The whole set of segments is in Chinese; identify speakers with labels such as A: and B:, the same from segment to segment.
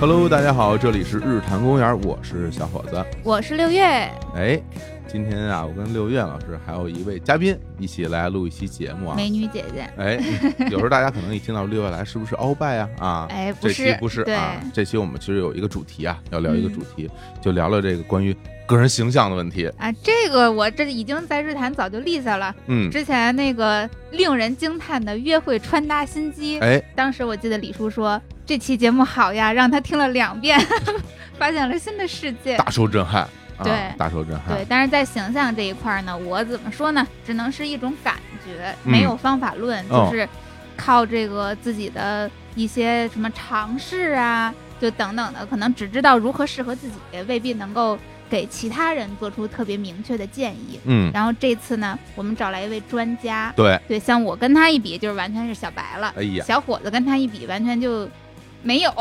A: Hello，大家好，这里是日坛公园，我是小伙子。
B: 我是六月，
A: 哎，今天啊，我跟六月老师还有一位嘉宾一起来录一期节目啊。
B: 美女姐姐。
A: 哎，有时候大家可能一听到六月来，是不是鳌拜啊？啊，
B: 哎，不
A: 这期
B: 是，
A: 不是
B: 对，嗯
A: 啊，这期我们其实有一个主题啊，要聊一个主题，就聊聊这个关于个人形象的问题。
B: 啊，这个我这已经在日坛早就立下了。
A: 嗯，
B: 之前那个令人惊叹的约会穿搭心机，
A: 哎，
B: 当时我记得李叔说这期节目好呀，让他听了两遍， 发现了新的世界。
A: 大受震撼。啊、
B: 对
A: 大受震撼。
B: 对，但是在形象这一块儿呢，我怎么说呢？只能是一种感觉，
A: 嗯
B: 没有方法论，
A: 哦
B: 就是靠这个自己的一些什么尝试啊，就等等的，可能只知道如何适合自己，未必能够给其他人做出特别明确的建议。
A: 嗯，
B: 然后这次呢，我们找来一位专家，
A: 对，
B: 对，像我跟他一比，就是完全是小白了，
A: 哎呀，
B: 小伙子跟他一比，完全就没有，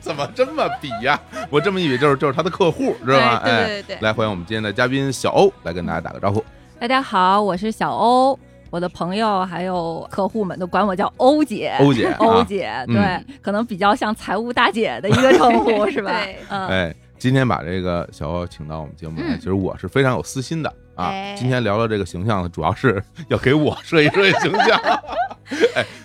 A: 怎么这么比呀、我这么一比，就是就是他的客户，知道吧？
B: 对
A: 哎，
B: 对对对。
A: 来欢迎我们今天的嘉宾小欧，来跟大家打个招呼。
C: 大家好，我是小欧，我的朋友还有客户们都管我叫欧姐。
A: 欧 姐，
C: 欧
A: 啊，
C: 姐，
A: 嗯
C: 对、可能比较像财务大姐的一个称呼是吧
B: 对？
C: 嗯，
A: 哎，今天把这个小欧请到我们节目来，哎
B: 嗯
A: 其实我是非常有私心的啊
B: 哎。
A: 今天聊聊这个形象，主要是要给我设计设计形象。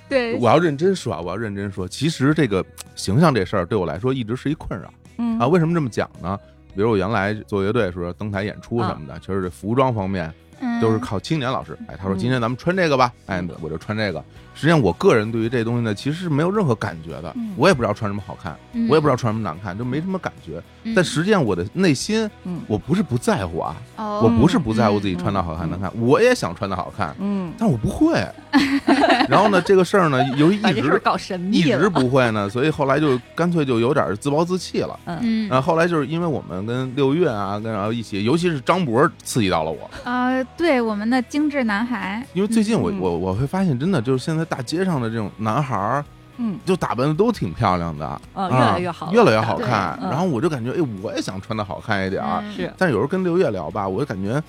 B: 对
A: 我要认真说啊，我要认真说，其实这个形象这事儿对我来说一直是一困扰
C: 嗯
A: 啊。为什么这么讲呢？比如我原来做乐队的时候，登台演出什么的，其实这服装方面
B: 嗯
A: 都是靠青年老师。哎，他说
C: 嗯
A: 今天咱们穿这个吧，哎
C: 嗯，
A: 我就穿这个。实际上，我个人对于这东西呢，其实是没有任何感觉的
C: 嗯，
A: 我也不知道穿什么好看，
B: 嗯
A: 我也不知道穿什么难看，就没什么感觉。但实际上，我的内心
C: 嗯，
A: 我不是不在乎啊，
B: 哦
A: 我不是不在乎自己穿的好看难看，我也想穿的好看，
C: 嗯，
A: 但我不会。 然后呢，这个事儿呢，由于
C: 把
A: 一
C: 这事儿
A: 直
C: 搞神秘
A: 一直
C: 了。
A: 不会呢，所以后来就干脆就有点自暴自弃了。
B: 嗯
A: 然后后来就是因为我们跟六月啊，跟然后一起，尤其是张博刺激到了我，
B: 呃，对，我们的精致男孩，
A: 因为最近我
C: 嗯
A: 我我会发现，真的就是现在大街上的这种男孩儿，
C: 嗯，
A: 就打扮的都挺漂亮的，
C: 哦，越
A: 啊
C: 来越好了，
A: 越来越好看。
C: 对嗯
A: 然后我就感觉，哎，我也想穿的好看一点儿。
B: 嗯
C: 是
A: 但是有时候跟刘烨聊吧，我就感觉，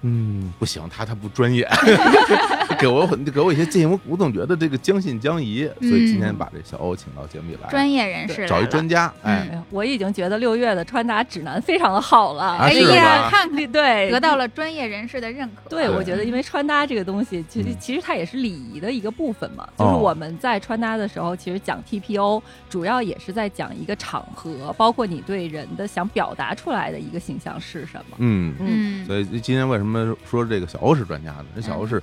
A: 嗯，不行，他他不专业， 给我很给我一些建议，我我总觉得这个将信将疑，所以今天把这小欧请到节目里来，
B: 专业人士
A: 找一
B: 来了
A: 专家，哎，
C: 哎呀我已经觉得六月的穿搭指南非常的好了。
A: 啊
B: 哎
A: 是
B: 呀，
A: 吧
B: 看看
C: 对，
B: 得到了专业人士的认可。
C: 对，
A: 对
C: 我觉得因为穿搭这个东西，其实
A: 嗯
C: 其实它也是礼仪的一个部分嘛。就是
A: 哦
C: 我们在穿搭的时候，其实讲 TPO，主要也是在讲一个场合，包括你对人的想表达出来的一个形象是什么。
A: 嗯，
B: 嗯，
A: 所以今天为什么说这个小欧是专家呢？人小欧是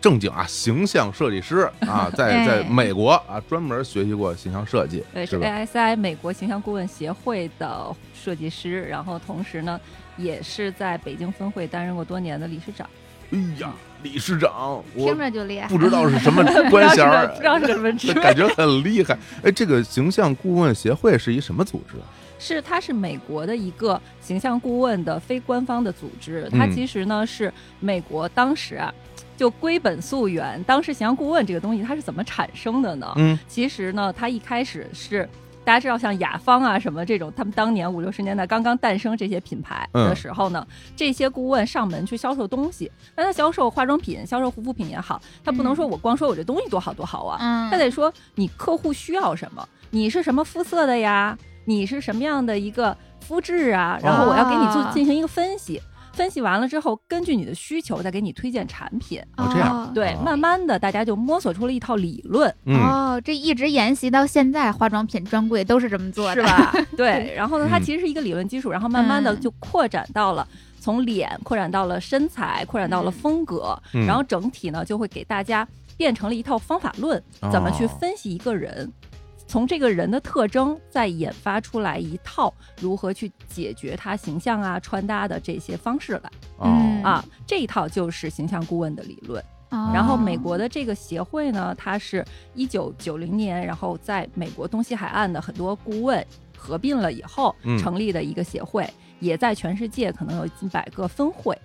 A: 正经啊，形象设计师啊，在
B: 哎
A: 在美国啊专门学习过形象设计，
C: 对，
A: 是
C: 是
A: 吧？
C: ASI 美国形象顾问协会的设计师，然后同时呢，也是在北京分会担任过多年的理事长。
A: 哎呀，理事长，我
B: 听着就厉害。
A: 不知道是什么
C: 不知
A: 官
C: 道是
A: 衔
C: 个
A: 儿
C: 不知，道是什么职
A: 这
C: 位，
A: 感觉很厉害。哎，这个形象顾问协会是一什么组织啊？
C: 是它是美国的一个形象顾问的非官方的组织，它
A: 嗯
C: 其实呢是美国当时啊，就归本溯源，当时形象顾问这个东西它是怎么产生的呢？
A: 嗯
C: 其实呢，它一开始是。大家知道，像雅芳啊什么这种，他们当年五六十年代刚刚诞生这些品牌
A: 嗯
C: 的时候呢，这些顾问上门去销售东西。那他销售化妆品、销售护肤品也好，他不能说我光说我这东西多好多好啊，
B: 嗯，
C: 他得说你客户需要什么，你是什么肤色的呀，你是什么样的一个肤质啊，然后我要给你做
B: 啊
C: 进行一个分析，分析完了之后，根据你的需求再给你推荐产品。
A: 哦这样
B: 哦
C: 对，
A: 啊
C: 慢慢的大家就摸索出了一套理论，
A: 嗯
B: 哦，这一直沿袭到现在，化妆品专柜都是这么做的，
C: 是？ 吧？对，然后呢，它
A: 嗯
C: 其实是一个理论基础，然后慢慢的
B: 嗯
C: 就扩展到了。从脸扩展到了身材，扩展到了
B: 嗯
C: 风格，
A: 嗯
C: 然后整体呢就会给大家变成了一套方法论，怎么去
A: 哦
C: 分析一个人，从这个人的特征再研发出来一套如何去解决他形象啊、穿搭的这些方式来
A: 哦
B: 嗯
C: 啊，这一套就是形象顾问的理论。
B: 哦
C: 然后美国的这个协会呢，它是一九九零年，然后在美国东西海岸的很多顾问合并了以后
A: 嗯
C: 成立的一个协会，也在全世界可能有近百个分会。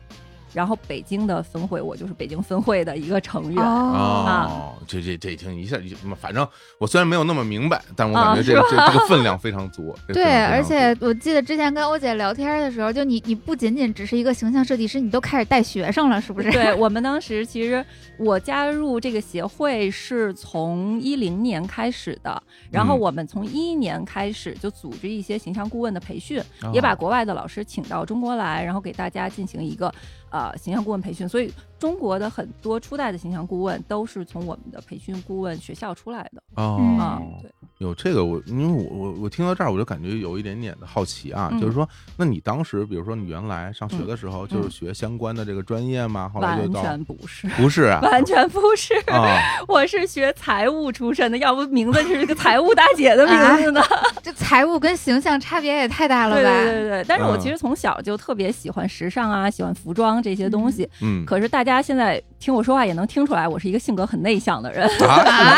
C: 然后北京的分会，我就是北京分会的一个成员。啊
A: 哦，这这这听一下就，反正我虽然没有那么明白，但我感觉这、啊、这这个分量非常足。
B: 对，而且我记得之前跟欧姐聊天的时候，就你你不仅仅只是一个形象设计师，你都开始带学生了，是不是？
C: 对我们当时其实我加入这个协会是从一零年开始的，然
A: 嗯
C: 后我们从一一年开始就组织一些形象顾问的培训，
A: 哦
C: 嗯、也把国外的老师请到中国来，然后给大家进行一个。呃，形象顾问培训，所以中国的很多初代的形象顾问都是从我们的培训顾问学校出来的。
A: 哦，
C: 嗯、对，
A: 有这个我，因为我我我听到这儿，我就感觉有一点点的好奇啊，嗯、就是说，那你当时，比如说你原来上学的时候，就是学相关的这个专业吗？嗯、后来
C: 完全不是，
A: 不是啊，
C: 完全不是，
A: 啊、
C: 我是学财务出身的，要不名字是个财务大姐的
A: 哎
C: 名字呢。啊、
B: 这财务跟形象差别也太大了吧？
C: 对,对对对，但是
A: 嗯
C: 我其实从小就特别喜欢时尚啊，喜欢服装。这些东西，
A: 嗯，
C: 可是大家现在听我说话也能听出来，我是一个性格很内向的人。
A: 啊，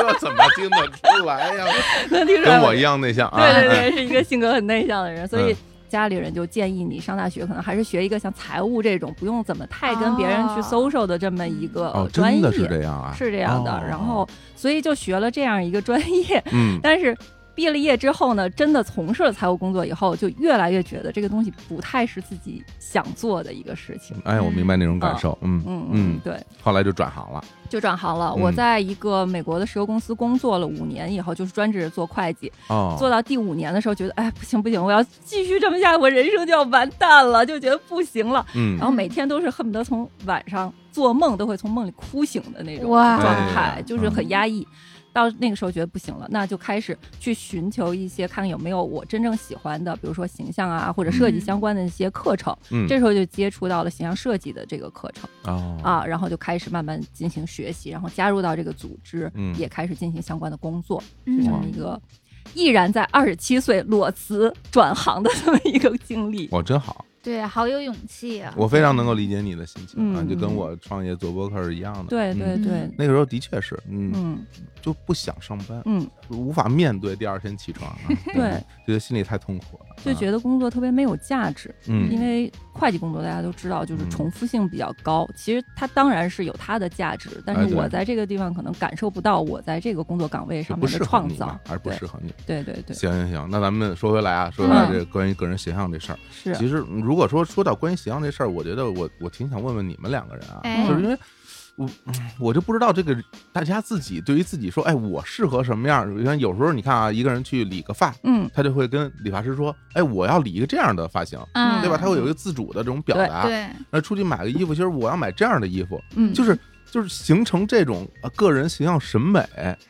A: 这怎么听得出来呀？
C: 能听 出
A: 来，跟我一样嗯内向啊。
C: 对对对，是一个性格很内向的人，所以家里人就建议你上大学可能还是学一个像财务这种不用怎么太跟别人去 social 的这么一个专业。
A: 哦哦，真的是这样啊？
C: 是这样的。然后，所以就学了这样一个专业。嗯，但是。毕了业之后呢，真的从事了财务工作以后，就越来越觉得这个东西不太是自己想做的一个事情。
A: 哎，我明白那种感受，嗯
C: 嗯
A: 嗯，
C: 对。
A: 后来就转行了，
C: 就转行了。我在一个美国的石油公司工作了五年以后，就是专职做会计。
A: 哦，
C: 做到第五年的时候，觉得哎不行不行，我要继续这么下去，我人生就要完蛋了，就觉得不行了。
A: 嗯，
C: 然后每天都是恨不得从晚上做梦都会从梦里哭醒的那种状
A: 哎
C: 态，就是很压抑。
A: 嗯
C: 到那个时候觉得不行了，那就开始去寻求一些，看看有没有我真正喜欢的，比如说形象啊或者设计相关的一些课程。
A: 嗯，
C: 这时候就接触到了形象设计的这个课程。
A: 哦、
C: 嗯、啊，然后就开始慢慢进行学习，然后加入到这个组织，
A: 嗯、
C: 也开始进行相关的工作，
B: 嗯
C: 是这么一个毅然在二十七岁裸辞转行的这么一个经历。
A: 哇、哦，真好。
B: 对，好有勇气啊！
A: 我非常能够理解你的心情啊，
C: 嗯、
A: 就跟我创业做播客是一样的。
C: 对对对、嗯，
A: 那个时候的确是，嗯，
C: 嗯
A: 就不想上班，
C: 嗯，
A: 无法面对第二天起床、啊，
C: 对，
A: 觉得心里太痛苦了，
C: 就觉得工作特别没有价值。
A: 嗯，
C: 因为会计工作大家都知道，就是重复性比较高。其实它当然是有它的价值，
A: 哎
C: 但是我在这个地方可能感受不到我在这个工作岗位上面的创造，
A: 还是不适合你。
C: 对对嗯对。
A: 行行行，那咱们说回来啊，说回来这关于个人形象这事儿，
C: 是
A: 其实。如果说说到关于形象这事儿，我觉得我我挺想问问你们两个人啊，
B: 哎、
A: 就是因为我我就不知道这个大家自己对于自己说，哎，我适合什么样？你看有时候你看啊，一个人去理个发，
C: 嗯，
A: 他就会跟理发师说，哎，我要理一个这样的发型，
B: 嗯、
A: 对吧？他会有一个自主的这种表达。
B: 对，
A: 那出去买个衣服，其实我要买这样的衣服，
C: 嗯，
A: 就是。就是形成这种个人形象审美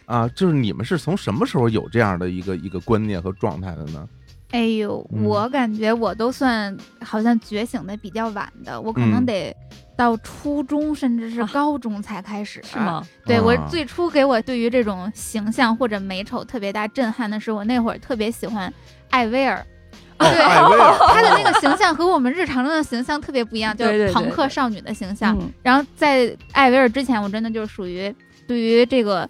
A: 啊，就是你们是从什么时候有这样的一个一个观念和状态的呢？
B: 哎呦，
A: 嗯
B: 我感觉我都算好像觉醒的比较晚的，我可
A: 嗯
B: 能得到初中甚至是高中才开始。
C: 啊是吗？
B: 对，
A: 啊
B: 我最初给我对于这种形象或者美丑特别大震撼的是，我那会儿特别喜欢艾薇 儿。
A: 哦、
B: 对，
A: 艾薇儿，
B: 她的那个形象和我们日常中的形 象特别不一样，就
C: 对对
B: 是
C: 对嗯
B: 朋克少女的形象。然后在艾薇儿之前，我真的就是属于对于这个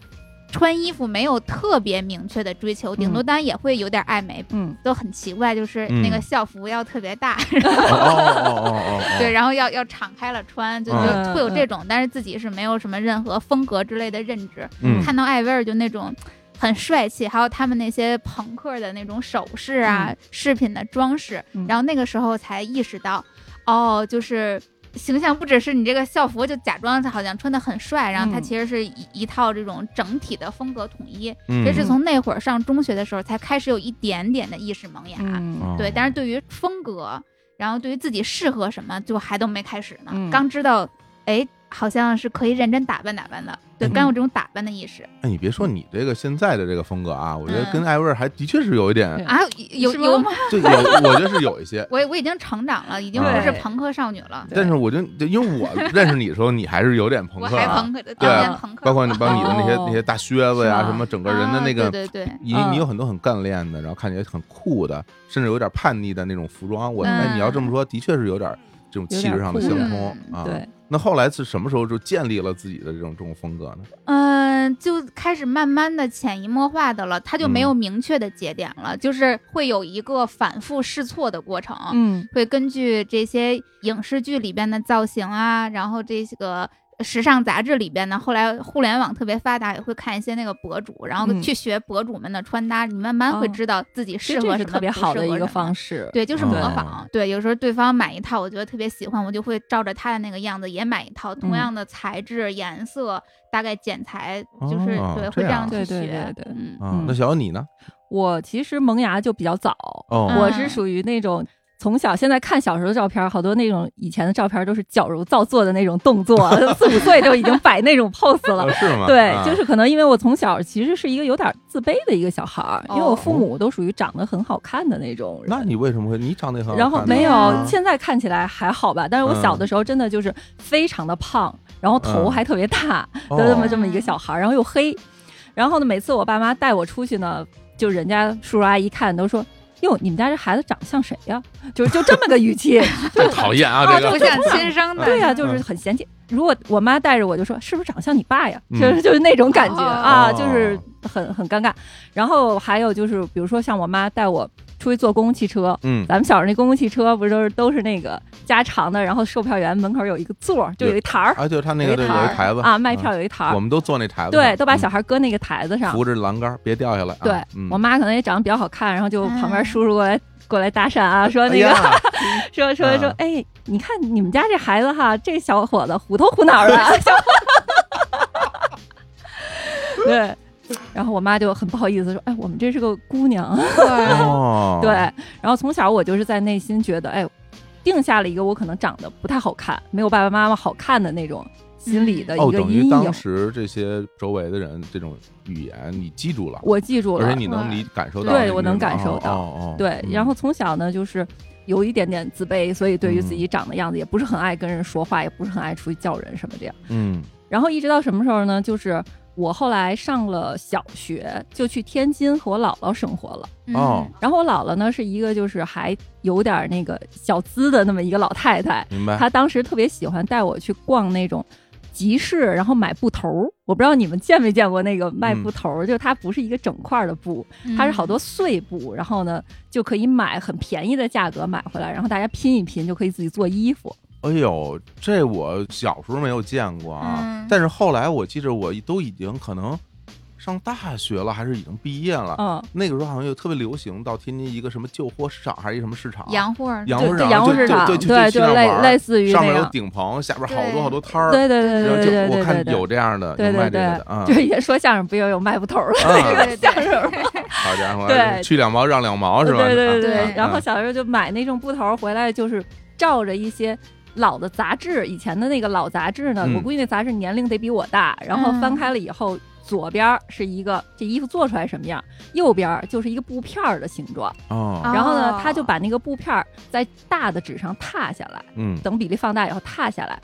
B: 穿衣服没有特别明确的追求，顶多
C: 嗯
B: 当然也会有点爱美，
C: 嗯
B: 都很奇怪，就是那个
A: 嗯
B: 校服要特别大，
A: 哦哦哦哦哦，
B: 对，然后要要敞开了穿，就
A: 嗯
B: 就会有这种，但是自己是没有什么任何风格之类的认知。
A: 嗯
B: 看到艾薇儿就那种很帅气，还有他们那些朋克的那种首饰啊、
C: 嗯
B: 饰品的装饰，
C: 嗯
B: 然后那个时候才意识到，哦，就是。形象不只是你这个校服，就假装他好像穿的很帅，然后他
C: 嗯
B: 其实是一一套这种整体的风格统一。
A: 嗯
B: 这是从那会儿上中学的时候才开始有一点点的意识萌芽。
C: 嗯，
B: 对，但
A: 是
B: 是对于风格，然后对于自己适合什么，就还都没开始呢。
C: 嗯
B: 刚知道，哎，好像是可以认真打扮打扮的，对，
A: 嗯
B: 刚有这种打扮的意识、
A: 哎，你别说你这个现在的这个风格啊，我觉得
B: 嗯
A: 跟艾薇儿还的确是有一点
C: 对，
B: 啊，有
C: 是
B: 有
C: 吗
B: 吗？
A: 就有，我觉得是有一些。
B: 我我已经成长了，已经
A: 对
B: 不是朋克少女了，
C: 对
A: 但是我觉得，就因为我认识你的时候，你还是有点朋
B: 我
A: 克
B: 还
A: 啊，
B: 朋克的，
A: 对
B: 当年朋克，
A: 包括你，包括你的那些
C: 哦
A: 那些大靴子呀，
C: 是吗
A: 什么整个人的那
B: 啊
A: 个，
B: 对对对，
A: 你
C: 嗯
A: 你有很多很干练的，然后看起来很酷的，甚至有点叛逆的那种服装。我哎，
B: 嗯
A: 你要这么说，的确是有点这种气质上的相
C: 有点
A: 通
B: 酷
A: 啊。
C: 对，
A: 那后来是什么时候就建立了自己的这种这种风格呢？
B: 嗯、嗯，就开始慢慢的潜移默化的了，它就
A: 嗯
B: 没有明确的节点了，就是会有一个反复试错的过程，
C: 嗯
B: 会根据这些影视剧里边的造型啊，然后这个时尚杂志里边呢，后来互联网特别发达，也会看一些那个博主，然后
C: 嗯
B: 去学博主们的穿搭，你慢慢会
C: 哦
B: 知道自己
C: 其
B: 适
C: 实
B: 合什
C: 这是
B: 么，
C: 特别好的一
B: 式。
C: 个方式。嗯
B: 对，就是模
A: 对
B: 仿。对，有时候对方买一套，我觉得特别喜欢，我就会照着他的那个样子也买一套，同
C: 嗯
B: 样的材质、颜色，大概剪裁，就是、
A: 哦
B: 对，
A: 这
B: 会这样
A: 样
B: 去
C: 对对
B: 学。
C: 对对
B: 嗯，
A: 啊
C: 嗯，
A: 那小小你呢？
C: 我其实萌芽就比较早，
A: 哦，
C: 我是属于那种。从小现在看小时候的照片，好多那种以前的照片都是矫揉造作的那种动作，四五岁就已经摆那种 pose 了
A: 哦。是吗？
C: 对，
A: 啊
C: 就是可能因为我从小其实是一个有点自卑的一个小孩儿，因为我父
A: 哦
C: 母都属于长得很好看的那种人。
A: 那你为什么会你长得也很好看呢？嗯
C: 然后没
B: 啊
C: 有，现在看起来还好吧，但是我小的时候真的就是非常的胖，然后头还特别大，
A: 哦
C: 就这么这么一个小孩儿，然后又黑。然后呢，每次我爸妈带我出去呢，就人家叔叔阿姨看都说。哟，你们家这孩子长得像谁呀、就就这么个 语气，
A: 太讨厌啊，
C: 哦
A: 这哎
B: 不
A: 个
B: 像亲生的，
C: 对 呀、就是
A: 嗯
C: 很嫌弃。如果我妈带着我就说，是不是长得像你爸呀？
A: 嗯
C: 就是就是那种感觉、
B: 哦
C: 啊，就是很很尴尬。然后还有就是，比如说像我妈带我出去坐公共汽车，
A: 嗯，
C: 咱们小时候那公共汽车不是都是都是那个加长的，然后售票员门口有一个座儿，就有一台儿
A: 啊，就是他那个
C: 有
A: 对
C: 一
A: 有
C: 台儿
A: 一台子嗯
C: 啊，卖票，有一台
A: 我
C: 儿，
A: 们都坐那台子上，
C: 对，都把小
A: 嗯
C: 孩搁那个台子上。
A: 扶着栏杆儿别掉下来啊。
C: 对
A: 嗯
C: 我妈可能也长得比较好看，然后就
B: 嗯
C: 旁边叔叔过来过来搭讪啊，说
A: 哎
C: 那个
A: 呀
C: 说说说
A: 啊，
C: 哎，你看你们家这孩子哈，这小伙子虎头虎脑的， 小伙子对。然后我妈就很不好意思说：“哎，我们这是个姑娘。”
A: 哦，
C: 对，然后从小我就是在内心觉得，哎，定下了一个我可能长得不太好看，没有爸爸妈妈好看的那种心理的
A: 哦，
C: 一个
A: 等
C: 阴
A: 于
C: 影。
A: 当时这些周围的人这种语言你记住了，
C: 我记住
A: 而且
C: 了，
A: 你能理感受到那个
C: 对
A: 什么，
C: 我能感受到
A: 哦，哦哦
C: 对，
A: 嗯
C: 然后从小呢就是。有一点点自卑，所以对于自
A: 嗯
C: 己长的样子也不是很爱跟人说话，也不是很爱出去叫人什么这样。
A: 嗯
C: 然后一直到什么时候呢？就是我后来上了小学，就去天津和我姥姥生活了。
B: 嗯
A: 哦，
C: 然后我姥姥呢是一个就是还有点那个小资的那么一个老太太，
A: 明白，
C: 他当时特别喜欢带我去逛那种集市，然后买布头儿。我不知道你们见没见过那个
A: 嗯
C: 卖布头儿，就它不是一个整块儿的布，
B: 嗯
C: 它是好多碎布，然后呢就可以买很便宜的价格买回来，然后大家拼一拼就可以自己做衣服。
A: 哎呦，这我小时候没有见过啊，
B: 嗯
A: 但是后来我记着我都已经可能上大学了，还是已经毕业了。
C: 嗯，
A: 那个时候好像又特别流行到天津一个什么旧货市场还是一什么市场，
B: 洋货儿，
A: 洋
C: 对
A: 货
C: 对
A: 市
C: 洋货
A: 场
C: 市
A: 就
C: 场
A: 就就
C: 对
A: 去
C: 就
A: 那
C: 类
A: 玩儿
C: 类似于
A: 上
C: 那
A: 面有
C: 样。
A: 顶棚，下边好
B: 对
A: 多好多摊儿，
C: 对对对
A: 然后
C: 对
A: 就
C: 对
A: 我
C: 对对
A: 看
C: 对，
A: 有这样的，
C: 对
A: 有卖
C: 对
A: 这个的啊
C: 对，就。是也说相声不也有卖布头儿的
A: 啊
C: 那个相声吗？
A: 好家伙，
C: 对
A: 去两毛让两毛是吧？
C: 对嗯对
B: 对
A: 啊
C: 然后小时候就买那种布头儿回来，就是照着一些老的杂志，以前的那个老杂志呢，
A: 嗯
C: 我估计那杂志年龄得比我大。然后翻开了以后，左边儿是一个嗯这衣服做出来什么样，右边儿就是一个布片儿的形状。
A: 哦，
B: 啊
C: 然后呢
B: 哦，
C: 他就把那个布片儿在大的纸上踏下来，
A: 嗯，
C: 等比例放大以后踏下来。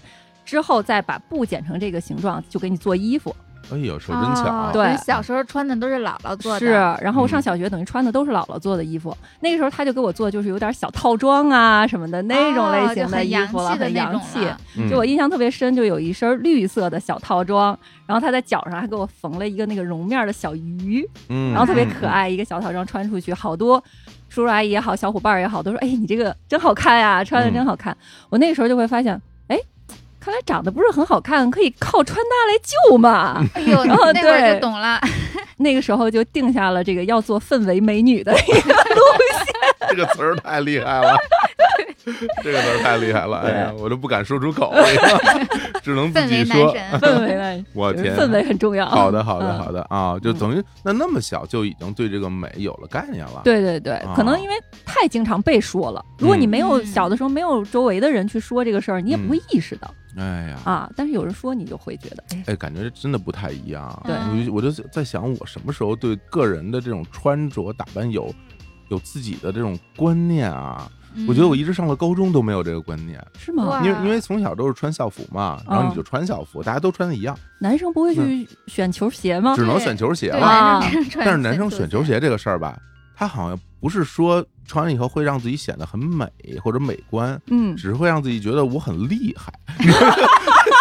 C: 之后再把布剪成这个形状，就给你做衣服。
A: 哎呦，手真巧，
B: 哦
C: 对
B: 我小时候穿的都是姥姥做的，
C: 是，然后我上
A: 嗯
C: 小学等于穿的都是姥姥做的衣服。那个时候他就给我做就是有点小套装啊什么的那种类型的衣服
B: 哦就
C: 了，很
B: 很洋
C: 洋
B: 气的那种
C: 气。
B: 了
A: 嗯
C: 就我印象特别深，就有一身绿色的小套装，然后他在脚上还给我缝了一个那个绒面的小鱼，
A: 嗯，
C: 然后特别可爱，一个小套装穿出去，好多叔叔阿姨也好，小伙伴儿也好，都说：“哎，你这个真好看呀、穿
A: 嗯
C: 的真好看。我那个时候就会发现，哎，看来长得不是很好看，可以靠穿搭来救嘛。
A: 嗯
B: 哎呦，
C: 然后
B: 那会儿
C: 对
B: 就懂了，
C: 那个时候就定下了这个要做氛围美女的
A: 嗯。 这个词儿太厉害 了，这个词儿太厉害了，哎呀，我都不敢说出口，哎呀只能自
B: 氛围
A: 己
B: 男
A: 说。啊
B: 神，
C: 氛 围来，
A: 我
C: 就是
A: 天，
C: 氛围很重要。
A: 啊好的，好的，
C: 嗯
A: 好的啊，就等于那那么小就已经对这个美有了概念了。，
C: 对对对
A: 啊，
C: 可能因为太经常被说了，如果你没有
B: 嗯
C: 小的时候没有周围的人去说这个事儿，你
A: 嗯
C: 也不会意识到
A: 哎呀，
C: 啊。但是有人说，你就会觉得，哎，
A: 哎，感觉真的不太一样。啊
C: 对
A: 我就我就在想，我什么时候对个人的这种穿着打扮有有自己的这种观念啊？
B: 嗯
A: 我觉得我一直上了高中都没有这个观念，
C: 是
B: 哇嗯
C: 吗？
A: 因为因为从小都是穿校服嘛，然后你就穿校服，大家都穿的一样，
C: 男生不会
A: 嗯
C: 去选球鞋吗
A: 只？能选球鞋
B: 哦对
A: 了。
C: 啊
B: 男 生穿
A: 但是男生
B: 粉
A: 选球鞋这个事儿吧，他好像不是说穿了以后会让自己显得很美或者美观，
C: 嗯，
A: 只是会让自己觉得我很厉害。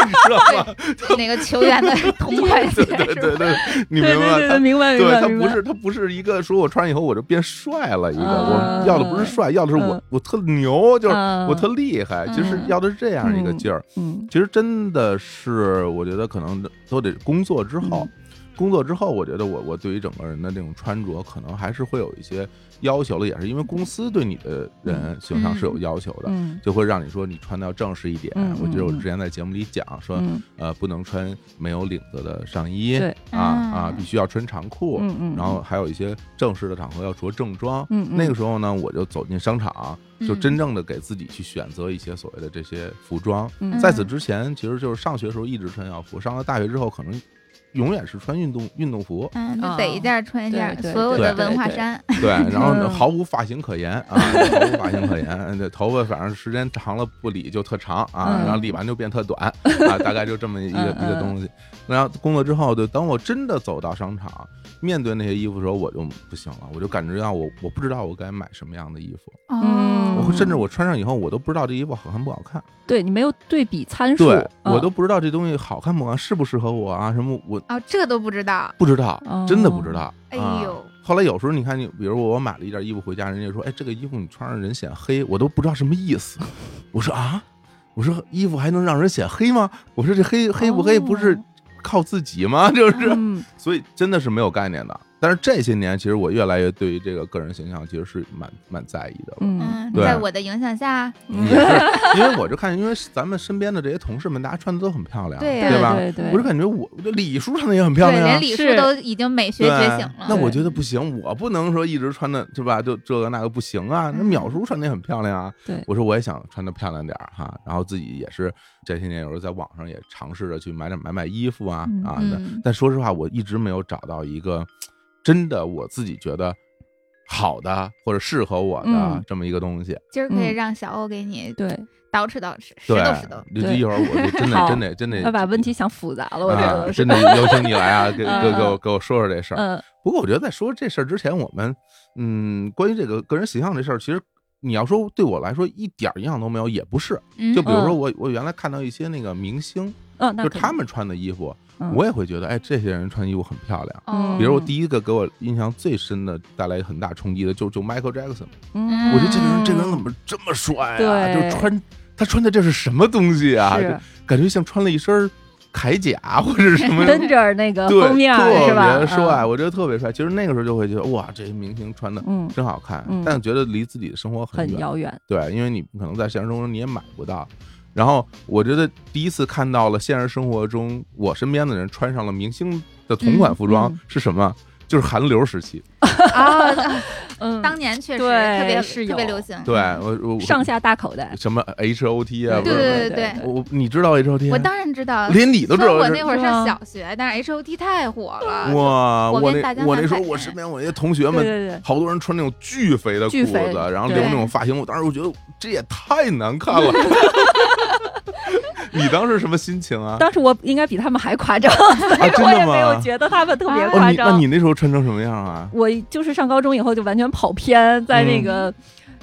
A: 你知道吗？
B: 那个球 员的同款鞋
A: 对，对
B: 是吧
A: 对对，你
C: 对
A: 明
C: 对
A: 白
C: 对
A: 吗
C: 对，？明白
A: 他
C: 明
A: 对
C: 白
A: 他
C: 明白。
A: 不是他不是一个说我穿上以后我就变帅了一个，
C: 啊
A: 我要的不是帅，要的是我
C: 嗯
A: 我特牛，就是
C: 啊
A: 我特厉害，其实
C: 嗯
A: 要的是这样一个
C: 嗯
A: 劲儿。
C: 嗯
A: 其实真的是，我觉得可能都得工作之
C: 嗯
A: 后，工作之后，我觉得我我对于整个人的这种穿着，可能还是会有一些要求了，也是因为公司对你的人形象是有要求的，
C: 嗯
A: 就会让你说你穿的要正式一点
C: 嗯。
A: 我记得我
C: 嗯嗯
A: 之前在节目里讲说，
C: 嗯
A: 呃，不能穿没有领子的上衣，
C: 对
A: 啊
B: 嗯
A: 啊，必须要穿长裤，
C: 嗯嗯，
A: 然后还有一些正式的场合要着正装。
C: 嗯嗯
A: 那个时候呢，我就走进商场，就
B: 嗯，
A: 真正的给自己去选择一些所谓的这些服装。
C: 嗯
A: 在此之前，其实就是上学时候一直穿校服，上了大学之后可能永远是穿运动运动服
B: 嗯，就
C: 啊
B: 得一件儿穿一件儿，
C: 对对
B: 所有的
C: 对
B: 文化
C: 对
B: 衫，
A: 对，然后
C: 嗯
A: 毫无发型可言啊，毫无发型可言。这头发反正时间长了不理就特长啊，
C: 嗯
A: 然后理完就变特短啊，大概就这么一个
C: 嗯
A: 一个东西。然后工作之后，就等我真的走到商场，面对那些衣服的时候，我就不行了，我就感觉到我我不知道我该买什么样的衣服，
C: 嗯
A: 我
B: 哦
A: 会甚至我穿上以后，我都不知道这衣服好看不好看。
C: 对你没有对比参数，
A: 对
C: 嗯
A: 我都不知道这东西好看不好看，适不适合我啊？什么我
B: 哦，这都不知道，
A: 不知道，真的不知道。
B: 哎
A: 啊
B: 呦
A: 后来有时候你看你，比如我买了一件衣服回家，人家说，哎，这个衣服你穿上人显黑，我都不知道什么意 思。我说啊，我说衣服还能让人显黑吗？我说这黑黑不黑不
B: 哦
A: 是靠自己吗？就是，
C: 嗯
A: 所以真的是没有概念的。但是这些年，其实我越来越对于这个个人形象其实是蛮蛮在意的了。
C: 嗯
B: 嗯，
A: 对
B: 在我的影响下，
A: 也是，因为我就看，因为咱们身边的这些同事们，大家穿的都很漂亮，
B: 对呀
A: 吧？
C: 嗯对对对
A: 我就感觉我这礼数穿的也很漂
B: 对，
A: 亮啊，
B: 连李叔
C: 是
B: 都已经美学
A: 对
B: 觉醒了。嗯
A: 那我
C: 对
A: 觉得不行，我不能说一直穿的，对吧？就这个那个不行啊。那
B: 嗯
A: 淼叔穿的也很漂亮啊。
C: 对
A: 我说我也想穿的漂亮点儿哈。然后自己也是这些年有时候在网上也尝试着去买点买买衣服啊
C: 嗯
A: 啊。
B: 嗯
A: 但但说实话，我一直没有找到一个真的我自己觉得好的或者适合我的
C: 嗯
A: 这么一个东西。
B: 今儿可以
C: 嗯
B: 让小欧给你
C: 对，
B: 捯饬捯饬，拾
A: 对
B: 掇拾掇。，
A: 就
C: 对
A: 一会儿我就真的
C: 好
A: 真得真得
C: 要把问题想复杂了，我觉
A: 啊，
C: 得是
A: 真。 的邀请你来啊，给给给我
C: 嗯
A: 给我说说这事儿。
C: 嗯
A: 不过我觉得在说这事儿之前，我们嗯，关于这个个人形象这事儿，其实你要说对我来说一点儿影响都没有，也不是。
B: 嗯
A: 就比如说
C: 嗯
A: 我我原来看到一些那个明星，
C: 嗯，那
A: 就
C: 肯定
A: 他们穿的衣服，
C: 嗯
A: 我也会觉得，哎，这些人穿衣服很漂亮。
B: 哦
A: 比如我第一个给我印象最深的、带来很大冲击的，就就 Michael Jackson，
C: 嗯
A: 我觉得这个人这个人怎么这么帅啊？
C: 对
A: 就穿他穿的这是什么东西啊？
C: 是
A: 就感觉像穿了一身铠甲或者什么
C: 跟着那个
A: 对，
C: 呃封面儿
A: 特
C: 是吧？
A: 别帅，
C: 嗯
A: 我觉得特别帅。其实那个时候就会觉得哇，这些明星穿的
C: 嗯，
A: 真好看，
C: 嗯
A: 但觉得离自己的生活很
C: 很
A: 远。
C: 遥远。
A: 对，因为你可能在现实生活中你也买不到。然后我觉得第一次看到了现实生活中我身边的人穿上了明星的同款服装
C: 嗯
A: 是什么？就是韩流时期，
B: 啊，
C: 嗯，
B: 当年确实
C: 对
B: 特别
C: 是
B: 特别
C: 有
B: 流行。
A: 对我我
C: 上下大口袋，
A: 什么 H O T 啊，
B: 嗯对
A: 不是
B: 对对对
A: 我我你知道 H O T？啊
B: 我当然知道，
A: 连你都知
B: 虽
A: 道
B: 然我
A: 是
B: 那会儿
C: 是吗
B: 上小学，但是 H O T 太火了。
A: 哇！
B: 火
A: 我
B: 遍大
A: 那
B: 江
A: 我
B: 南
A: 那时候
B: 北
A: 我身边我那些同学
C: 对
A: 们
C: 对对，
A: 好多人穿那种巨肥的裤
C: 巨
A: 子，
C: 肥
A: 然后留那种
B: 对
A: 发型，我当时我觉得这也太难看 了。你当时什么心情啊？
C: 当时我应该比他们还夸张，
A: 啊，真
C: 我也
A: 的
C: 没有
A: 吗？
C: 觉得他们特别
B: 哦
A: 哦，
C: 夸
A: 你那
C: 张。
A: 你那时候穿成什么样啊？
C: 我就是上高中以后就完全跑偏，在那
A: 嗯
C: 个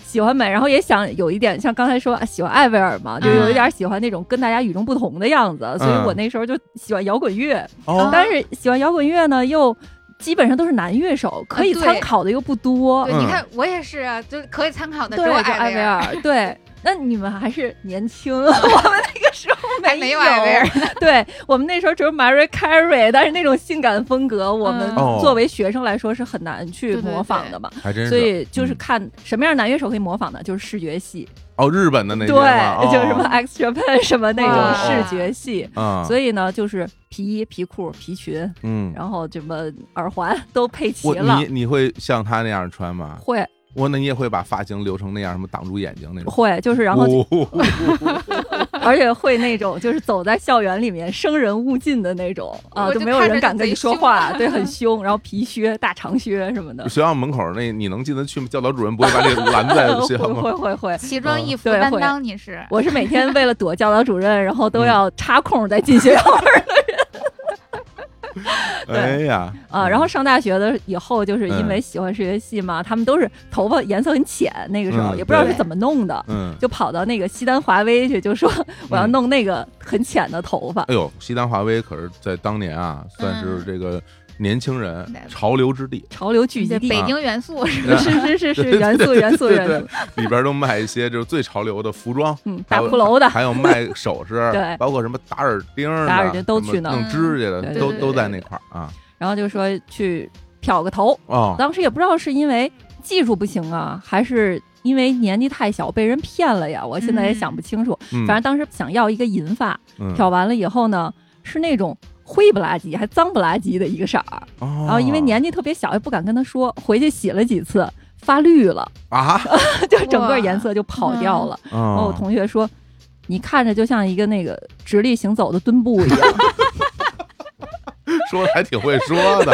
C: 喜欢美，然后也想有一点像刚才说啊喜欢艾薇儿嘛，就有一
A: 嗯
C: 点喜欢那种跟大家与众不同的样子，所以我那时候就喜欢摇滚乐，
A: 哦，
C: 但是喜欢摇滚乐呢又。基本上都是男乐手，可以
B: 啊对
C: 参考的又不多。
B: 对，你
A: 嗯
B: 看我也是啊，就是啊可以参考的只
C: 对，
B: 有
C: 就
B: 艾
C: 艾
B: 薇儿，
C: 尔。对，那你们还是 年轻，我们那个时候
B: 还
C: 没
B: 有艾薇儿。
C: 对我们那时候只有 Mary Carey，但是那种性感风格，我们
B: 嗯
A: 哦
C: 作为学生来说是很难去
B: 对对
C: 模仿的嘛。
A: 还真是。
C: 所以
A: 嗯
C: 就是看什么样的男乐手可以模仿的，就是视觉系，
A: 哦，日本的那
C: 对，
A: 些吗哦
C: 就是什么 X Japan 什么那
A: 哇
C: 种视觉系。
A: 啊，
C: 所
A: 以
C: 以呢，就是皮衣、皮裤、皮裙，
A: 嗯，
C: 然后什么耳环 都配齐
A: 我
C: 了
A: 你。你会像他那样穿吗？
C: 会
A: 我那你也会把发型留成那样，什么挡住眼睛那种。
C: 会，就是然后就，嗯
A: 哦
C: 而且会那种就是走在校园里面生人勿近的那种啊，
B: 我
C: 就
B: 就
C: 没有
B: 看
C: 人
B: 着
C: 敢
B: 你
C: 跟你
B: 贼
C: 说
B: 凶啊
C: 话，对， 很凶。然后皮靴、大长靴什么的，
A: 学校门口那你能进得去吗？教导主任不会把你拦在学校
C: 会
A: 门口？
C: 会会 会，
B: 奇装
A: 嗯
B: 异服
C: 对
B: 担
C: 会
B: 当，你是
C: 我是每天为了
A: 嗯
C: 躲教导主任，然后都要插空再进学校门儿的人。
A: 哎呀
C: 啊，然后上大学的以后，就是因
A: 嗯
C: 为喜欢数学系嘛，他们都是头发颜色很浅，那个时候
A: 嗯
C: 也不知道是
B: 对
C: 怎么弄的，
A: 嗯，
C: 就跑到那个西单华威去，就说我要弄那个很浅的头发。
A: 哎呦，西单华威可是在当年
C: 嗯
A: 啊，算是这个年轻人
B: 嗯
A: 潮流之 地，
C: 潮流聚集
B: 这
C: 地，
B: 北京元素是
A: 对
B: 吧？
C: 是是是是
A: 对
C: 元素元素
A: 对
C: 元
A: 对
C: 素，，
A: 里边都卖一些就是最潮流的服装，
C: 嗯，
A: 还
C: 大
A: 有
C: 骷髅的，
A: 还有卖首饰，
C: 对
A: 包括什么打耳钉儿的，
C: 打耳钉都去那儿
A: 什么弄指甲的
C: 嗯
A: 都
B: 对对对
A: 都在那块儿啊。
C: 然后就说去漂个头，
A: 哦，
C: 当时也不知道是因为技术不行啊，还是因为年纪太小被人骗了呀，我现在也想不清楚。
A: 嗯
C: 反正当时想要一个银发，
A: 嗯
C: 漂完了以后呢，是那种灰不拉几还脏不拉几的一个色儿，
A: 哦
C: 然后因为年纪特别小，也不敢跟他说，回去洗了几次。发绿了，
A: 啊，
C: 就整个颜色就跑掉了。然后我
A: 哦，
C: 同学说：“你看着就像一个那个直立行走的墩布一样。”
A: 说的还挺会说的，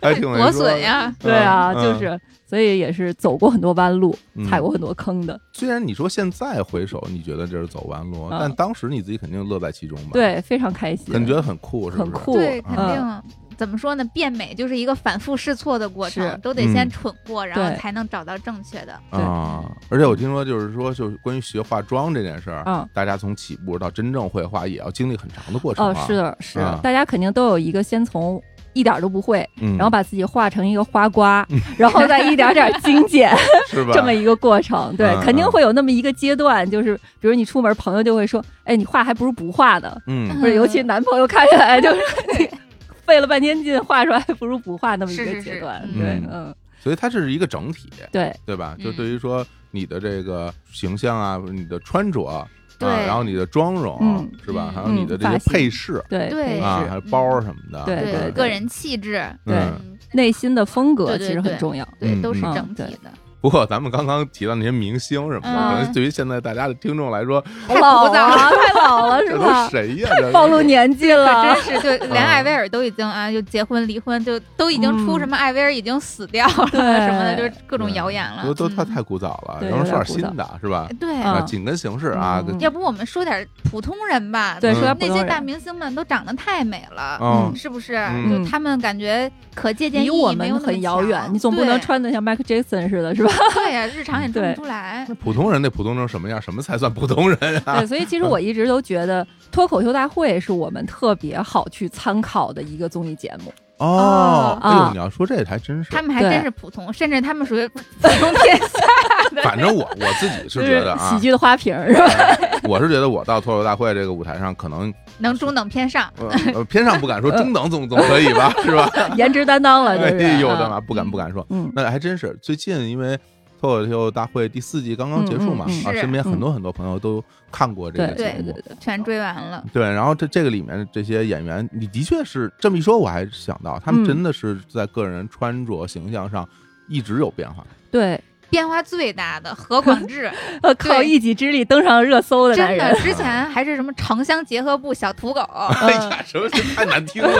A: 还挺会说的
B: 磨损。呀，
A: 嗯
C: 对啊，
A: 嗯
C: 就是，所以也是走过很多弯路，
A: 嗯
C: 踩过很多坑的。
A: 虽然你说现在回首，你觉得这是走弯路，
C: 嗯
A: 但当时你自己肯定乐在其中吧？，
C: 对，非常开心，
A: 很觉得很酷，是不是？
C: 很酷，
B: 对，
A: 嗯
B: 肯定。怎么说呢？变美就是一个反复试错的过
C: 是
B: 程，都得先
A: 嗯
B: 蠢过，然后
C: 对
B: 才能找到正确的。
C: 对
A: 啊！而且我听说，就是说，就是关于学化妆这件事儿，
C: 嗯
A: 大家从起步到真正会化，也要经历很长的过程
C: 哦，
A: 啊。
C: 是，的是的
A: 嗯，
C: 大家肯定都有一个先从。一点儿都不会，
A: 嗯，
C: 然后把自己画成一个花瓜， 然后再一点儿点儿精 简，
A: 是吧？
C: 这么一个过程。对
A: 嗯，
C: 啊肯定
A: 嗯
C: 会有那么一个阶段，就是比如你出门，朋友就会说：“哎，你画还不如不画呢。”
A: 嗯
C: 或者尤其男朋友看起来就是 你费了半天劲画出来，还不如不画那么一
B: 是
C: 个
B: 是
C: 阶
B: 是
C: 段。
B: 嗯
C: 对，
A: 嗯
C: 嗯，
A: 所以它这是一个整体，
C: 对，
A: 对吧？就
B: 嗯
A: 对于说你的这个形象啊，你的穿着啊，
B: 对
A: 然后你的妆容、
C: 嗯
A: 是吧？
B: 嗯
A: 还有你的这些
C: 嗯发型
A: 配饰、
C: 对
B: 对
A: 啊，
C: 是
A: 还有包儿什么的，
C: 对
A: 对
C: 对
B: 个人气质，
A: 对
B: 嗯
C: 内心的风格
B: 对
C: 其
B: 对
C: 实很
B: 对
C: 重要。
B: 对，
A: 嗯
B: 都是
C: 嗯
B: 整体
C: 对
B: 的。
A: 不过咱们刚刚提到那些明星什么的，
B: 嗯
A: 可能对于现在大家的听众来说，
C: 太老了，太老 了
A: 这
C: 是
A: 都
C: 吧？
A: 谁呀？这
C: 暴露年纪
B: 可
C: 了
B: 真，是， 就连艾薇儿都已经啊，就结婚离婚，就都已经出
C: 嗯
B: 什么艾薇儿已经死掉了
C: 对
B: 什么的，就是各种
A: 对
B: 谣言了。
A: 都都太
B: 嗯
A: 太古早了，
C: 对
A: 然后
C: 有
A: 说点
C: 点古早
A: 新的是吧？
B: 对，
A: 啊，
C: 嗯
A: 紧跟形势啊，
C: 嗯
B: 要不我们说点普通人吧？
C: 对，
A: 嗯
C: 说点普
B: 那
C: 通
B: 些
C: 人
B: 大明星们都长得太美
C: 嗯
B: 了，
A: 哦
B: 是不是？
C: 啊
A: 嗯
B: 就他们感觉可借鉴意
C: 离
B: 义
C: 我
B: 没
C: 们
B: 有那么
C: 很遥远，
B: 强
C: 你总不能
B: 对
C: 穿的像 Michael Jackson 似的，是吧？
B: 对呀，日常也穿
C: 对
B: 不出来
A: 那。普通人得普通成什么样？什么才算普通人啊？
C: 对，所以其实我一直都觉得脱口秀大会是我们特别好去参考的一个综艺节目。
A: 哦
B: 哦，
A: 哎呦，
C: 啊
A: 你要说这还真是
B: 他，们还
C: 对
B: 真是普通，甚至他们属于普通天下。
A: 反正我我自己是
C: 就
A: 觉
C: 是
A: 得啊，
C: 喜剧的花瓶儿， 是吧？
A: 哎我是觉得我到脱口秀大会这个舞台上，可能
B: 能中等偏上，
A: 呃呃偏上不敢说，中等总总可以吧，是 吧？
C: 颜值担当了，
A: 哎
C: 就是。
A: 呦我的
C: 啊
A: 妈，不敢不敢说，
C: 嗯，
A: 那还真是最近因为。脱口秀大会第四季刚刚结束嘛，
C: 嗯嗯
B: 嗯
A: 啊，
B: 是
A: 身边很多很多朋友都看过这
C: 对
A: 个节
C: 对
A: 目，
C: 对对，
B: 全追完了。
A: 对，然后这这个里面这些演员，你的确是这么一说，我还想到他们
C: 嗯
A: 真的是在个人穿着形象上一直有变化，
C: 对，
B: 变化最大的何广智，
C: 呃，靠
B: 对
C: 一己之力登上热搜的男
B: 真的
C: 人，
B: 之前还是什么城乡结合部小 土狗，
C: 嗯
A: 哎呀，什么太难听了，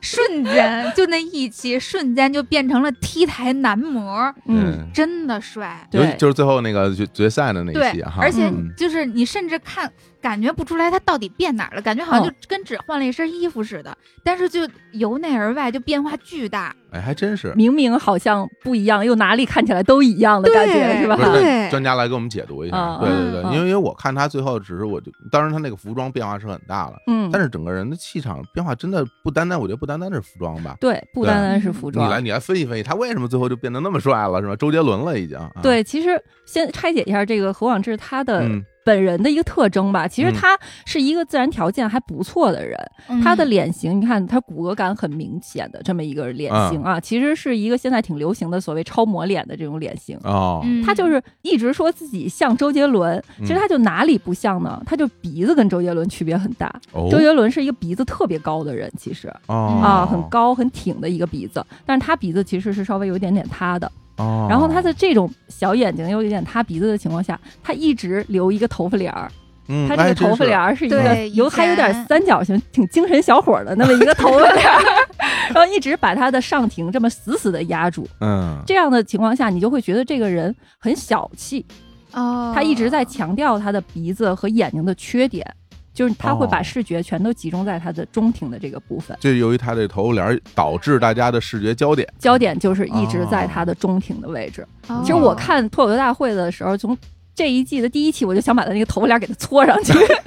B: 瞬间就那一期，瞬间就变成了 T 台男模，
C: 嗯，，
B: 真的帅。
A: 尤其
C: 对
A: 就是最后那个决决赛的那
B: 对
A: 一期，哈，
B: 而且
A: 嗯
B: 就是你甚至看感觉不出来他到底变哪儿了，感觉好像
A: 哦
C: 嗯
B: 就跟只换了一身衣服似的，但是就由内而外就变化巨大。
A: 哎，还真是，
C: 明明好像不一样，又哪里看起来都一样的感觉，
B: 对
C: 是吧
A: 不？是那
B: 对
A: 专家来给我们解读一下，
C: 嗯
A: 对对对，
C: 嗯
A: 因为因为我看他最后只是我就，当然他那个服装变化是很大了，
C: 嗯，
A: 但是整个人的气场变化真的不单单，我觉得不单单是服装吧。
C: 对，不
A: 对
C: 单单是服
A: 你来，
C: 装。
A: 你来分析分析，他为什么最后就变得那么帅了，是吧？周杰伦了已经。啊，
C: 对，其实先拆解一下这个何广智他的
A: 嗯
C: 本人的一个特征吧。其实
A: 嗯
C: 他是一个自然条件还不错的人，他的
B: 嗯
C: 脸型，你看他骨骼感很明显的这么一个脸型啊，其实是一个现在挺流行的所谓超模脸的这种脸型。
A: 哦，
B: 嗯
C: 他就是一直说自己像周杰伦，
A: 嗯
C: 其实他就哪里不像呢？他就鼻子跟周杰伦区别很大。
A: 哦
C: 周杰伦是一个鼻子特别高的人，其实
A: 哦
C: 啊，很高很挺的一个鼻子，但是他鼻子其实是稍微有一点点塌的。
A: 哦。
C: 然后他的这种小眼睛又有一点塌鼻子的情况下，他一直留一个头发帘儿，
A: 嗯，
C: 他这
A: 哎
C: 个
A: 真
C: 头发
A: 是
C: 帘儿是一个
B: 对
C: 有
B: 以
C: 还有点
B: 前
C: 三角形，挺精神小伙儿的那么一个头发帘儿，然后一直把他的上庭这么死死的压住。
A: 嗯，
C: 这样的情况下，你就会觉得这个人很小气，
B: 哦，
C: 他一直在强调他的鼻子和眼睛的缺点。就是他会把
A: 哦
C: 视觉全都集中在它的中庭的这个部分，
A: 这由于它这头帘儿导致大家的视觉焦 点，
C: 焦点就是一直
A: 哦
C: 在它的中庭的位置。
B: 哦
C: 其实我看脱口秀大会的时候，从这一季的第一期我就想把他那个头帘给他搓上去，
B: 嗯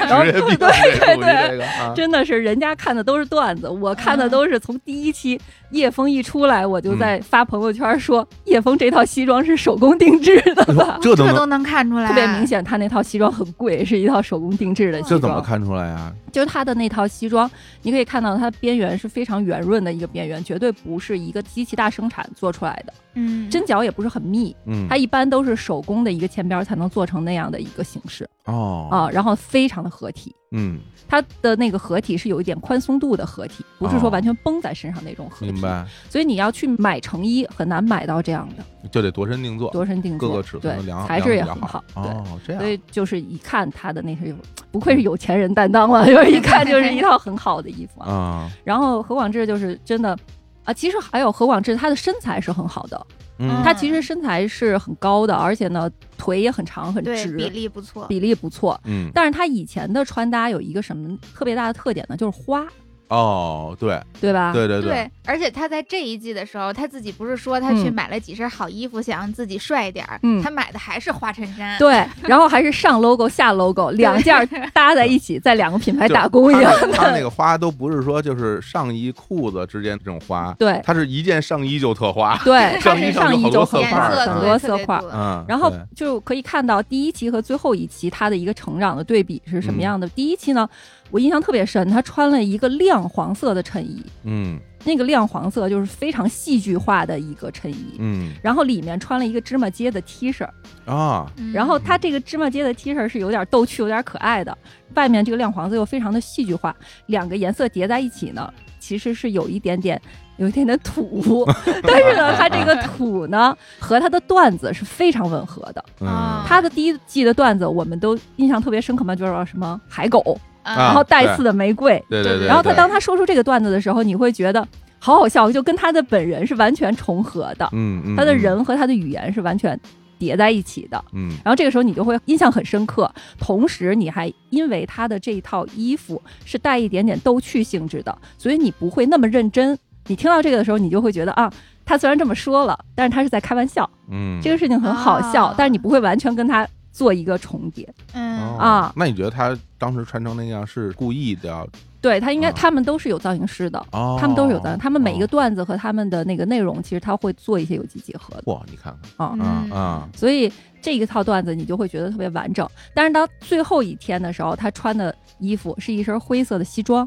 C: 然后
A: 直接避
C: 对对
A: 属于
C: 对
A: 这个啊，
C: 真的是人家看的都是段子，我看
B: 嗯
C: 的都是从第一期叶枫一出来，我就
A: 嗯
C: 在发朋友圈说、叶枫这套西装是手工定制的
A: 哎
C: 吧
A: 呦，这都
B: 这
A: 能
B: 都能看出来，
C: 特别明显，他那套西装很贵，是一套手工定制的西
A: 这
C: 装。
A: 怎么看出来啊？
C: 就是他的那套西装，你可以看到它边缘是非常圆润的一个边缘，绝对不是一个机器大生产做出来的，
B: 嗯，
C: 针脚也不是很密，
A: 嗯
C: 它，一般都是手工的一个嵌边才能做成那样的一个形式
A: 哦
C: 啊，然后非常的合体。
A: 嗯，
C: 它的那个合体是有一点宽松度的合体，不是说完全绷在身上那种合体。
A: 哦明白，
C: 所以你要去买成衣很难买到这样的
A: 就得度身定做，
C: 多身定
A: 各
C: 做，
A: 个尺寸都量
C: 对，
A: 量
C: 材质也
A: 比较
C: 很好，对。
A: 哦，这样
C: 所以就是一看他的那是有，不愧是有钱人担当了， 就是一看就是一套很好的衣服啊。
A: 啊，
C: 然后何广智就是真的啊，其实还有何广智他的身材是很好的，
A: 嗯，
C: 他其实身材是很高的，而且呢腿也很长很
B: 对
C: 直，
B: 比例不错，
C: 比例不错。
A: 嗯，
C: 但是他以前的穿搭有一个什么特别大的特点呢？就是花，
A: 哦，对，
C: 啊对吧？
A: 对对，
B: 对，而且他在这一季的时候，他自己不是说他去
C: 嗯
B: 买了几身好衣服，想让自己帅一点儿，
C: 嗯
B: 他买的还是花衬衫，
C: 对，然后还是上 logo 下 logo 两件儿搭在一起，在两个品牌
A: 就
C: 打工一
A: 他
C: 样
A: 那个他那
C: 的。
A: 个花都不是说就是上衣裤子之间这种花，
C: 对
A: 它是一件上衣就特花，
C: 对，
A: 上
C: 身
A: 衣
C: 上
A: 上
C: 衣
A: 有
C: 就
A: 好多色
C: 很
B: 颜
A: 块儿
C: 棒
B: 色
A: 嗯
C: 很
B: 对
C: 多
B: 特
C: 色
B: 别
C: 块儿。
B: 多
A: 嗯，
C: 然后
A: 对
C: 就可以看到第一期和最后一期它的一个成长的对比是什么样的。第一期呢，我印象特别深，他穿了一个亮黄色的衬衣，
A: 嗯
C: 那个亮黄色就是非常戏剧化的一个衬衣，
A: 嗯
C: 然后里面穿了一个芝麻街的 T 恤，
A: 啊，
B: 嗯
C: 然后它这个芝麻街的 T 恤是有点逗趣、有点可爱的，外面这个亮黄色又非常的戏剧化，两个颜色叠在一起呢，其实是有一点点。有一点点土， 但是呢，它这个土呢和它的段子是非常吻合的。
A: 嗯
B: 啊
C: 它的第一季的段子我们都印象特别深刻嘛，就是什么海狗，
A: 啊
B: 嗯
C: 然后带
A: 对
C: 刺的玫瑰。
A: 对对对，
C: 然后他
A: 对
C: 当他说出这个段子的时候，你会觉得好好笑，就跟他的本人是完全重合的，
A: 嗯嗯
C: 他的
A: 嗯
C: 人和他的语言是完全叠在一起的。
A: 嗯
C: 然后这个时候你就会印象很深刻，同时你还因为他的这一套衣服是带一点点逗趣性质的，所以你不会那么认真。你听到这个的时候，你就会觉得啊，他虽然这么说了，但是他是在开玩笑，
A: 嗯
C: 这个事情很好笑，
B: 啊
C: 但是你不会完全跟他做一个重叠。
A: 哦
B: 嗯，
C: 啊
A: 那你觉得他当时穿成那样是故意的要？
C: 对他应该，
A: 啊
C: 他们都是有造型师的，
A: 哦，
C: 他们都是有的，他们每一个
A: 哦
C: 段子和他们的那个内容，其实他会做一些有机结合的，
A: 哦哇，你看看
C: 啊
B: 嗯
A: 啊啊，
C: 所以这一套段子你就会觉得特别完整。但是到最后一天的时候，他穿的衣服是一身灰色的西装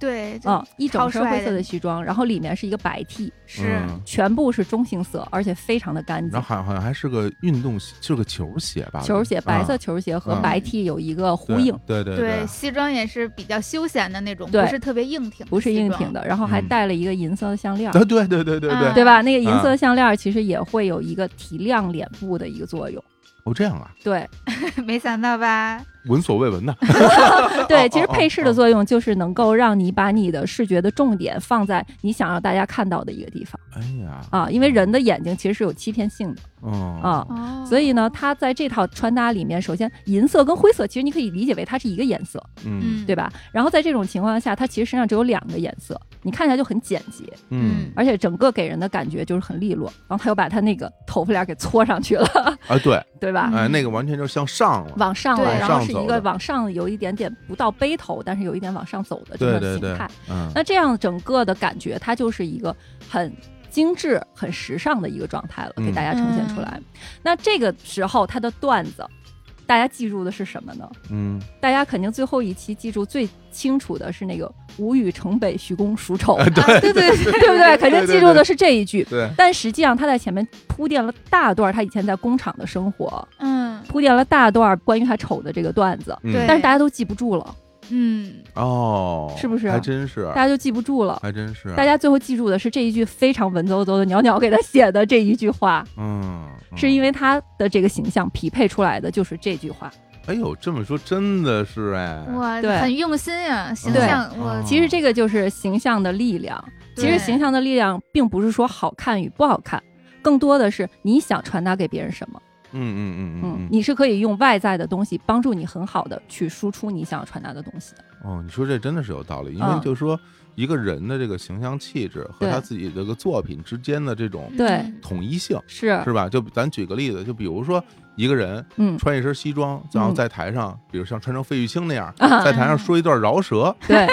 B: 对，就
C: 啊、一整
B: 超
C: 身
B: 帅
C: 灰
B: 的
C: 色的西装，然后里面是一个白 T，
B: 是
A: 嗯
C: 全部是中性色，而且非常的干净
A: 然后。好像好像还是个运动鞋，是个球鞋吧？
C: 球鞋，白色
A: 啊
C: 球鞋和
A: 嗯
C: 白 T 有一个呼
A: 对
C: 应，
A: 对对
B: 对，西装也是比较休闲的那种，
C: 对
B: 不是特别硬挺，
C: 不是硬挺
B: 的
C: 的，然后还
A: 嗯
C: 带了一个银色的项链儿。
A: 啊，对对对对对
B: 啊，
C: 对吧？那个银
A: 啊
C: 色项链儿其实也会有一个提亮脸部的一个作用。
A: 哦，这样啊，
C: 对
B: 西装，没想到吧？
A: 闻所未 闻的，
C: 对，
A: 哦
C: 其实
A: 哦
C: 配饰的
A: 哦
C: 作用就是能够让你把你的视觉的重点放在你想让大家看到的一个地方
A: 哎呀
C: 啊，因为人的眼睛其实是有欺骗性的
A: 嗯
C: 啊。
B: 哦
C: 所以呢，它在这套穿搭里面，首先银色跟灰色，其实你可以理解为它是一个颜色，
A: 嗯
C: 对吧？然后在这种情况下，它其实身上只有两个颜色，你看起来就很简洁，
A: 嗯
C: 而且整个给人的感觉就是很利落。然后他又把他那个头发帘儿给搓上去了，
A: 啊，对，
C: 对吧？
A: 哎，那个完全就向上了，
C: 往上了，
B: 对
C: 然后
A: 往上
C: 是
A: 走
C: 一个
A: 的
C: 往上有一点点不到背头，但是有一点往上走的这
A: 对
C: 么
A: 对对
C: 形态。，
A: 嗯
C: 那这样整个的感觉，它就是一个很精致、很时尚的一个状态了，
A: 嗯
C: 给大家呈现出来。那这个时候，它的段子，大家记住的是什么呢？
A: 嗯，
C: 大家肯定最后一期记住最清楚的是那个“吴语城北，徐公孰丑”，
B: 啊对对对
C: 对不对？肯定记住的是这一句。
A: 对，
C: 但实际上，他在前面铺垫了大段儿他以前在工厂的生活，
B: 嗯
C: 铺垫了大段儿关于他丑的这个段子，
A: 嗯
B: 对
C: 但是大家都记不住了，
B: 嗯，
A: 哦，
C: 是不是啊
A: 还真是
C: 大，家就记不住了。
A: 还真是，啊
C: 大家最后记住的是这一句非常文绉绉的袅袅给他写的这一句话，
A: 嗯，
C: 是因
A: 为，
C: 为他的这个形象匹配出来的就是这句话。
A: 哎呦，这么说真的是哎，
B: 哇，
C: 对
B: 很用心呀，形
C: 对哦
B: 象我
A: 嗯
C: 其实这个就是形象的力量。其实
B: 对
C: 形象的力量并不是说好看与不好看，更多的是你想传达给别人什么。
A: 嗯嗯嗯嗯嗯。
C: 你是可以用外在的东西帮助你很好的去输出你想要传达的东西的。
A: 哦，你说这真的是有道理，因为
C: 嗯
A: 就是说一个人的这个形象气质和
C: 对
A: 他自己这个作品之间的这种
C: 对
B: 嗯
A: 统一性，
C: 是，
A: 是吧？就咱举个例子，就比如说一个人
C: 嗯，
A: 穿一身西装，然后
C: 嗯
A: 在台上，比如像穿成费玉清那样，
C: 啊
A: 在台上说一段饶舌，
C: 对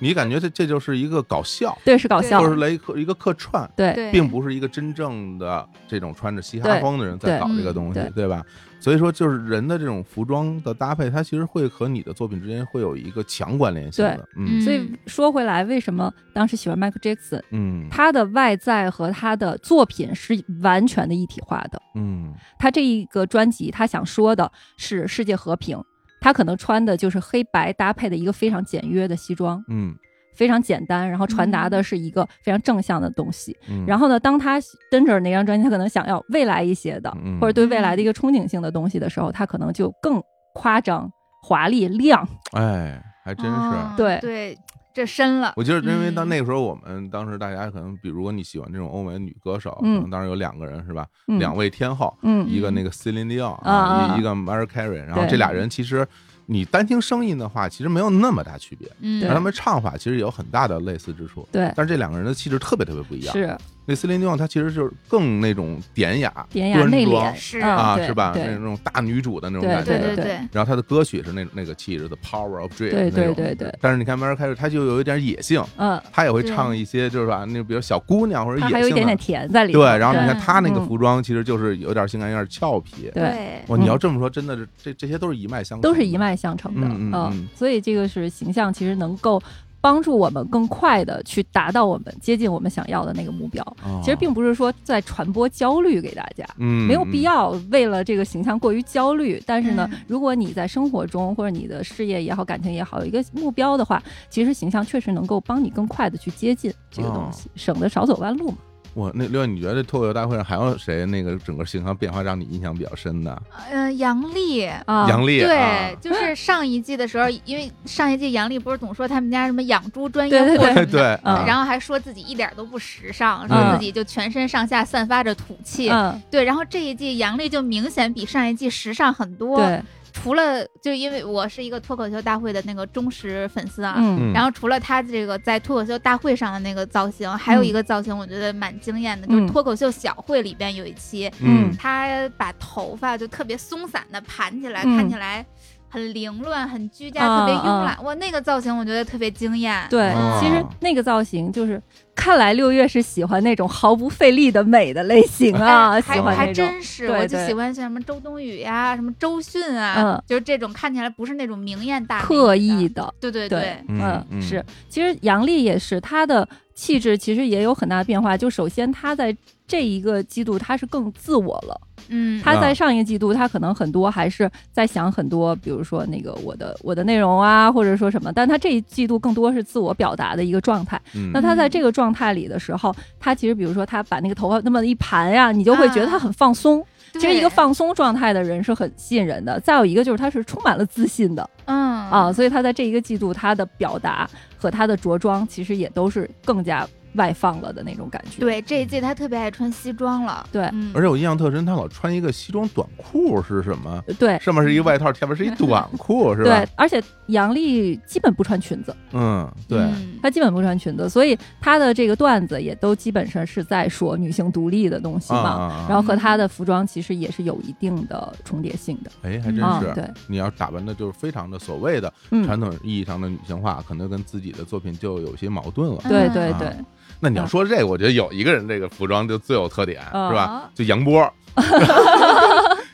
A: 你感觉这这就是一个搞笑，
C: 对，是搞
B: 对
C: 笑
A: 或，者是来一个一个客串，
C: 对
B: 对，
A: 并不是一个真正的这种穿着嘻哈
C: 对
A: 风的人在
C: 对
A: 搞这个东西，
C: 嗯
A: 对
C: 对
A: 吧？所以说，就是人的这种服装的搭配，它其实会和你的作品之间会有一个强关联性的。嗯
B: 嗯
C: 所以说回来，为什么当时喜欢 Michael Jackson？
A: 嗯
C: 他的外在和他的作品是完全的一体化的。
A: 嗯
C: 他这一个专辑，他想说的是世界和平。他可能穿的就是黑白搭配的一个非常简约的西装，
A: 嗯
C: 非常简单，然后传达的是一个非常正向的东西。
A: 嗯，
C: 然
A: 后
C: 后呢，当他跟着那张专辑，他可能想要未来一些的，
A: 嗯
C: 或者对未来的一个憧憬性的东西的时候，他可能就更夸张、华丽、亮。
A: 哎，还真
B: 哦
A: 是。
C: 对
B: 对，这深了，
A: 我记得，因为到
B: 嗯
A: 那个时候，我们当时大家可能，比如果你喜欢这种欧美女歌手，
C: 嗯
A: 可能当时有两个人是吧？
C: 嗯
A: 两位天后，
C: 嗯
A: 一个那个 Celine Dion
C: 啊
A: 一一个 Mariah Carey，然后
C: 对
A: 这俩人其实你单听声音的话，其实没有那么大区别，
B: 嗯，
A: 但他们唱法其实有很大的类似之处。
C: 对，
A: 但是这两个人的气质特别特别不一样。
C: 是
A: 那 Celine Dion 她其实就是更那种典雅、
C: 典雅
A: 端
C: 内
A: 庄
C: 敛，
B: 是
C: 嗯
A: 啊，
C: 对
A: 是吧？
C: 对
A: 那种大女主的那种
C: 对
A: 感觉。
B: 对
C: 对
B: 对对，
A: 然后她的歌曲是那那个气质，The Power of Dream
C: 对
A: 那
C: 对
A: 种。
C: 对对，
A: 但是你看 Mariah Carey，她就有一点野性，
C: 嗯，
A: 她也会
B: 对
A: 唱一些就是吧，那比如小姑娘或者
C: 他还
A: 野
C: 有一
A: 性
C: 点
A: 的
C: 点。甜在里面。
A: 对，然后你看
B: 对
A: 她那个
C: 嗯
A: 服装，其实就是有点性感，有点俏皮。
C: 对，
A: 哇，你
C: 嗯
A: 要这么说，真的是这这些都是一脉相承的，
C: 都是一脉相承的。
A: 嗯嗯嗯
C: 所以这个是形象，其实能够帮助我们更快的去达到我们接近我们想要的那个目标。
A: 哦。
C: 其实并不是说在传播焦虑给大家。
A: 嗯
C: 没有必。要为了这个形象过于焦虑，但是呢
B: 嗯，
C: 如果你在生活中或者你的事业也好、感情也好有一个目标的话，其实形象确实能够帮你更快的去接近这个东
A: 哦
C: 西，省得少走弯路嘛。
A: 我那六，你觉得脱口秀大会上还有谁那个整个形象变化让你印象比较深的？
B: 嗯，杨丽。
C: 啊，
A: 杨丽啊
B: 对，就是上一季的时候，因为上一季杨丽不是总说他们家什么养猪专业
C: 对
B: 户
C: 对对嗯
B: 什么的
A: 对啊
B: 然后还说自己一点都不时尚，
A: 嗯
B: 说自己就全身上下散发着土气。
C: 嗯，
B: 对，然后这一季杨丽就明显比上一季时尚很多。，
C: 对，
B: 除了就因为我是一个脱口秀大会的那个忠实粉丝啊。
A: 嗯
C: 嗯
B: 然后除了她这个在脱口秀大会上的那个造型，还有一个造型我觉得蛮惊艳的，就
C: 嗯
B: 是脱口秀小会里边有一期，
A: 嗯
B: 她把头发就特别松散的盘起来，
C: 嗯
B: 看起来很凌乱、很居家、
C: 啊
B: 特别慵懒。哇，那个造型我觉得特别惊艳。
C: 对
A: 哦，
C: 其实那个造型就是，看来六月是喜欢那种毫不费力的美的类型啊，
B: 哎
C: 喜
B: 还
C: 欢
B: 还
C: 那种。
B: 真是，
C: 对
B: 我就
C: 对
B: 喜欢像什么周冬雨呀、什么周迅啊，
C: 嗯
B: 就是这种看起来不是那种明艳大美
C: 刻
B: 的
C: 意，的，
B: 对对
C: 对
B: 对，
A: 嗯
C: 嗯，
A: 嗯
C: 是。其实杨笠也是，她的气质其实也有很大的变化。就首先，她在这一个季度，她是更自我了。
B: 嗯，
C: 她
A: 啊
C: 在上一季度，她可能很多还是在想很多，比如说那个我的我的内容啊，或者说什么。但她这一季度更多是自我表达的一个状态。
A: 嗯
C: 那她在这个状态里的时候，她其实比如说她把那个头发那么一盘呀、你就会觉得她很放松。
A: 嗯
C: 其实一个
B: 对，
C: 放松状态的人是很吸引人的。再有一个就是她是充满了自信的。
B: 嗯
C: 啊，，所以他在这一个季度，他的表达和他的着装其实也都是更加外放了的那种感觉。
B: 对，这一季他特别爱穿西装了，
C: 对
B: 嗯
A: 而且我印象特深，他老穿一个西装短裤是什么？
C: 对
A: 上面是一个外套，下面是一短裤，是吧
C: 对？，而且杨笠基本不穿裙子，
A: 嗯，对，
B: 嗯
C: 她基本不穿裙子，所以她的这个段子也都基本上是在说女性独立的东西
A: 啊
C: 嘛。
A: 啊啊
C: 然后和她的服装其实也是有一定的重叠性的，
A: 哎，还真
C: 啊、
A: 是。
C: 对，
A: 你要打扮的就是非常的所谓的传
C: 嗯，
A: 统意义上的女性化，可能跟自己的作品就有些矛盾了。
C: 对对
B: 嗯
C: 对，
A: 那你要说这个，我觉得有一个人这个服装就最有特点，
C: 嗯
A: 是吧？就杨波，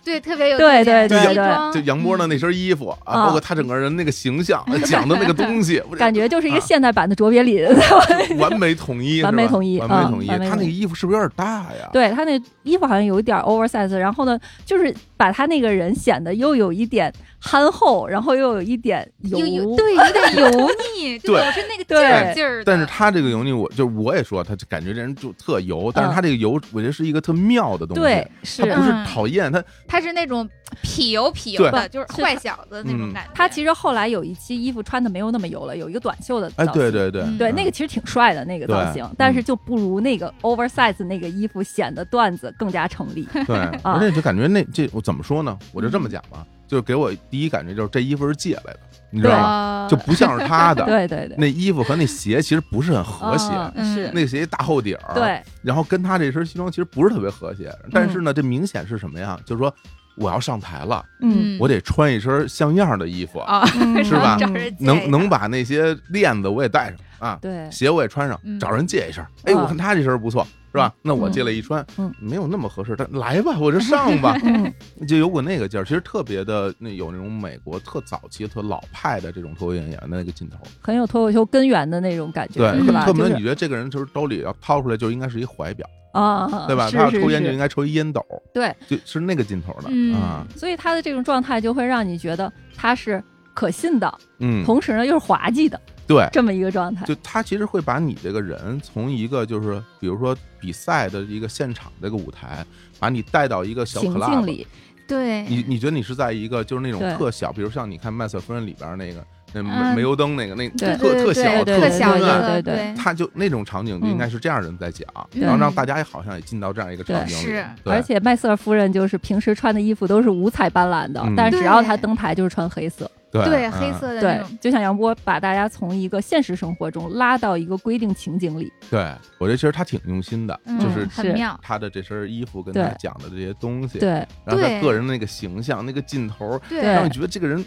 B: 对，特别有
C: 对
B: 特点
C: 对
A: 对
B: 西
C: 对
B: 装
A: 就杨波
B: 嗯
A: 的那身衣服啊，
C: 啊
A: 包括他整个人那个形 象讲的那个东西，我这
C: 感觉就是一
A: 啊
C: 个现代版的卓 别林。
A: 完美统一，
C: 完
A: 是
C: 美
A: 吧
C: 统一
A: 完美
C: 嗯
A: 统一。
C: 完美
A: 他那
C: 统
A: 个
C: 一
A: 衣服是不是有点大呀？
C: 对他那衣服好像有一点 oversize，然后呢，就是把他那个人显得又有一点憨厚，然后又有一点油，
B: 有有对，有点油 腻，就
A: 对
B: 老是那个劲儿
C: 对
B: 劲儿的。
A: 但是他这个油腻，我就我也说，他就感觉这人就特油，但是他这个油，我觉得是一个特妙的东西。
C: 嗯对，是
A: 他不是
B: 嗯
A: 讨厌他，
B: 他是那种痞油痞油的，就是
C: 是
B: 坏小子那种
A: 嗯
B: 感觉。
C: 他其实后来有一期衣服穿的没有那么油了，有一个短袖的造
A: 哎，
C: 型，
A: 对对对
B: 嗯
C: 对，
A: 嗯
C: 那个其实挺帅的那个造
A: 对
C: 型
A: 嗯，
C: 但是就不如那个 oversize 那个衣服显得段子更加成立。
A: 对，而且就感觉那这我怎么说呢？我就
C: 嗯
A: 这么讲吧，就是给我第一感觉就是这衣服是借来的，你知道吗？
B: 啊
A: 就不像是他的。
C: 对对对，
A: 那衣服和那鞋其实不是很和谐，
C: 嗯
B: 嗯
C: 是，
A: 那个鞋一大厚底儿，，
C: 对
A: 然后跟他这身西装其实不是特别和谐。但是呢，这明显是什么呀？就是说我要上台了，
C: 嗯，
A: 我得穿一身像样的衣服，
B: 啊，
C: 嗯
A: 是吧
B: 找人借一
A: 能
B: 下
A: 能把那些链子我也带上啊，
C: 对，
A: 鞋我也穿上
B: 嗯，
A: 找人借一身。哎，
C: 嗯
A: 我看他这身不错，是吧？那我借来一穿
C: 嗯，
A: 没有那么合适，但来吧，我就上 吧。
C: 嗯
A: 就有股那个劲儿，其实特别的那有那种美国特早期、特老派的这种脱口秀演员的那个劲头，
C: 很有脱口秀根源的那种感觉，
A: 对，
C: 是吧？
A: 恨不
C: 就
A: 得
C: 是
A: 你觉得这个人就是兜里要掏出来就应该是一怀表，
C: 啊，
A: 对吧？
C: 是
A: 他要
C: 是
A: 抽烟就是应该抽一烟斗，
C: 对，
A: 就是那个劲头的
B: 嗯
A: 啊，
C: 所以他的这种状态就会让你觉得他是可信的，
A: 嗯，
C: 同时呢又是滑稽的
A: 对，
C: 这么一个状态。
A: 就他其实会把你这个人从一个就是比如说比赛的一个现场这个舞台，把你带到一个小
C: 情境
A: club，
C: 里，
B: 对，
A: 你你觉得你是在一一个就是那种
C: 对
A: 特小，比如像你看《麦瑟夫人》里边那个那
B: 嗯
A: 煤煤油灯那个那
C: 对
A: 特
B: 对
A: 特
B: 对
A: 小
B: 对
C: 对
B: 特
C: 对
B: 小
C: 对
B: 一个
C: 对对
B: 对，
A: 他就那种场景就应该是这样人在讲，
B: 嗯
A: 然后让
C: 对
A: 大家也好像也进到这样一个场景里，
B: 对是
A: 对
C: 而且麦瑟尔夫人就是平时穿的衣服都是五彩斑斓的，
A: 嗯
C: 但是只要她
B: 对
C: 登台就是穿黑色。
A: 对
B: 对
A: 嗯
B: 黑色的那
C: 对
B: 种，，
C: 就像杨波把大家从一个现实生活中拉到一个规定情景里，
A: 对我觉得其实他挺用心的，
B: 嗯
A: 就是
B: 很
C: 是
B: 妙。
A: 他的这身衣服跟
C: 对
A: 他讲的这些东西，
C: 对
A: 然后他
B: 对
A: 个人的那个形象、那个劲头，
C: 对
A: 让你觉得这个人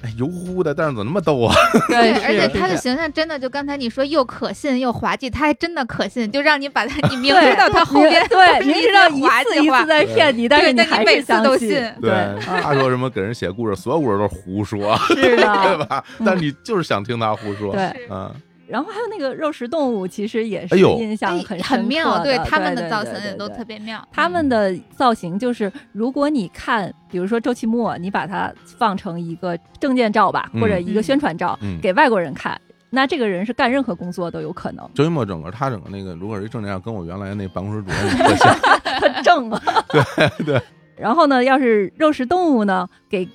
A: 哎油乎乎的，但是怎么那么逗啊？
B: 对，
C: 是
B: 而且他的
C: 是
B: 形象真的就刚才你说又可信又滑稽，他还真的可信，就让你把他，你明知道他后 边
C: 对，
B: 都是
C: 明
B: 一
C: 知
B: 些
C: 道一
B: 滑
C: 次
B: 稽
C: 一
B: 话
C: 次在骗你，但是
B: 对
C: 你
B: 但你
C: 还
B: 每
C: 是
B: 次
C: 相
B: 都
C: 信
B: 信。
C: 对，
A: 他说什么给人写故事，所有故事都是胡 说，
C: 是
A: 对
C: 的，
A: 吧？但是你就是想听他胡 说，
C: 嗯对。
A: 嗯，
C: 然后还有那个肉食动物，其实也是
A: 哎呦
C: 印象很
B: 哎很妙，
C: 对
B: 他们
C: 的
B: 的造型也都。
C: 对对
B: 特别妙。
C: 他
A: 嗯
C: 们的造型就是，如果你看，比如说周奇墨，你把它放成一个证件照吧，
A: 嗯
C: 或者一个
B: 嗯
C: 宣传照，
A: 嗯，
C: 给外国人看，那这个人是干任何工作都有可能
A: 周一墨整个他整个那个，如果是一正能量，跟我原来那办公室主任特像，
C: 他正啊。
A: 对对。
C: 然后呢，要是肉食动物呢，给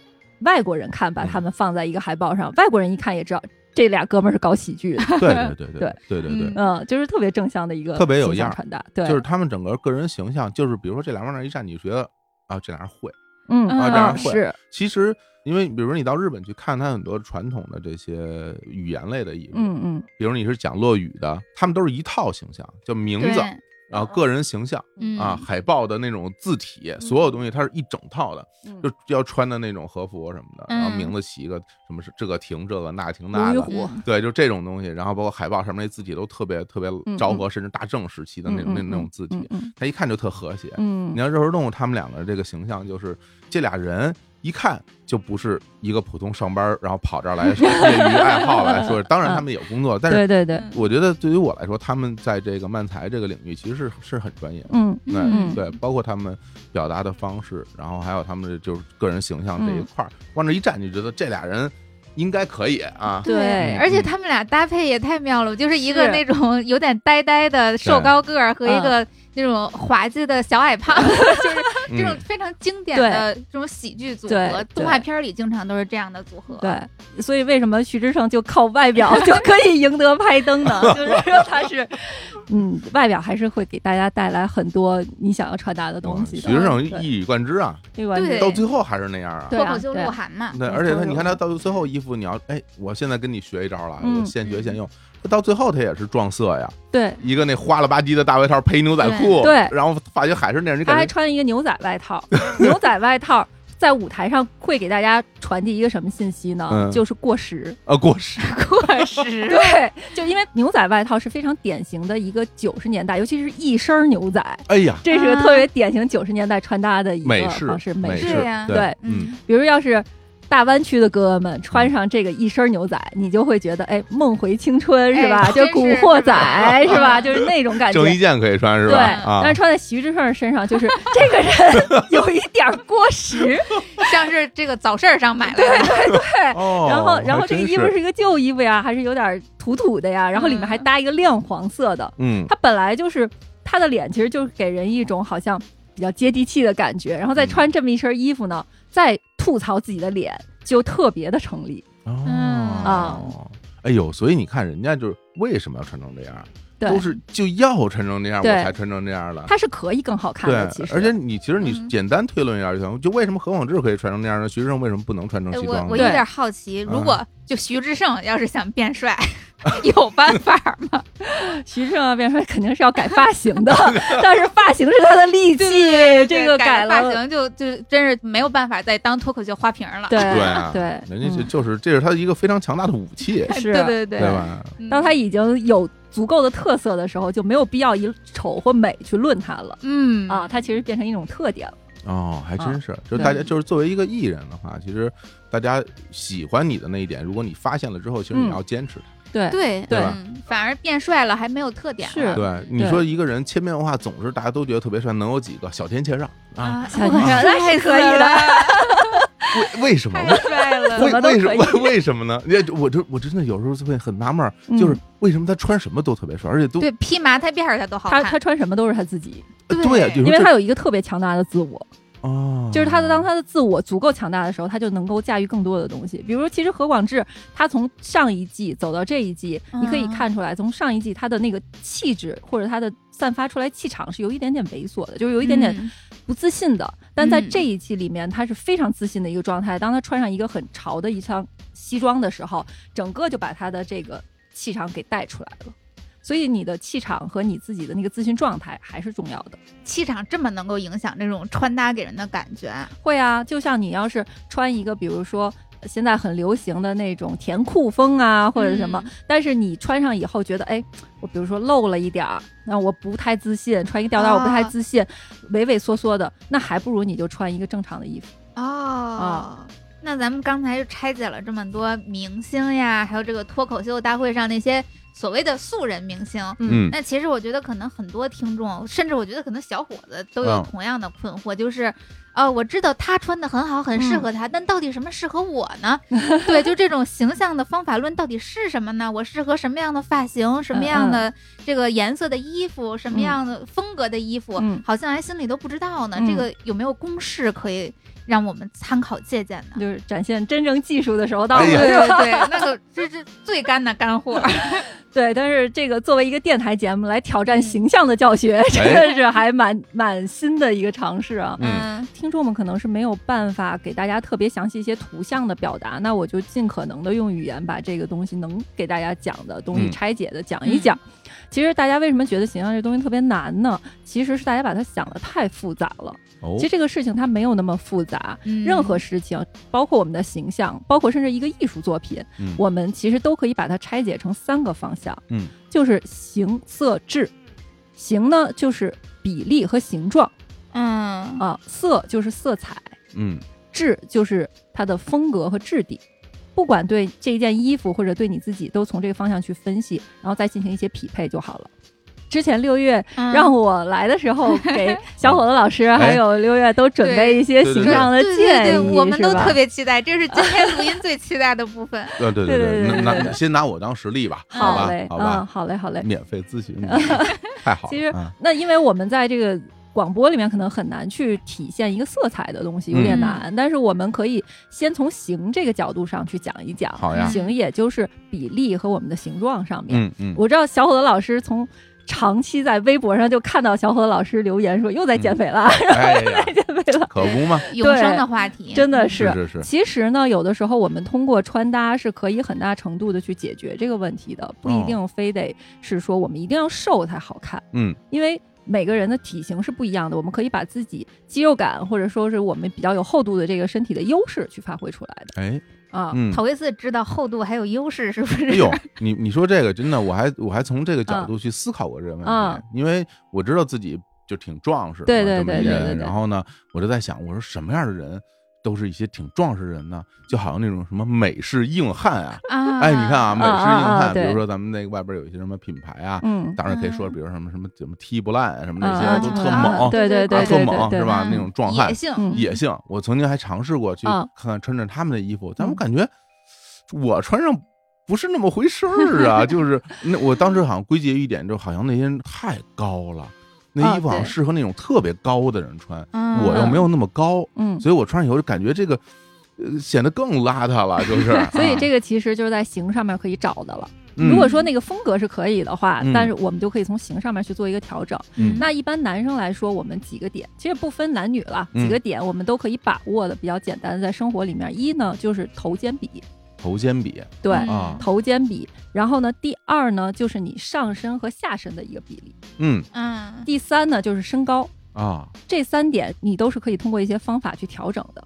C: 外国人看，把
A: 嗯
C: 他们放在一个海报上，外国人一看也知道这俩哥们儿是搞喜 剧的，
A: 对对对对
C: 对
A: 对对对
B: 嗯，
C: 嗯，就是特别正向的一个
A: 特别有
C: 形象
A: 样儿
C: 传达，对，
A: 就是他们整个个人形象，就是比如说这俩往那儿一站，你觉得啊，这俩人会。
C: 嗯
B: 啊这
A: 样
C: 嗯
A: 会
C: 是
A: 其实，因为比如说你到日本去看他很多传统的这些语言类的艺术，
C: 嗯嗯
A: 比如你是讲落语的，他们都是一套形象，叫名字，
B: 对
A: 然后个人形象
B: 嗯
A: 啊，海报的那种字体，所有东西它是一整套的，
C: 嗯
A: 就要穿的那种和服什么的，然后
B: 嗯
A: 名字起一个什么是这个亭这个那亭
C: 龙
A: 那
C: 与
A: 个，
C: 虎
B: 嗯
A: 对，就这种东西，然后包括海报上面那字体都特别特别
C: 嗯
A: 昭和，甚至大正时期的那种那那种字体，，
C: 嗯
A: 他一看就特和谐。
C: 嗯
A: 你，看肉食动物，他们两个这个形象就是这俩人一看就不是一个普通上班，然后跑这儿 来业余爱好来说，当然他们也有工作，但是
C: 对对对，
B: 嗯
A: 我觉得对于我来说，他们在这个漫才这个领域其实是是很专业的。
C: 嗯
A: 对、
B: 嗯
A: 对，包括他们表达的方式，然后还有他们的就是个人形象这
C: 嗯
A: 一块儿，往那一站就觉得这俩人应该可以啊。
C: 对
A: 嗯
B: 而且他们俩搭配也太妙了，就是一个
C: 哎是嗯
B: 那种有点呆呆的瘦高个儿和一个那种滑稽的小矮胖， 就是这种
A: 嗯
B: 非常经典的这种喜剧组合
C: 对，
B: 动画片里经常都是这样的组合。
C: 对，所以为什么徐志胜就靠外表就可以赢得拍灯 呢？就是说他是，嗯，外表还是会给大家带来很多你想要传达的东西
A: 徐
C: 的。
A: 志胜
C: 对
A: 一以贯之啊，
C: 对吧？
B: 对
A: 到最后还是那样啊。
C: 对
B: 脱
C: 啊
B: 口秀
C: 对啊
B: 鹿晗嘛，
A: 对，
C: 嗯
A: 而且他，
C: 都有
A: 你看他到最后衣服，你要哎，我现在跟你学一招了，
C: 嗯
A: 我现学现用。他到最后他也是撞色呀，
C: 对，
A: 一个那花了吧唧的大外套配牛仔裤，
C: 对对哎
A: 然后发觉还是那样，你
C: 他还
A: 感觉
C: 穿一个牛仔外套， 牛仔外套。在舞台上会给大家传递一个什么信息呢？
A: 嗯
C: 就是过时。
A: 呃过时，
B: 过 时。
C: 对，就因为牛仔外套是非常典型的一个九十年代，尤其是一身牛仔，
A: 哎呀，
C: 这是
B: 啊
C: 个特别典型九十年代穿搭的一个
A: 美式
C: 啊方式，美
A: 美
C: 式
B: 式对呀
A: 对
C: 对，
A: 嗯
B: 嗯，
C: 比如要是大湾区的哥哥们穿上这个一身牛仔，你就会觉得哎，梦回青春是吧？
B: 哎
C: 就
B: 真
C: 古
B: 是
C: 惑
B: 是吧
C: 仔 是吧？就是那种感觉。
A: 郑伊健可以穿是
C: 对，
A: 吧？啊
C: 但是，穿在徐志胜身上，就是这个 人有一点儿过 时。
B: 嗯像是这个早市儿上买来的，
A: 哦
C: 然后，然后
A: 还
C: 这个
A: 真
C: 衣服
A: 是
C: 是一个旧衣服呀，还是有点儿土土的呀，然后里面还
B: 嗯
C: 搭一个亮黄色的。
A: 嗯
C: 他本来就是他的脸，其实就是给人一种好像比较接地气的感觉，然后再
A: 嗯
C: 穿这么一身衣服呢，再吐槽自己的脸，就特别的成立。
B: 嗯
C: 啊
A: 哦，哎呦，所以你看人家就是为什么要穿成这样，
C: 对
A: 都，是就要穿成这样，我
C: 对
A: 才穿成这样的。
C: 他是可以更好看
A: 啊对
C: 的，其，实。
A: 而且你其实你
B: 嗯
A: 简单推论一下就行，就为什么何广智可以穿成那样呢？徐志胜为什么不能穿成
B: 哎
A: 西
B: 我
A: 装
B: 我
A: 呢？
B: 有点好奇，如
A: 嗯
B: 果就徐志胜要是想变帅， 有办 法吗？
C: 徐正啊，变帅肯定是要改发型 的，但是发型是他的利器，这个
B: 改了发
C: 了。
B: 型就就真是没有办法再当脱口秀花瓶了。
C: 对
A: 对啊
C: 对，
A: 人家就
C: 嗯
A: 就是这是他一个非常强大的武器，
C: 是
B: 对对
A: 对
B: 对
A: 吧？
B: 嗯
C: 当他已经有足够的特色的时候，就没有必要以丑或美去论他了
B: 嗯
C: 啊，他其实变成一种特点了。
A: 哦，还真
C: 啊
A: 是，就是
C: 对
A: 大家就是作为一个艺人的话，其实大家喜欢你的那一点，如果你发现了之后，其实你
C: 嗯
A: 要坚持。
C: 对
B: 对
A: 对吧
B: 嗯反而变帅了还没有特点
C: 是
B: 了
A: 对，你说一个人千变万化，总是大家都觉得特别帅，能有几个？小田切让啊？
B: 啊，
C: 小
B: 我
C: 天
B: 那
C: 太
B: 是
C: 可
B: 可
C: 以
B: 以
C: 了
B: 的，
A: 为为什么？
B: 太帅了。
C: 哎怎
A: 为
C: 么都
A: 为什
C: 可以
A: 么为 为什么呢？因为我就我真的有时候就会很纳闷儿，就是
C: 嗯
A: 为什么他穿什么都特别帅，而且都
B: 对，披麻戴辫儿他都好
C: 他
B: 看。
C: 他穿什么都是他自己，
A: 呃
B: 对
A: 啊有
C: 因
A: 时
C: 为
A: 候
C: 他有一个特别强大的自我，
A: 就哦，
C: 就是他的当他的自我足够强大的时候，他就能够驾驭更多的东西。比如，其实何广智他从上一季走到这一季，
B: 嗯
C: 你可以看出来，从上一季他的那个气质或者他的散发出来气场是有一点点猥琐的，就是有一点点
B: 嗯
C: 不自信的。但在
B: 嗯
C: 这一季里面，他是非常自信的一个状态。当他穿上一个很潮的一双西装的时候，整个就把他的这个气场给带出来了。所以你的气场和你自己的那个自信状态还是重要的。
B: 气场这么能够影响这种穿搭给人的感觉，
C: 会啊，就像你要是穿一个，比如说现在很流行的那种甜酷风啊，或者什么，
B: 嗯
C: 但是你穿上以后觉得，哎，我比如说露了一点儿，那我不太自信，穿一个吊带儿我不太
B: 啊
C: 自信，畏畏缩缩的，那还不如你就穿一个正常的衣服。
B: 哦，那咱们刚才就拆解了这么多明星呀，还有这个脱口秀大会上那些所谓的素人明星。
A: 嗯
C: 哎
B: 那其实我觉得，可能很多听众，甚至我觉得可能小伙子都有
A: 嗯
B: 同样的困惑，就是，哦，我知道他穿的很好，很适合他，但到底什么适合我呢？ 对，就这种形象的方法论到底是什么呢？我适合什么样的发型，什么样的这个颜色的衣服，什么样的风格的衣服，
C: 嗯
B: 好像还心里都不知道呢。
C: 嗯
B: 这个有没有公式可以让我们参考借鉴呢？
C: 就是展现真正技术的时候，到
A: 哎
C: 时
A: 呀
C: 候
B: 对对对，那个这是最干的干货。
C: 对，嗯但是这个作为一个电台节目来挑战形象的教学，真
A: 哎
C: 的是还蛮蛮新的一个尝试啊。
A: 嗯
B: 嗯
C: 听众们可能是没有办法给大家特别详细一些图像的表达，那我就尽可能的用语言把这个东西能给大家讲的东西
A: 嗯
C: 拆解的讲一讲。其实大家为什么觉得形象这东西特别难呢？其实是大家把它想的太复杂了。
A: 哦
C: 其实这个事情它没有那么复杂，
B: 嗯
C: 任何事情，包括我们的形象，包括甚至一个艺术作品，
A: 嗯
C: 我们其实都可以把它拆解成三个方向，
A: 嗯，
C: 就是形、色、质。形呢就是比例和形状
B: 嗯
C: 啊，色就是色彩，
A: 嗯
C: 质就是它的风格和质地。不管对这一件衣服或者对你自己，都从这个方向去分析，然后再进行一些匹配就好了。之前六月
B: 嗯
C: 让我来的时候，给小伙子老师
A: 哎
C: 还有六月都准备一些
A: 对
C: 形象的
B: 对对
C: 建
B: 对，
C: 议，
B: 我们都
C: 是吧
B: 特别期待，这是今天录音最期待的部 分。
A: 对对
C: 对对
A: 对，
C: 对
A: 那
C: 对
A: 那先拿我当实例吧，
B: 好
A: 吧
C: 嘞，，
A: 好
C: 嗯，
A: 吧，
C: 好嘞，好嘞。
A: 免费咨询， 太好了，
C: 其实
A: 嗯
C: 那因为我们在这个广播里面可能很难去体现一个色彩的东西，有点
B: 嗯
C: 难，但是我们可以先从形这个角度上去讲一讲。
A: 好呀，
C: 形也就是比例和我们的形状上面。
A: 嗯嗯，
C: 我知道小伙子老师从长期在微博上就看到小伙子老师留言说又
A: 嗯
C: 在减肥了，
A: 哎呀，
C: 减肥了，
A: 可不 嘛，
B: 永生的话题，
C: 真的
A: 是是是，
C: 其实呢，有的时候我们通过穿搭是可以很大程度的去解决这个问题的，
A: 哦
C: 不一定非得是说我们一定要瘦才好看，
A: 嗯
C: 因为每个人的体型是不一样的，我们可以把自己肌肉感或者说是我们比较有厚度的这个身体的优势去发挥出来
A: 哎
C: 的啊。
A: 嗯。
B: 头一次知道厚度还有优势，是不是？
A: 哎呦，你你说这个真的，我还我还从这个角度去思考过这个问题，
C: 嗯
A: 因为我知道自己就挺壮实的嘛，
C: 对对
A: 这么
C: 对
A: 一
C: 对
A: 人
C: 对对
A: 然后呢，我就在想，我说什么样的人都是一些挺壮实人呢，就好像那种什么美式硬汉啊，
B: 啊，
A: 哎，你看啊，美式
C: 啊啊
A: 硬汉，比
C: 对
A: 如说咱们那个外边有一些什么品牌啊，
C: 嗯，
A: 当然可以说，
B: 嗯
A: 比如什么什么什么踢不烂啊，什么
C: 嗯
A: 那
C: 啊
A: 些都
C: 踢不
A: 特
C: 烂
A: 猛，
C: 对对对
A: 啊
C: 对
A: 特
C: 对
A: 猛
C: 对
A: 是吧？
B: 嗯
A: 那种壮汉
B: 野性，
C: 嗯
A: 野性，我曾经还尝试过去
C: 嗯
A: 看看穿着他们的衣服，但我
C: 嗯
A: 感觉我穿上不是那么回事儿 啊，就是那我当时好像归结于一点，就好像那些人太高了，那
C: 哦
A: 衣服好像
C: 对
A: 适合那种特别高的人穿，
B: 嗯
A: 我又没有那么高，
C: 嗯，。
A: 所以我穿上以后就感觉这个呃显得更邋遢了，就是
C: 所以这
A: 个
C: 个其实就是在形上面可以找的了。
A: 嗯
C: 如果说那个风格是可以的话，
A: 嗯
C: 但是我们就可以从形上面去做一个调整。
A: 嗯
C: 那一般男生来说，我们几个点，其实不分男女了，
A: 嗯
C: 几个点我们都可以把握的比较简单的，在生活里面，一呢就是头肩比，
A: 头肩比
C: 对，
B: 嗯
A: 啊，
C: 头肩比。然后呢，第二呢就是你上身和下身的一个比例。
A: 嗯
B: 嗯
C: 第三呢就是身高。
A: 啊，
C: 这三点你都是可以通过一些方法去调整的，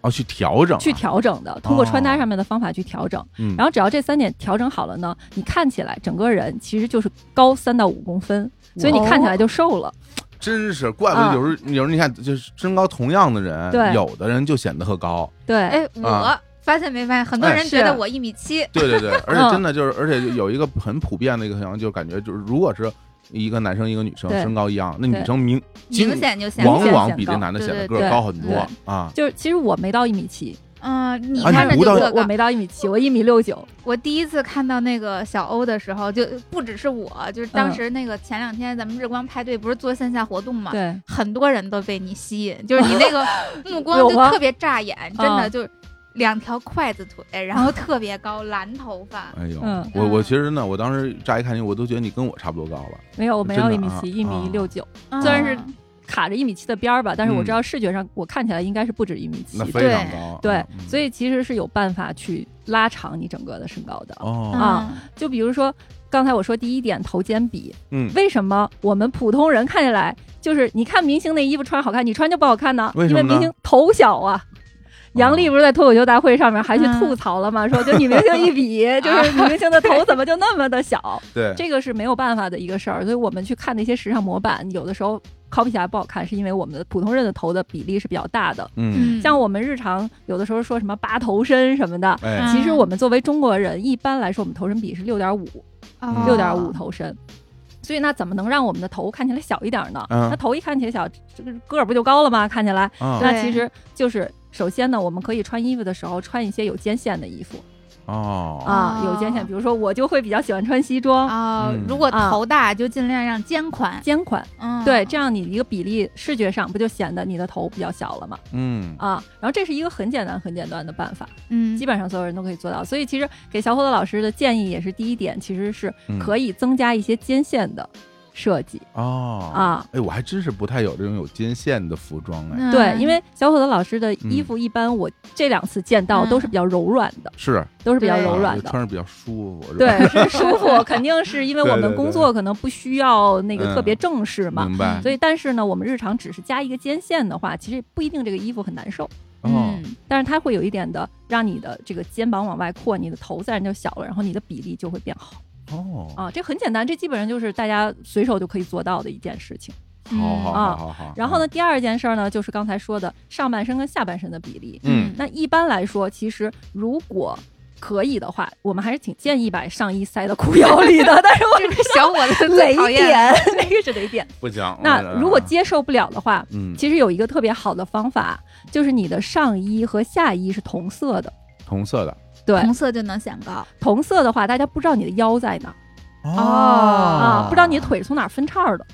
A: 哦，去调整啊，
C: 去调整的，通过穿搭上面的方法去调整。
A: 嗯，
C: 然后只要这三点调整好了呢，你看起来整个人其实就是高三到五公分，所以你看起来就瘦了。
A: 真是，怪不得
C: 啊
A: 有时候、有时候你看，就是身高同样的人，
C: 对
A: 有的人就显得特高，
C: 对，
B: 哎，我发现没发现，很多
A: 啊哎
B: 人觉得
C: 是
B: 我一米七，
A: 对对 对，而
C: 嗯
A: 且真的就是，而且有一个很普遍的一个现象，就感觉就是，如果是一个男生一个女生
C: 对
A: 身高一样，那
C: 对
A: 女生明
B: 明
A: 经
B: 显就显
A: 往
C: 明显
A: 往
C: 显
A: 比这
C: 高
A: 男的
B: 对
A: 显得
B: 对
A: 个儿
C: 对
A: 高很多
C: 对
A: 啊。
C: 就是其实我没到一米七，
B: 嗯，你
A: 啊你
B: 看着
A: 不
B: 就
A: 到
B: 特
C: 我
B: 高。
C: 没到一米七，我一米六九。
B: 我第一次看到那个小欧的时候，就不只是我，就是
C: 嗯
B: 当时那个前两天咱们日光派对不是做线下活动嘛，
C: 对，
B: 很多人都被你吸引，就是你那个目光
C: 有
B: 就
C: 吗
B: 特别扎眼，真的
C: 啊
B: 就两条筷子腿，然后特别高，蓝头发，
A: 哎呦，
C: 嗯
A: 我我其实呢，我当时乍一看你，我都觉得你跟我差不多高了。
C: 没有，我没
A: 真
C: 到
A: 的
C: 一米
A: 啊
C: 七，一米六九，
A: 虽
C: 然是
B: 嗯
C: 卡着一米七的边儿吧，但是我
A: 嗯
C: 知道视觉上我看起来应该是不止一米七
A: 那。非
B: 对
A: 常高，
C: 对
A: 啊，嗯
C: 所以其实是有办法去拉长你整个的身高的。
A: 哦，
B: 嗯
C: 啊就比如说刚才我说第一点头肩比，
A: 嗯，
C: 为什么我们普通人看起来就是你看明星那衣服穿好看，你穿就不好看呢？
A: 为什么
C: 因为
A: 呢
C: 明星头小啊。杨
A: 哦
C: 笠不是在脱口秀大会上面还去
A: 嗯
C: 吐槽了吗？说就女明星一 比，就是女明星的头怎么就那么的小？
A: 对，
C: 这个是没有办法的一个事儿。所以我们去看那些时尚模板，有的时候 copy 起来不好看，是因为我们的普通人的头的比例是比较大的。
A: 嗯，
B: 嗯
C: 像我们日常有的时候说什么八头身什么的，
A: 哎
B: 嗯，
C: 其实我们作为中国人，一般来说我们头身比是六点五，
B: 哦
C: 六点五头身。所以那怎么能让我们的头看起来小一点呢？
A: 嗯
C: 那头一看起来小，这个个儿不就高了吗？看起来，
A: 啊
C: 那
B: 对
C: 其实就是首先呢，我们可以穿衣服的时候穿一些有肩线的衣服
A: 哦，
C: 啊，
B: 哦
C: 有肩线，比如说我就会比较喜欢穿西装，
B: 啊
A: 嗯，
B: 如果
C: 啊
B: 头大就尽量让肩宽，
C: 肩宽，
B: 嗯，
C: 对，这样你一个比例视觉上不就显得你的头比较小了吗？
A: 嗯，
C: 啊，然后这是一个很简单很简单的办法，
B: 嗯
C: 基本上所有人都可以做到。所以其实给小伙子老师的建议也是第一点，其实是
A: 嗯
C: 可以增加一些肩线的设计
A: 哦，
C: 啊。
A: 哎，我还真是不太有这种有肩线的服装哎，
B: 嗯
C: 对，因为小伙子老师的衣
A: 嗯
C: 服一般，我这两次见到
B: 嗯
C: 都是比较柔软的，
A: 是
C: 都是比较
B: 对
C: 柔
A: 啊
C: 软
A: 就
C: 的。
A: 穿着比较舒服，是吧
C: 对，是舒 服，肯定是因为我
A: 对对
C: 们
A: 对嗯
C: 工作可能不需要那个特别正式嘛，
A: 明白
C: 所以但是呢，我们日常只是加一个肩线的话，其实不一定这个衣服很难受，
A: 哦，
B: 嗯
C: 但是它会有一点的让你的这个肩膀往外扩，你的头自然就小了，然后你的比例就会变好
A: 哦，
C: 啊，这很简单，这基本上就是大家随手就可以做到的一件事情。
A: 好好
C: 啊
A: 好好好。
C: 然后呢，第二件事儿呢，就是刚才说的上半身跟下半身的比例，
A: 嗯，
C: 那一般来说，其实如果可以的话，我们还是挺建议把上衣塞到裤腰里的， 但是我
B: 这是小伙子
C: 雷
B: 最讨厌
C: 点，那个是雷点。
A: 不讲。
C: 那如果接受不了的话，
A: 嗯，
C: 其实有一个特别好的方法，就是你的上衣和下衣是同色的。
A: 红色的
C: 对，
B: 红色就能显高
C: 同色的话，大家不知道你的腰在哪儿
A: 哦
C: 啊，不知道你腿从哪儿分叉的。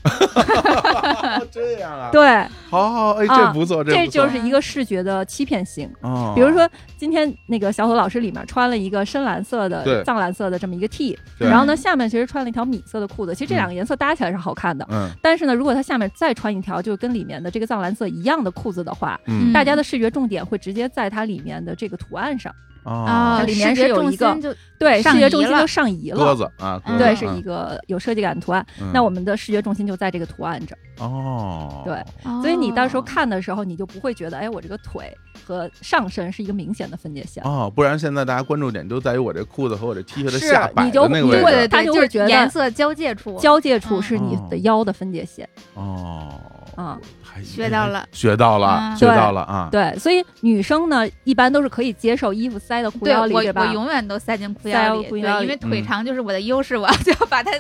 A: 这样啊，，
C: 对，
A: 好好，哎，
C: 啊
A: 这不错，
C: 这
A: 不
C: 就
A: 错。
C: 是一个视觉的欺骗性。
A: 哦
C: 比如，说，今天那个小左老师里面穿了一个深蓝色
A: 对
C: 的、藏蓝色的这么一个 T，
A: 对
C: 然后呢，下面其实穿了一条米色的裤子。其实这
A: 嗯
C: 两个颜色搭起来是好看的，
A: 嗯
C: 但是呢，如果它下面再穿一条就跟里面的这个藏蓝色一样的裤子的话，
A: 嗯
C: 大家的视觉重点会直接在它里面的这个图案上，
A: 啊，
C: 里面
B: 视
C: 是
B: 觉
C: 有
B: 重
C: 一个
B: 心就
C: 对，视
B: 上
C: 觉
B: 移
C: 重心
B: 了
C: 就上移
A: 鸽
C: 了。
A: 子啊，鸽
B: 嗯
A: 子
C: 对，是一
A: 嗯
C: 个有设计感的图案。
A: 嗯
C: 那我们的视觉重心就在这个图案这儿，
A: 哦，
C: 对所以你到时候看的时候，你就不会觉得，哎，我这个腿和上身是一个明显的分界线。
A: 哦，不然现在大家关注点都在于我这裤子和我这 T 恤的
C: 是
A: 下摆
C: 你
A: 的
C: 就
A: 那个位置，
B: 对
C: 你就
B: 对对，
C: 他就
B: 就
C: 会
B: 是
C: 觉得
B: 颜色交界处
C: 交界处是你
A: 哦
C: 的腰的分界线。
A: 哦，
C: 啊、
A: 还
B: 学到了，
A: 学到了，
B: 啊
A: 学
C: 对
A: 到了啊！
C: 对，所以女生呢，一般都是可以接受衣服塞到裤
B: 对
C: 腰
B: 我
C: 里，对
B: 我
C: 吧？
B: 永远都塞进裤
C: 塞
B: 腰
C: 到
B: 里，
C: 裤
B: 对，
C: 腰
B: 因为
C: 里
B: 腿
A: 嗯
B: 长就是我的优势，我就把它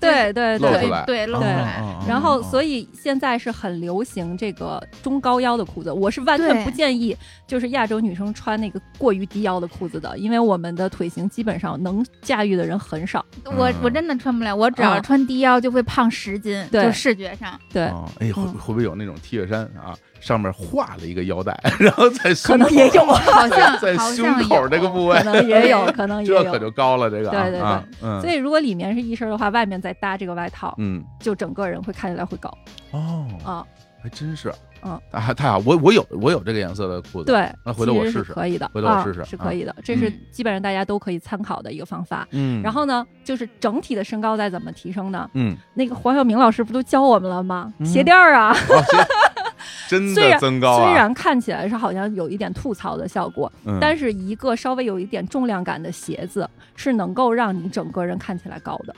C: 对对
A: 露
C: 对
A: 出
B: 腿
A: 来
B: 对露
A: 啊
B: 出
A: 啊
B: 来
A: 啊啊
C: 然后，所
A: 以
C: 以现在是很流行这个中高腰的裤子。我是完全
B: 对
C: 不建议，就是亚洲女生穿那个过于低腰的裤子的，因为我们的腿型基本上能驾驭的人很 少。
B: 我我
A: 嗯
B: 真的穿不了，我只要
C: 嗯
B: 穿低腰就会胖十斤，
C: 对
B: 就视觉 上。
C: 对，
A: 哎，会
C: 嗯
A: 会不会有那种 T 恤衫啊，上面画了一个腰带， 然后在
C: 可
A: 胸
C: 能
A: 口
C: 也有， 啊
B: 好像
A: 在
B: 好
A: 胸
B: 像
A: 口
B: 有
A: 这个部
C: 可
A: 位，
C: 能也 有，可能也
A: 这可
C: 有。
A: 就高了，这个啊
C: 对对
A: 啊，嗯，
C: 所以，如果里面是一身的话，外面再搭这个外套，
A: 嗯，
C: 就整个人会看起来会高
A: 哦，
C: 啊。
A: 还真是，
C: 嗯
A: 啊，太好，我我有我有这个颜色的裤子，，
C: 对，
A: 那回头我
C: 其实是
A: 试试
C: 可以的，
A: 回头我
C: 啊
A: 试试
C: 是
A: 啊
C: 可以的，这是
A: 嗯
C: 基本上大家都可以参考的一个方法。
A: 嗯，
C: 然后呢，就是整体的身高再怎么提升呢？
A: 嗯，
C: 那个黄晓明老师不都教我们了吗？
A: 嗯
C: 鞋垫儿啊，
A: 哦行 真
C: 虽
A: 的
C: 然
A: 增高
C: 虽
A: 啊，
C: 然看起来是好像有一点吐槽的效果，
A: 嗯
C: 但是一个稍微有一点重量感的鞋子是能够让你整个人看起来高的。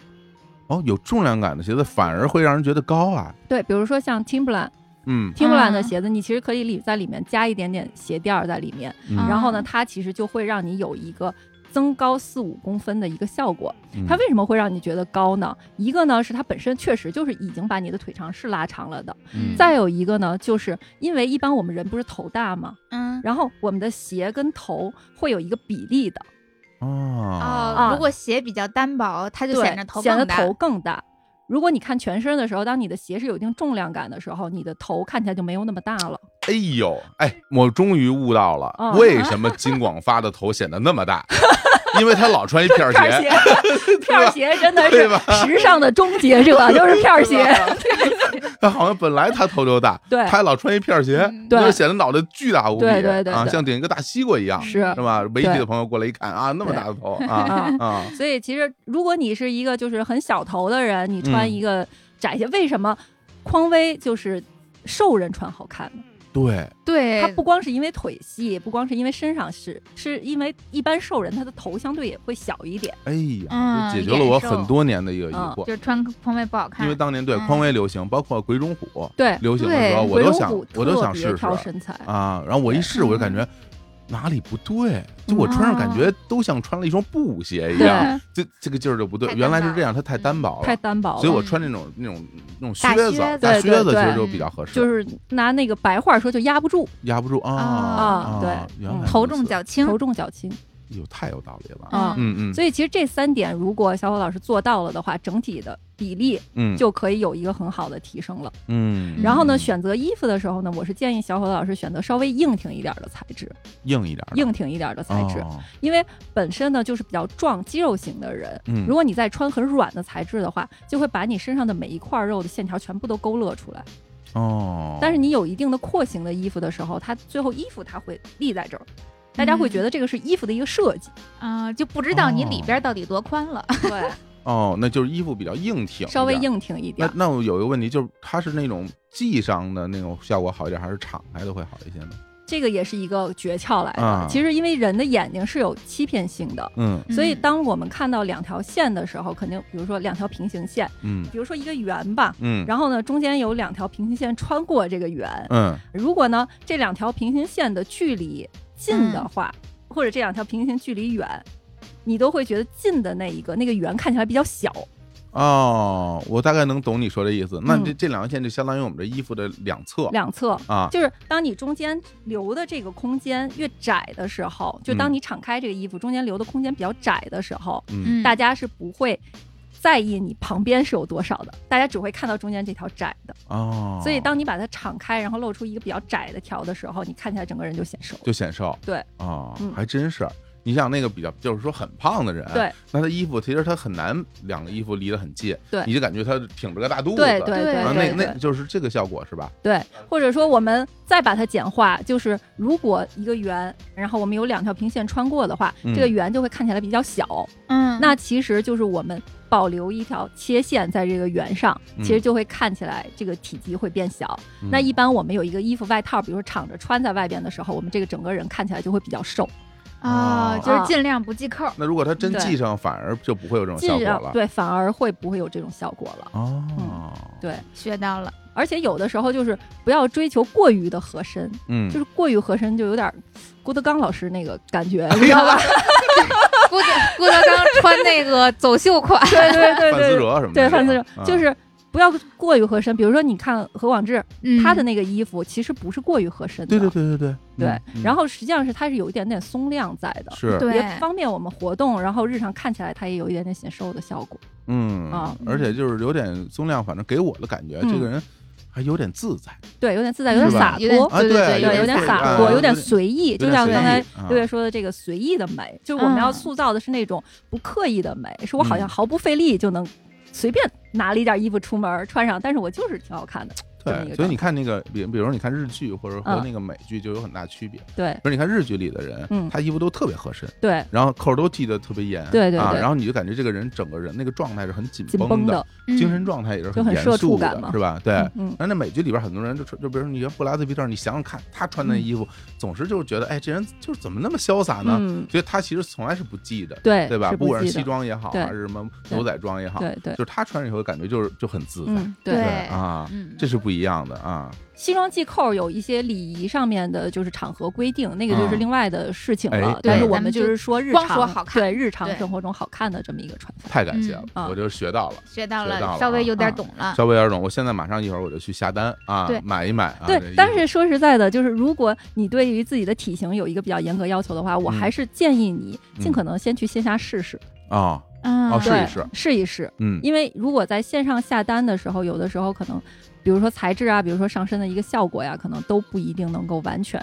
A: 哦，有重量感的鞋子反而会让人觉得高啊，
C: 对，比如说像 Timberland，Timberland
A: 嗯，
C: 的鞋子，你其实可以里在里面加一点点鞋垫儿在里面，
A: 嗯
B: 啊
C: 然后呢，它其实就会让你有一个增高四五公分的一个效果。
A: 嗯
C: 它为什么会让你觉得高呢？一个呢是它本身确实就是已经把你的腿长是拉长了的，
A: 嗯
C: 再有一个呢，就是因为一般我们人不是头大嘛，
B: 嗯
C: 然后我们的鞋跟头会有一个比例的，
A: 哦
C: 啊
B: 哦，如果鞋比较单薄，它就
C: 对
B: 显着头
C: 显得
B: 更大。
C: 头更大。如果你看全身的时候，当你的鞋是有一定重量感的时候，你的头看起来就没有那么大了。
A: 哎呦，哎，我终于悟到了、
C: 嗯
A: 为什么金广发的头显得那么 大，因为他老穿一片儿
C: 片儿
A: 鞋，
C: 鞋，片儿鞋真的
A: 对
C: 是
A: 吧
C: 时尚的终结者，就是片儿鞋。
A: 他好像本来他头就大，
C: 对
A: 他还老穿一片儿鞋，
B: 嗯
C: 对
A: 就显得脑袋巨大无比，
C: 对对对
A: 啊，
C: 对
A: 像顶一个大西瓜一样，
C: 是
A: 是吧？媒体的朋友过来一看啊，那么
C: 对
A: 大的头 啊
C: 啊，
A: 啊，
C: 所以其实如果你是一个就是很小头的人，你穿
A: 嗯
C: 一个窄鞋，为什么匡威就是瘦人穿好看呢？
A: 对，
B: 对，
C: 它不光是因为腿细，不光是因为身上是，是因为一般瘦人他的头相对也会小一点。
A: 哎呀，
B: 嗯
A: 这解决了我很多年的一个疑
C: 嗯
A: 惑，
B: 就穿匡威不好看
A: 因为。当年对
B: 嗯
A: 匡威流行，包括鬼冢虎
C: 对，嗯
A: 流行的时候，
B: 对
A: 我
C: 回
A: 都
C: 龙
A: 想
C: 谷，
A: 我都想
C: 特别
A: 试试
C: 挑身材。
A: 啊，然后我一试我就
C: 嗯
A: 感觉。哪里不对？就我穿上
C: 哦
A: 感觉都像穿了一双布鞋一样，这这个劲儿就不对。
B: 太单
A: 原来是
B: 薄
A: 这样，它太单薄了，
C: 太单薄
A: 所以
C: 了。
A: 我穿那种那种那种
B: 大
A: 靴子
B: 靴子
A: 大
C: 对
A: 靴子其实
C: 对对嗯
A: 就比较合适，
C: 就是拿那个白话说，就压不住，
A: 压不住啊
B: 啊
A: 啊！
C: 哦对
A: 原来
C: 嗯
B: 头
A: 如
B: 重
A: 此，
B: 脚轻，
C: 头重脚轻
A: 有太有道理了。
C: 啊。
A: 嗯嗯，
C: 所以其实这三点，如果小伙老师做到了的话，整体的比例
A: 嗯
C: 就可以有一个很好的提升了。
A: 嗯，
C: 然后呢，
A: 嗯
C: 选择衣服的时候呢，我是建议小伙老师选择稍微硬挺一点的材质，
A: 硬一点的
C: 硬挺一点的材质，
A: 啊哦
C: 因为本身呢就是比较壮肌肉型的人，
A: 嗯
C: 如果你再穿很软的材质的话，就会把你身上的每一块肉的线条全部都勾勒出来。
A: 哦，
C: 但是你有一定的廓形的衣服的时候，它最后衣服它会立在这儿，大家会觉得这个是衣服的一个设计。
A: 嗯
B: 啊，就不知道你里边到底多宽了。
C: 对，
A: 哦，那就是衣服比较硬挺，
C: 稍微。硬挺一
A: 那
C: 点。
A: 那我有一个问题，就是它是那种系上的那种效果好一点，还是敞开的会好一些呢？
C: 这个也是一个诀窍来的。
A: 啊
C: 其实因为人的眼睛是有欺骗性的。
A: 嗯
C: 所以，
B: 嗯
C: 当我们看到两条线的时候，肯定，比如说两条平行线，
A: 嗯
C: 比如说一个圆吧，
A: 嗯
C: 然后呢，中间有两条平行线穿过这个圆，
A: 嗯
C: 如果呢这两条平行线的距离近的话，或者这两条平行线距离远，你都会觉得近的那一个那个圆看起来比较小。
A: 哦，我大概能懂你说的意思。那
C: 嗯
A: 这这两条线就相当于我们这衣服的两侧
C: 两侧
A: 啊，
C: 就是当你中间留的这个空间越窄的时候，
A: 嗯
C: 就当你敞开这个衣服，中间留的空间比较窄的时候，
A: 嗯
B: 嗯，
C: 大家是不会。在意你旁边是有多少的，大家只会看到中间这条窄的，
A: 哦，
C: 所以当你把它敞开，然后露出一个比较窄的条的时候，你看起来整个人就显瘦。
A: 就显瘦。
C: 对
A: 啊、
C: 嗯
A: 还真是。你像那个比较，就是说很胖的人，啊
C: 对，
A: 那他衣服其实他很难两个衣服离得很近，
C: 对
A: 你就感觉他挺着个大肚子，
C: 对对
B: 对
C: 对
A: 然后
C: 对
A: 啊那
C: 对，
A: 那就是这个效果是吧？
C: 对，或者说我们再把它简化，就是如果一个圆，然后我们有两条平线穿过的话，
A: 嗯
C: 这个圆就会看起来比较小。
B: 嗯，
C: 那其实就是我们保留一条切线在这个圆上，
A: 嗯
C: 其实就会看起来这个体积会变小。
A: 嗯
C: 那一般我们有一个衣服外套，比如说敞着穿在外边的时候，我们这个整个人看起来就会比较瘦。
B: 哦，就是
C: 啊
B: 尽量不系扣。
A: 那如果他真
C: 对
A: 系上，反而就不会有这种效
C: 尽
A: 果
C: 量
A: 了。
C: 对，反而会不会有这种效果了？
A: 哦，
C: 对，
B: 学到了，
C: 而且有的时候就是不要追求过于的合身，
A: 嗯，
C: 就是过于合身就有点儿郭德纲老师那个感
A: 哎
C: 觉，你知道吧？
B: 郭德郭德纲穿那个走秀款，
C: 对对对
A: 范思
C: 对，
A: 哲什么的，
C: 对范思
A: 是
C: 哲
A: 吧
C: 就，
A: 啊
C: 是不要过于合身。比如说，你看何广智
B: 嗯
C: 他的那个衣服，其实不是过于合身
A: 对
C: 的，
A: 对对对对
C: 对
A: 嗯
C: 然后实际上是它是有一点点松量在的，
A: 是，
B: 对
C: 也方便我们活动，然后日常看起来它也有一点点显瘦的效果。
A: 嗯
C: 啊嗯
A: 而且就是有点宗亮，反正给我的感觉，这个人还有点自在，
C: 对，有点自在，有点
A: 是吧
C: 洒
B: 有点
C: 脱。
A: 啊
B: 对
A: 对
B: 对
C: 有
A: 有
C: 点
A: 点
C: 洒
A: 啊
C: 脱，
A: 有
C: 有点
A: 点
C: 随意，就
A: 有点
C: 像
A: 随
C: 刚才
A: 意啊
C: 六月说的这个随意的美，就是我们要
B: 嗯
C: 塑造的是那种不刻意的美，是我好像
A: 嗯
C: 毫不费力就能随便拿了一件衣服出门儿穿上，但是我就是挺好看的。这么一
A: 对，
C: 个
A: 所以你看那个，比比如你看日剧或者和
C: 嗯
A: 那个美剧就有很大区别。
C: 对
A: 比如你看日剧里的人，
C: 嗯
A: 他衣服都特别合身，
C: 对，
A: 然后扣儿都系得特别严，
C: 对对
A: 啊，
C: 对
A: 然后你就感觉这个人整个人那个状态是很紧
C: 紧
A: 绷
C: 绷的，
B: 嗯
A: 精神状态也是
C: 就很
A: 严
C: 社畜
A: 肃
C: 感
A: 的，
C: 嘛
A: 是吧？对。
C: 嗯嗯，
A: 然后那美剧里边很多人就穿，就比如说你看布拉德皮特，你想想看，他穿那
C: 嗯
A: 衣服，总是就是觉得，哎，这人就是怎么那么潇洒呢？
C: 嗯，
A: 所以他其实从来是不系的，
C: 对
A: 对吧？
C: 是
A: 不管是
C: 羁
A: 西
C: 的
A: 装也好，啊
C: 对
A: 还是什么
C: 对
A: 牛仔装也好，
C: 对对
A: 就，是他穿上以后感觉就是就很自在
C: 嗯
A: 对
C: 对。
A: 啊，
B: 嗯，
A: 这是不一样的啊。
C: 西装系扣有一些礼仪上面的，就是场合规定，那个就是
A: 嗯
C: 另外的事情
A: 哎
C: 了。
A: 对
C: 但是我
B: 咱们
C: 就是说日
B: 光
C: 常
B: 说好看
C: 对日常
B: 对
C: 生活中好看的这么一个穿法。
A: 太感谢了
B: 嗯，
C: 啊
A: 我就学到了。
B: 学到
A: 学到了
B: 了，稍微有
C: 啊
B: 点懂了。
A: 稍微有点懂，我现在马上一会儿我就去下单啊
B: 对，
A: 买一买啊。这
C: 对
A: 衣，
C: 但
A: 服
C: 是说实在的，就是如果你对于自己的体型有一个比较严格要求的话，
A: 嗯
C: 我还是建议你尽
A: 嗯
C: 可能先去线下试试，
A: 啊，
B: 嗯，
A: 哦试一
C: 对
A: 试
C: 试一试。
A: 嗯
C: 因为如果在线上下单的时候，有的时候可能，比如说材质啊，比如说上身的一个效果呀，可能都不一定能够完全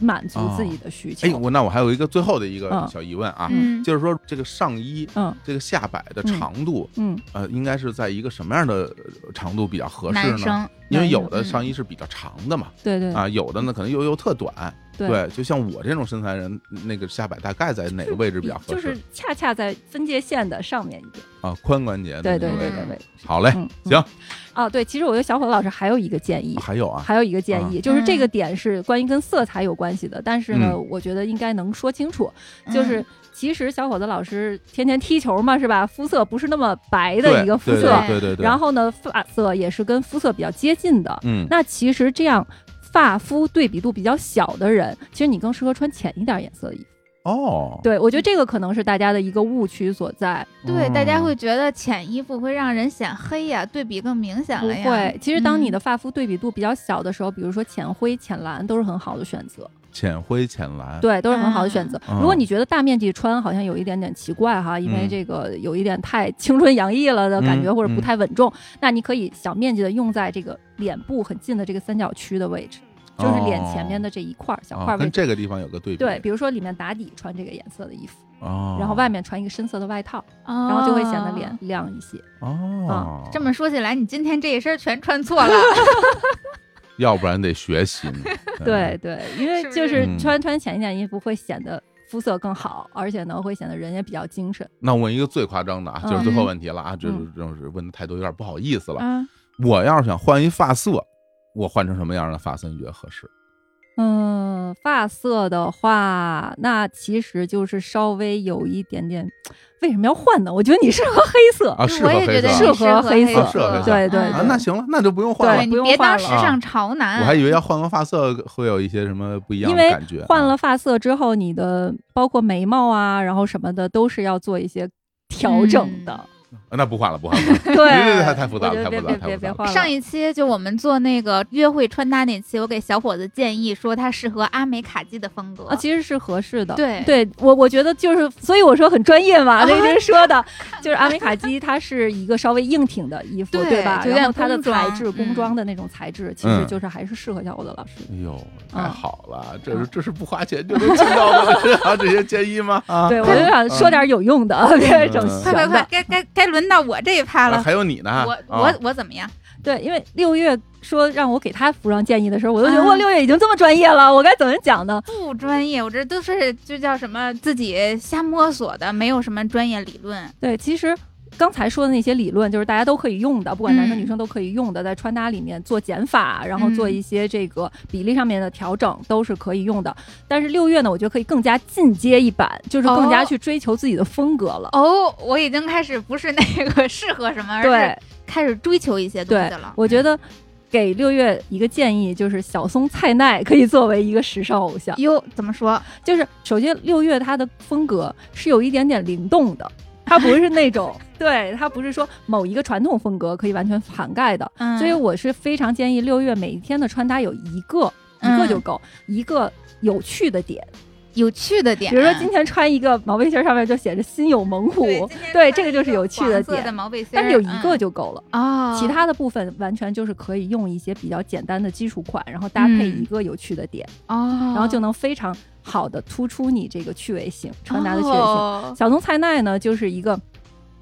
C: 满足自己的需求。
A: 哎，我那我还有一个最后的一个
C: 嗯
A: 小疑问啊，
B: 嗯，
A: 就是说这个上衣
C: 嗯
A: 这个下摆的长度，
C: 嗯，
A: 呃，应该是在一个什么样的呃长度比较合适
B: 男
A: 呢？
B: 生，
A: 因为
C: 男生
A: 有的上衣是比较长的嘛，
C: 对对
A: 啊，有的呢可能又又特短，
C: 对
A: 对，就像我这种身材人，那个下摆大概在哪个位置比较合
C: 就
A: 适
C: 是恰恰在分界线的上面一点。
A: 啊？髋关节的
C: 对
A: 那
C: 对
A: 个位
C: 对
A: 置
C: 对对。
A: 好嘞，
C: 嗯，嗯
A: 哎行，
C: 啊，对，其实我觉得小伙老师还有一个建议。
A: 还有啊，
C: 还有一个建议，就是这
B: 嗯
C: 个点是关于跟色彩有关系的，但是呢，
A: 嗯
C: 我觉得应该能说清楚。
B: 嗯
C: 就是其实小伙子老师天天踢球嘛，是吧？肤色不是那么白
A: 对
C: 的一个肤
A: 对
C: 色，
A: 对对对对，
C: 然后呢，发色也是跟肤色比较接近的。
A: 嗯，
C: 那其实这样发肤对比度比较小的人，其实你更适合穿浅一点颜色的衣服。
A: 哦，
C: 对我觉得这个可能是大家的一个误区所在。
B: 对，大家
A: 嗯
B: 会觉得浅衣服会让人显黑呀，对比更明显
C: 不
B: 了呀。
C: 会，其实当你的
B: 嗯
C: 发肤对比度比较小的时候，比如说浅灰、浅蓝都是很好的选择。
A: 浅灰浅蓝，
C: 对，都是很好
B: 啊
C: 的选择。
A: 嗯
C: 如果你觉得大面积穿好像有一点点奇怪哈，因为
A: 嗯
C: 这个有一点太 青春洋溢了的感觉，
A: 嗯
C: 或者
A: 嗯
C: 不太稳重，那你可以小面积的用在这个脸部很近的这个三角区的位置，就是脸前面的这一块儿小块
A: 哦
C: 儿位
A: 跟
C: 置。
A: 这个地方有个对比，
C: 对，比如说里面打底穿这个颜色的衣服，
A: 哦，
C: 然后外面穿一个深色的外套，
B: 然
C: 然后就会显得
B: 哦
C: 脸亮一些。啊
A: 哦，
B: 嗯这么说起来，你今天这一身全穿错了。
A: 要不然得学习 呢，
C: 对对，因为
B: 是不
C: 就是是
A: 嗯
C: 穿穿浅一点衣服会显得肤色更好，而且呢会显得人也比较精神。
A: 那我问一个最夸张的啊，就是
C: 嗯
A: 最后问题了啊，这
C: 嗯
A: 这种是问的太多，有点不好意思了。
B: 嗯，
A: 我要是想换一发色，我换成什么样的发色你觉得合适？
C: 嗯，发色的话，那其实就是稍微有一点点，为什么要换呢？我觉得你适合黑色，
A: 啊，适合
B: 我也
A: 黑
B: 觉
A: 色
B: 得
A: 啊
B: 你
C: 适合黑
B: 黑
C: 色
A: 啊适合
C: 黑色对对
B: 嗯
A: 啊，那行了，那就不用换
C: 对
A: 了。
B: 你
C: 不用
B: 别
C: 换
B: 当
C: 了
B: 时
A: 啊
B: 尚潮男。
A: 我还以为要换个发色会有一些什么不一样
C: 因
A: 的
C: 为
A: 感觉，
C: 换了发色之后，你的包括眉毛啊，然后什么的，都是要做一些调整的。
A: 啊那不换了，不换了。
C: 对
A: 别别太太复杂了
C: 我觉得
A: 太复杂
C: 别别
A: 太
C: 别
A: 复
C: 别
A: 杂
C: 换了。
B: 嗯上一期就我们做那个约会穿搭那期，我给小伙子建议说他适合阿美卡基的风格
C: 啊，其实是合适的。
B: 对
C: 对我我觉得就是，所以我说很专 业嘛，
B: 啊
C: 这就是说的，就是阿美卡基，它是一个稍微硬挺的衣服，
B: 对
C: 对吧？
B: 有点
C: 然后它的
B: 工
C: 材
B: 装
C: 质，工
B: 嗯
C: 装的那种材质，其实
A: 嗯
C: 就是还是适合小伙子老师的。
A: 哎呦，太
C: 嗯
A: 好了，这是这是不花钱就能听到的啊这些建议吗？啊，
C: 对，我就想说点有用的， 别整
A: 嗯
B: 快
C: 闲
B: 快快
C: 的。，
B: 该该该轮到我这一趴
A: 啊
B: 了。
A: 还有你呢，
B: 我
A: 啊
B: 我我怎么样？
C: 对，因为六月说让我给他服装建议的时候，我都觉得
B: 嗯
C: 哇，六月已经这么专业了，我该怎么讲呢？
B: 不专业，我这都是就叫什么自己瞎摸索的，没有什么专业理论。
C: 对，其实。刚才说的那些理论，就是大家都可以用的，不管男
B: 嗯
C: 生女生都可以用的，在穿搭里面做减法，然后做一些这个比例上面的调整，都是可以用的。但是六月呢，我觉得可以更加进阶一版，就是更加
B: 哦
C: 去追求自己的风格了。
B: 哦，我已经开始不是那个适合什么，而
C: 对
B: 是开始追求一些东
C: 对
B: 西了，。
C: 我觉得给六月一个建议，就是小松菜奈可以作为一个时尚偶像。
B: 哟，怎么说？
C: 就是首先，六月她的风格是有一点点灵动的，她不是 那种，对她不是说某一个传统风格可以完全涵盖的。
B: 嗯
C: 所以我是非常建议六月每一天的穿搭有一个，
B: 嗯
C: 一个就够，一个有趣的点。
B: 有趣的点，
C: 比如说今天穿一个毛背心，上面就写着“心有猛虎
B: 对今”，天穿
C: 对，这个就是有趣
B: 黄
C: 的
B: 色的
C: 点。
B: 毛背心儿，
C: 但是有一个
B: 嗯
C: 就够了，
B: 哦，
C: 其他的部分完全就是可以用一些比较简单的基础款，然后搭配
B: 嗯
C: 一个有趣的点，
B: 哦，
C: 然后就能非常好的突出你这个趣味性，穿搭的趣味性。
B: 哦
C: 小松菜奈呢，就是一个，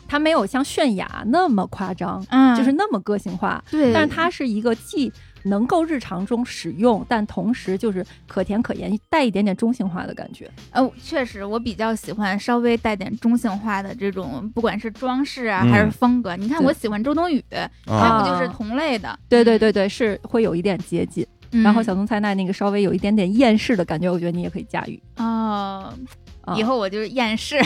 C: 她没有像泫雅那么夸张，
B: 嗯，
C: 就是那么个性化，
B: 对，
C: 但是它是一个既能够日常中使用，但同时就是可甜可盐，带一点点中性化的感觉。
B: 呃，确实我比较喜欢稍微带点中性化的这种，不管是装饰啊
A: 嗯
B: 还是风格。你看，
C: 对
B: 我喜欢周冬雨，
A: 啊
C: 啊，
B: 不就是同类的？
C: 对对对对，是会有一点接近。
B: 嗯，
C: 然后小松菜奈那个稍微有一点点厌世的感觉，我觉得你也可以驾驭。
B: 哦，
C: 啊
B: 以后我就是厌 世。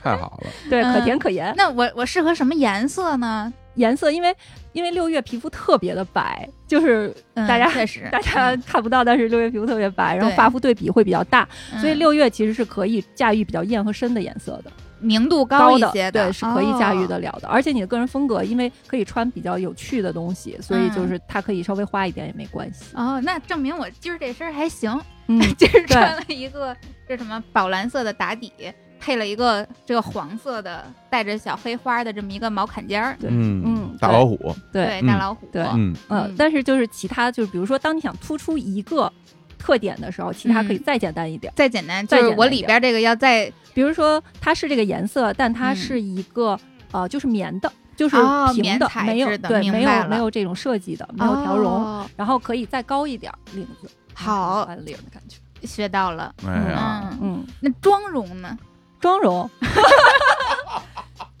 A: 太好了，
C: 对可
B: 嗯
C: 甜可盐，
B: 那我我适合什么颜色呢？
C: 颜色因为因为六月皮肤特别的白，就是
B: 嗯
C: 大家
B: 确实，
C: 大家看不到，但是六月皮肤特别白，然后
B: 对
C: 发肤对比会比较大，
B: 嗯
C: 所以六月其实是可以驾驭比较艳和深的颜色的，
B: 明度
C: 高
B: 一
C: 的
B: 些
C: 对是可以驾驭
B: 哦
C: 得了的。而且你的个人风格，因为可以穿比较有趣的东西，所以就
B: 嗯
C: 是它可以稍微花一点也没关系。
B: 哦，那证明我今儿这身儿还行，
C: 嗯，
B: 今儿穿了一个这什么宝蓝色的打底，配了一个这个黄色的带着小黑花的这么一个毛坎肩儿，
C: 对
A: 嗯
C: 嗯
A: 大老虎，
C: 对，
B: 对，大
A: 嗯
B: 老虎，
C: 对
A: 嗯
C: 呃
B: 嗯，
C: 但是就是其他就是比如说，当你想突出一个特点的时候，其他可以
B: 嗯
C: 再简单一点。
B: 再简单，
C: 再
B: 就是
C: 简
B: 我
C: 单一
B: 里
C: 点
B: 边这个要再
C: 比如说它是这个颜色，但它
B: 嗯
C: 是一个、呃，就是棉的，就是
B: 哦棉
C: 平的，
B: 材
C: 没有
B: 质的
C: 对，
B: 明
C: 没
B: 白
C: 有
B: 了
C: 没有这种设计的，没有条绒，嗯
B: 哦
C: 然后可以再高一点儿领子，嗯
B: 好
C: 宽领的感觉。
B: 学到了。
A: 哎呀，
B: 嗯，
C: 嗯，
B: 那妆容呢？
C: 妆容，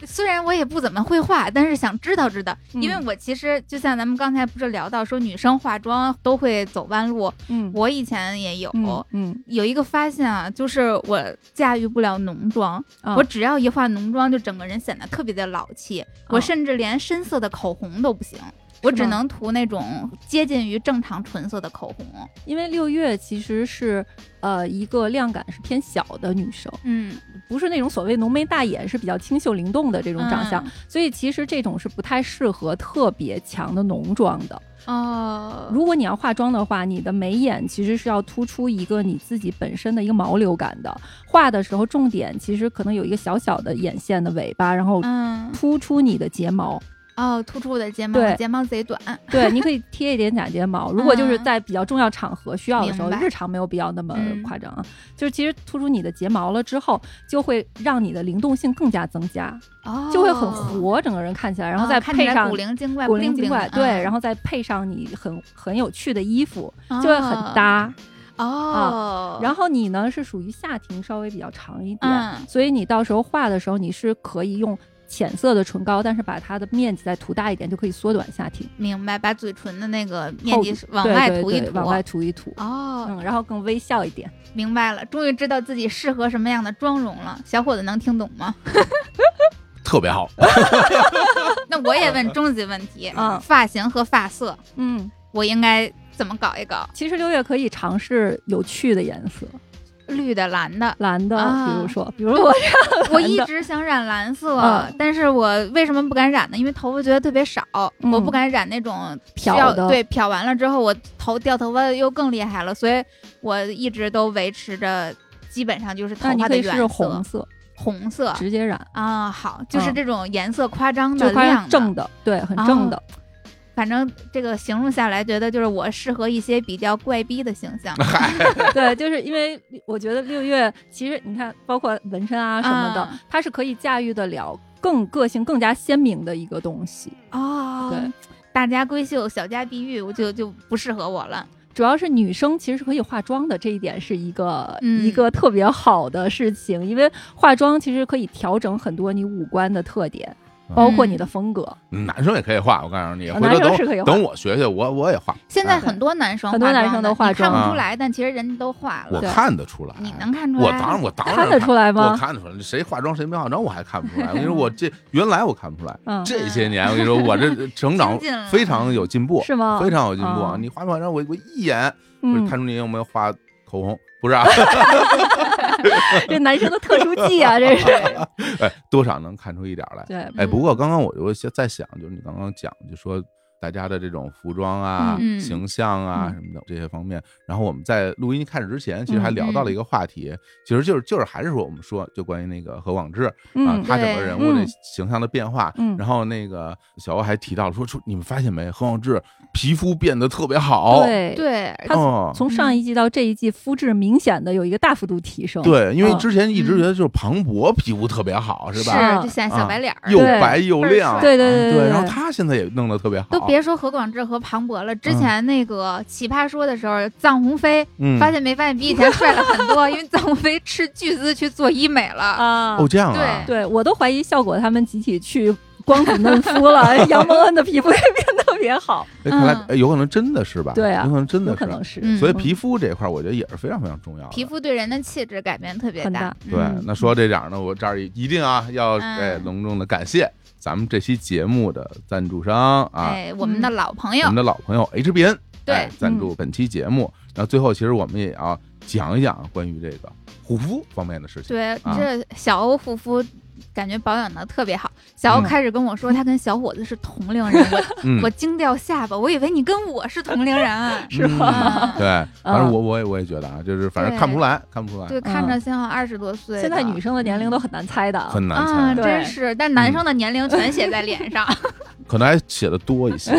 B: 虽然我也不怎么会画，但是想知道知道，
C: 嗯
B: 因为我其实就像咱们刚才不是聊到说女生化妆都会走弯路，
C: 嗯，
B: 我以前也有。
C: 嗯嗯，
B: 有一个发现啊，就是我驾驭不了浓妆，
C: 啊
B: 我只要一化浓妆，就整个人显得特别的老
C: 嗯
B: 气。我甚至连深色的口红都不行，我只能涂那种接近于正常纯色的口红。
C: 因为六月其实是呃一个亮感是偏小的女生，
B: 嗯，
C: 不是那种所谓浓眉大眼，是比较清秀灵动的这种长
B: 嗯
C: 相，所以其实这种是不太适合特别强的浓妆的。
B: 哦，
C: 如果你要化妆的话，你的眉眼其实是要突出一个你自己本身的一个毛流感的。画的时候，重点其实可能有一个小小的眼线的尾巴，然后
B: 嗯，
C: 突出你的睫毛。
B: 哦，突出我的睫毛，
C: 对
B: 睫毛贼短。
C: 对，你可以贴一点假睫毛。如果就是
B: 嗯
C: 在比较重要场合需要的时候，
B: 明白
C: 日常没有必要那么
B: 嗯
C: 夸张啊。就是其实突出你的睫毛了之后，就会让你的灵动性更加增加，
B: 哦，
C: 就会很活，整个人看起来，然后再
B: 哦看起
C: 配
B: 来
C: 上
B: 古灵嗯精怪，
C: 古灵精怪，对，然
B: 后
C: 后再配上你很很有趣的衣服，就会很搭。啊
B: 哦。
C: 然
B: 后
C: 后你呢是属于下庭稍微比较长一点，
B: 嗯
C: 所以你到时候画的时候你是可以用浅色的唇膏，但是把它的面积再涂大一点，就可以缩短下庭，
B: 明白，把嘴唇的那个面
C: 后
B: 积往
C: 对
B: 外
C: 对
B: 涂一
C: 对
B: 涂，啊
C: 往外涂一涂。
B: 哦，
C: 嗯，然后更微笑一点，
B: 明白了，终于知道自己适合什么样的妆容了。小伙子能听懂 吗？
A: 特别好，
B: 那我也问终极问题，
C: 嗯
B: 发型和发色，
C: 嗯，
B: 我应该怎么搞一搞？
C: 其实六月可以尝试有趣的颜色，，
B: 绿的、蓝的
C: 蓝的，
B: 啊
C: 比如说，比如我，
B: 我一直想染蓝色，
C: 嗯
B: 但是我为什么不敢染呢？因为头发觉得特别少，
C: 嗯
B: 我不敢染那种
C: 漂
B: 需要
C: 的
B: 对，漂完了之后我头掉头发又更厉害了，所以我一直都维持着。基本上就是头
C: 那你
B: 发
C: 可
B: 的
C: 以
B: 原
C: 试
B: 色，啊
C: 红色，
B: 红色
C: 直接染，
B: 啊，好，就是
C: 嗯
B: 这种颜色夸张
C: 就
B: 的、
C: 快
B: 亮的、哦
C: 正的，对，很正的，
B: 反正这个形容下来，觉得就是我适合一些比较怪逼的形 象。
C: 对，就是因为我觉得六月其实你看，包括纹身啊什么的，
B: 嗯
C: 它是可以驾驭得了更个性更加鲜明的一个东西。
B: 哦
C: 对，
B: 大家闺秀，小家碧玉，我就就不适合我了。
C: 主要是女生其实是可以化妆的，这一点是一个、
B: 嗯
C: 一个特别好的事情，因为化妆其实可以调整很多你五官的特点。
A: 嗯
C: 包括你的风格。
A: 男生也可以画，我告诉你，回
C: 啊
A: 头
C: 男生
A: 等
C: 是可以
A: 我
C: 画
A: 等我学学，我我也画。
B: 现在
A: 哎
B: 很多男生
C: 很多
B: 化妆
C: 男生都
B: 的
C: 化
B: 你看
A: 妆
B: 不出来，但其实人家都化
A: 我
B: 了，
A: 看得出来，
B: 你能看出来？
A: 我当然我当然
C: 看得出来吗
A: 嗯我看得出来，谁化妆谁没化妆我还看不 出来。我跟你说，我这原来我看不出来，
C: 嗯，
A: 这些年我跟你说，我这成长
B: 精进了
A: 非常有进步，
C: 是吗？
A: 非常有进步啊！
C: 嗯
A: 你化不化妆，我我一眼我就
C: 嗯，
A: 看出你有没有画口红，不是 啊？
C: 这男生的特殊技 啊，这是。
A: 哎，多少能看出一点儿来。
C: 对，
A: 哎，
B: 嗯
A: 不过刚刚我就在在想，就是你刚刚讲，就说大家的这种服装啊、
B: 嗯
A: 形象啊
C: 嗯
A: 什么的这些方面。然后我们在录音开始之前，其实还
C: 嗯
A: 聊到了
B: 嗯
A: 一个话题，其实就是就是还是说我们说就关于那个何广智啊
C: 嗯，，
A: 他整个
B: 对
A: 人物的
C: 嗯
A: 形象的变化。
C: 嗯
A: 然后那个小欧还提到了说说你们发现没，何广智皮肤变得特别好。
C: 对，
B: 对，
C: 他
A: 哦，
C: 从上一季到这一季，肤质明显的有一个大幅度提升。，
A: 对，因为
C: 嗯啊
A: 之前一直觉得就是庞博皮肤特别好，是吧？啊
B: 是就像小白脸儿，
A: 又
C: 对
A: 白又
B: 倍儿
A: 亮，嗯
B: 帅
C: 对对对
A: 对
C: 对对
A: 然后他现在也弄得特别好，
B: 都别说何广智和庞博了，之前那个奇葩说的时候，臧鸿飞
A: 嗯
B: 发现没发现比以前帅了很多，因为臧鸿飞斥巨资去做医美了。
C: 啊，
A: 哦这样啊，
C: 对我都怀疑效果他们集体去光子嫩肤了， 杨蒙恩的皮肤也变得特别好，
A: 哎看来
B: 嗯
A: 哎有可能真的是吧？
C: 对啊
A: 有可能真
C: 有
A: 的
C: 可能是。
B: 嗯
A: 所以皮肤这块儿我觉得也是非常非常重要的。
B: 皮肤对人的气质改变特别
C: 很
B: 大
C: 大，
A: 对
C: 嗯，。
A: 那说到这点儿呢，我这儿一定啊要
B: 嗯
A: 哎隆重的感谢咱们这期节目的赞助商啊，
B: 哎，我们的老朋
A: 我
B: 友
A: 们，的老朋友 HBN
B: 对嗯
A: 哎赞助本期节目。然后最后其实我们也要讲一讲关于这个护肤方面的事情。
B: 对
A: 啊
B: 这小欧护肤。感觉保养的特别好，小欧
A: 嗯
B: 开始跟我说他跟小伙子是同龄 人，我
A: 嗯
B: 我，惊掉下巴，我以为你跟我是同龄人
C: 是吧？
B: 嗯
A: 对，反正我我也我也觉得啊，就是反正
B: 对
A: 看不出来，看不出来，
B: 对，看着像二十多岁的。嗯
C: 现在女生的年龄都很难猜的啊，
A: 很难猜，
B: 啊，
C: 对
B: 真是，但男生的年
A: 嗯
B: 龄全写在脸上。
A: 可能还写的多一 些，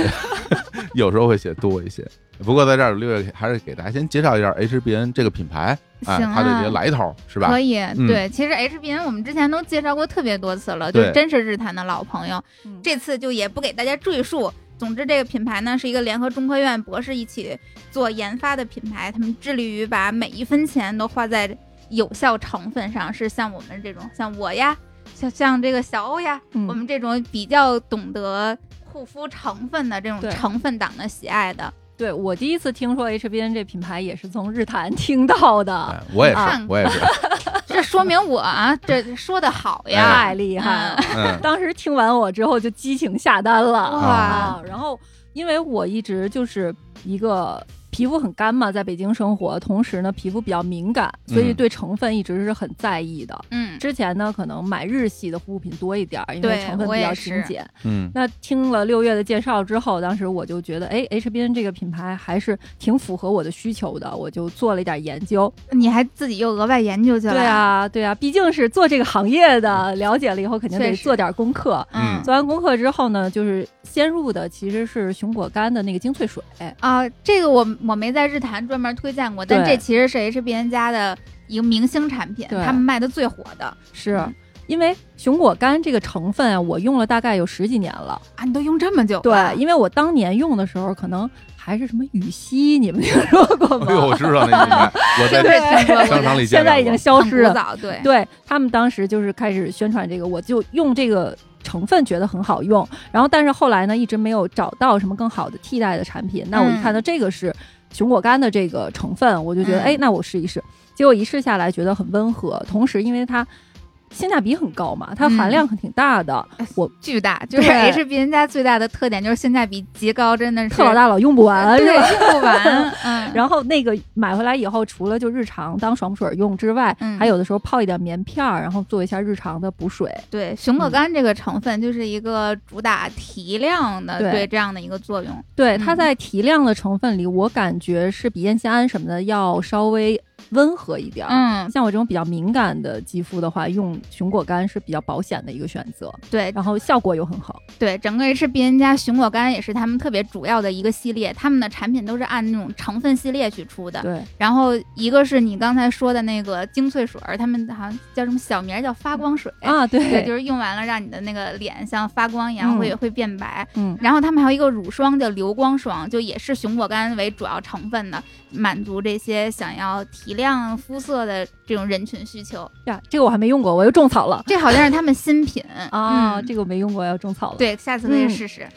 A: 有时候会写多一些。不过在这儿，六月还是给大家先介绍一下 HBN 这个品牌，哎，
B: 行啊
A: 它的这些来头是吧
B: 可？以，
A: 嗯
B: 对，其实 HBN 我们之前都介绍过特别多次了，就是
A: 对
B: 真是日坛的老朋友
C: 嗯，
B: 这次就也不给大家赘述。总之，这个品牌呢是一个联合中科院博士一起做研发的品牌，他们致力于把每一分钱都花在有效成分上，是像我们这种像我呀，像像这个小欧呀，
C: 嗯
B: 我们这种比较懂得护肤成分的这种
C: 对
B: 成分党的喜爱的。
C: 对我第一次听说 HBN 这品牌也是从日坛听到的，
A: 哎，我也是
B: 啊，
A: 我也是，
B: 这说明我啊，这说的好哎呀，
C: 太厉害了！
A: 嗯
C: 当时听完我之后就激情下单了
B: 哇
C: 啊！然后因为我一直就是一个皮肤很干嘛，在北京生活，同时呢皮肤比较敏感，所以
A: 嗯
C: 对成分一直是很在意的。
B: 嗯，
C: 之前呢，可能买日系的护肤品多一点儿，因为
B: 对
C: 成分
B: 我
C: 比
B: 也
C: 较
B: 是
C: 精简。
A: 嗯，
C: 那听了六月的介绍之后，当时我就觉得，哎，HBN 这个品牌还是挺符合我的需求的，我就做了一点研究。
B: 你还自己又额外研究去了，
C: 对，啊，对啊，毕竟是做这个行业的，了解了以后肯定
B: 确
C: 得
B: 实
C: 做点功课。
B: 嗯
A: 嗯
C: 做完功课之后呢，就是先入的其实是熊果苷的那个精粹水，
B: 啊，这个我我没在日坛专门推荐过，但
C: 对
B: 这其实是 HBN 家的一个明星产品，
C: 对
B: 他们卖的最火的
C: 是、
B: 嗯
C: 因为熊果苷这个成分啊，我用了大概有十几年了。
B: 啊，你都用这么久
C: 对，因为我当年用的时候可能还是什么羽西，你们听说过吗？
A: 哎呦，我知道那品牌，我
B: 真
A: 在
B: 是听说过
A: 商场里见
C: 现在已经消
B: 很
C: 失
B: 古
C: 了。
B: 早，对，
C: 对他们当时就是开始宣传这个，我就用这个成分觉得很好用，然后但是后来呢，一直没有找到什么更好的替代的产品。那我一看到这个是熊果苷的这个成分，我就觉得
B: 嗯
C: 哎，那我试一试。结果一试下来觉得很温和，同时因为它性价比很高嘛，它含
B: 嗯
C: 量很挺大的，我
B: 巨大，就是
C: 对
B: HBN 家最大的特点就是性价比极高，真的是
C: 特老大老用不 完，
B: 对，
C: 是吧？
B: 用不完，嗯，
C: 然后那个买回来以后，除了就日常当爽水用之外，
B: 嗯
C: 还有的时候泡一点棉片儿，然后做一下日常的补水。
B: 对，熊果苷这个成分就是一个主打提亮的，
C: 对
B: 对这样的一个作用，
C: 对，它
B: 嗯
C: 在提亮的成分里，我感觉是比烟酰胺什么的要稍微温和一点儿。
B: 嗯，
C: 像我这种比较敏感的肌肤的话，用熊果苷是比较保险的一个选择，
B: 对，
C: 然后效果又很好。
B: 对，整个 HBN 家熊果苷也是他们特别主要的一个系列，他们的产品都是按那种成分系列去出的。
C: 对，
B: 然后一个是你刚才说的那个精粹水儿，他们好像叫什么小名儿叫发光水，
C: 啊，
B: 哎对，
C: 对，
B: 就是用完了让你的那个脸像发光一样会、
C: 嗯
B: 会变白。
C: 嗯，
B: 然后他们还有一个乳霜叫流光霜，就也是熊果苷为主要成分的，满足这些想要提体谅肤色的这种人群需求。
C: 呀，这个我还没用过，我又种草了。
B: 这好像是他们新品
C: 啊、
B: 嗯
C: 这个我没用过，要种草了。，
B: 对，下次可以
C: 嗯
B: 试试。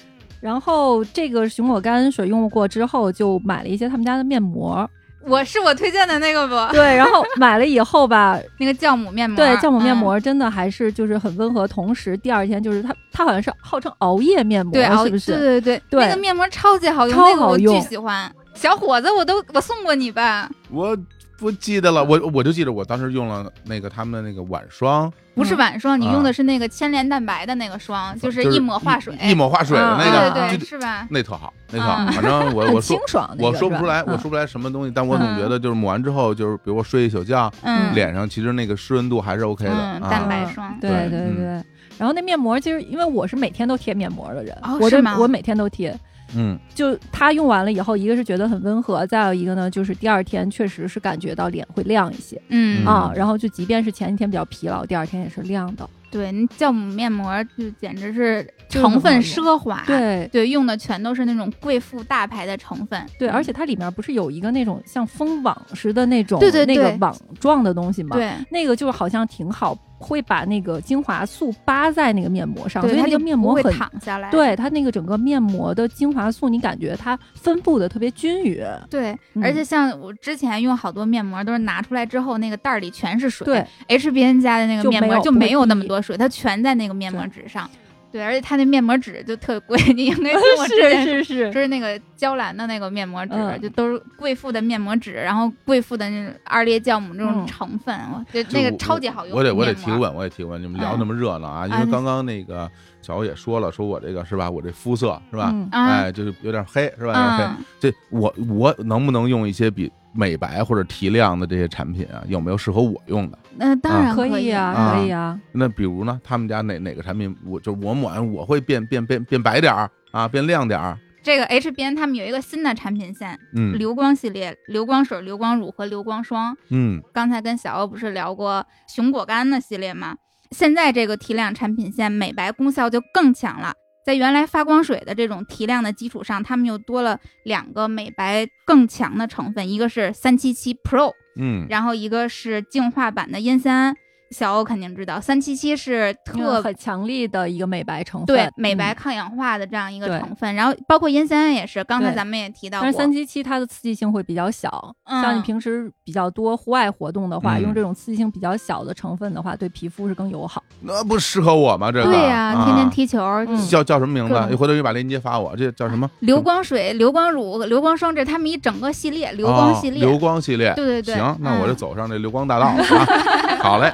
C: 然后这个熊果苷水用过之后，就买了一些他们家的 面膜。
B: 我是我推荐的那个不？
C: 对，然后买了以后吧，
B: 那个酵母面膜，
C: 对酵母面
B: 嗯
C: 膜真的还是就是很温和，同时第二天就是它它好像是号称熬夜面膜，
B: 对，熬
C: 是不
B: 对
C: 是？
B: 对对
C: 对
B: 那个面膜超级好用，
C: 超
B: 那个
C: 好
B: 我巨
C: 用
B: 喜欢。小伙子，我都我送过你吧？
A: 我不记得了，我我就记得我当时用了那个他们那个晚霜，
B: 不是
C: 嗯
B: 晚霜，你用
A: 啊
B: 的是那个千联蛋白的那个霜，
A: 就是
B: 一抹化水，
A: 一抹化水的那
B: 对
A: 个，
B: 对
A: 就
B: 对，是
C: 嗯
B: 吧？
A: 那特好，那特好
B: 啊。
A: 反正我呃
C: 很
A: 我说
C: 清爽那个。
A: 我说不出来，
C: 是吧嗯
A: 我说不出来什么东西，但我总
B: 嗯
A: 觉得就是抹完之后，就是比如我睡一宿觉，
B: 嗯，
A: 脸上其实那个湿润度还是 OK 的
B: 嗯，蛋
A: 啊。
B: 白
C: 啊
B: 霜
C: 对
A: 对
C: 对对
A: 嗯
C: 然后那面膜其实因为我是每天都贴面膜的人，
B: 哦
C: 我
B: 是
C: 对
B: 吗
C: 我每天都贴。
A: 嗯，
C: 就它用完了以后，一个是觉得很温和，再有一个呢，就是第二天确实是感觉到脸会亮一些、
B: 嗯
A: 嗯
C: 啊。然后就即便是前一天比较疲劳，第二天也是亮的。
B: 对，那酵母面膜就简直是
C: 就是很
B: 成分
C: 好用
B: 奢华，
C: 对
B: 对，用的全都是那种贵妇大牌的成分，
C: 对，而且它里面不是有一个那种像蜂网似的那种
B: 对对
C: 那
B: 对
C: 个网状的东西吗？
B: 对，
C: 那个就是好像挺好，会把那个精华素扒在那个面膜上，所
B: 对，
C: 以
B: 它
C: 那
B: 就
C: 个面
B: 不
C: 膜
B: 会
C: 很。
B: 躺下来，
C: 对它那个整个面膜的精华素，你感觉它分布的特别均匀，
B: 对，
C: 嗯
B: 而且像我之前用好多面膜，都是拿出来之后那个袋儿里全是水。
C: 对
B: ，HBN 家的那个
C: 就
B: 面
C: 没
B: 膜
C: 有
B: 就
C: 不
B: 没
C: 会
B: 有那
C: 滴
B: 么多水，它全在那个面膜纸上。对，而且它那面膜纸就特贵，你应 该听我之前说
C: 是是是，
B: 就是那个娇兰的那个面膜纸，
C: 嗯
B: 就都是贵妇的面膜纸，然后贵妇的那种二裂酵母这种
C: 嗯
B: 成分，我觉得
A: 就
B: 那个
A: 我
B: 超级好用。
A: 我得我得
B: 面
A: 提
B: 膜，
A: 问，我得提问，你们聊那么热闹啊，因
B: 啊
A: 为
B: 那
A: 刚刚那个小欧也说了，说我这个是吧，我这肤色是吧，
C: 嗯
B: 啊，
A: 哎，就是有点黑是吧，有点黑。
B: 嗯，
A: 这我我能不能用一些比美白或者提亮的这些产品啊？有没有适合我用的？
B: 那当
A: 啊
B: 然
C: 可
B: 以
C: 以
A: 啊
C: 啊，可以啊，
A: 那比如呢，他们家哪哪个产品，我就我抹完我会变变变变白点儿啊，变亮点儿，
B: 这个 HBN 他们有一个新的产品线，
A: 嗯
B: 流光系列、流光水、流光乳和流光霜。
A: 嗯
B: 刚才跟小欧不是聊过熊果苷的系列吗？现在这个提亮产品线美白功效就更强了，在原来发光水的这种提亮的基础上，他们又多了两个美白更强的成分，一个是三七七 Pro，
A: 嗯，
B: 然后一个是净化版的烟酰胺。小欧肯定知道，三七七是
C: 特
B: 嗯特
C: 很强力的一个美白成分，
B: 对美
C: 嗯
B: 白。抗氧化的这样一个
C: 对
B: 成分，然后包括烟酰胺也是，刚才
C: 对
B: 咱们也提到
C: 但
B: 过
C: 是，三七七它的刺激性会比较小，
B: 嗯
C: 像你平时比较多户外活动的话，
A: 嗯
C: 用这种刺激性比较小的成分的话，对皮肤是更友好。
A: 那不适合我吗？这个
B: 对呀、
A: 呀，
B: 天天踢球，
C: 嗯
A: 叫叫什么名字啊
B: 各？种啊
A: 回头你把链接发我，这叫什么？
B: 流光水、流光乳、流光霜，这是他们一整个系列，流光系列。
A: 哦流光系列，
B: 对对对
A: 行，那我就
B: 嗯
A: 走上这流光大道了啊！ 好嘞，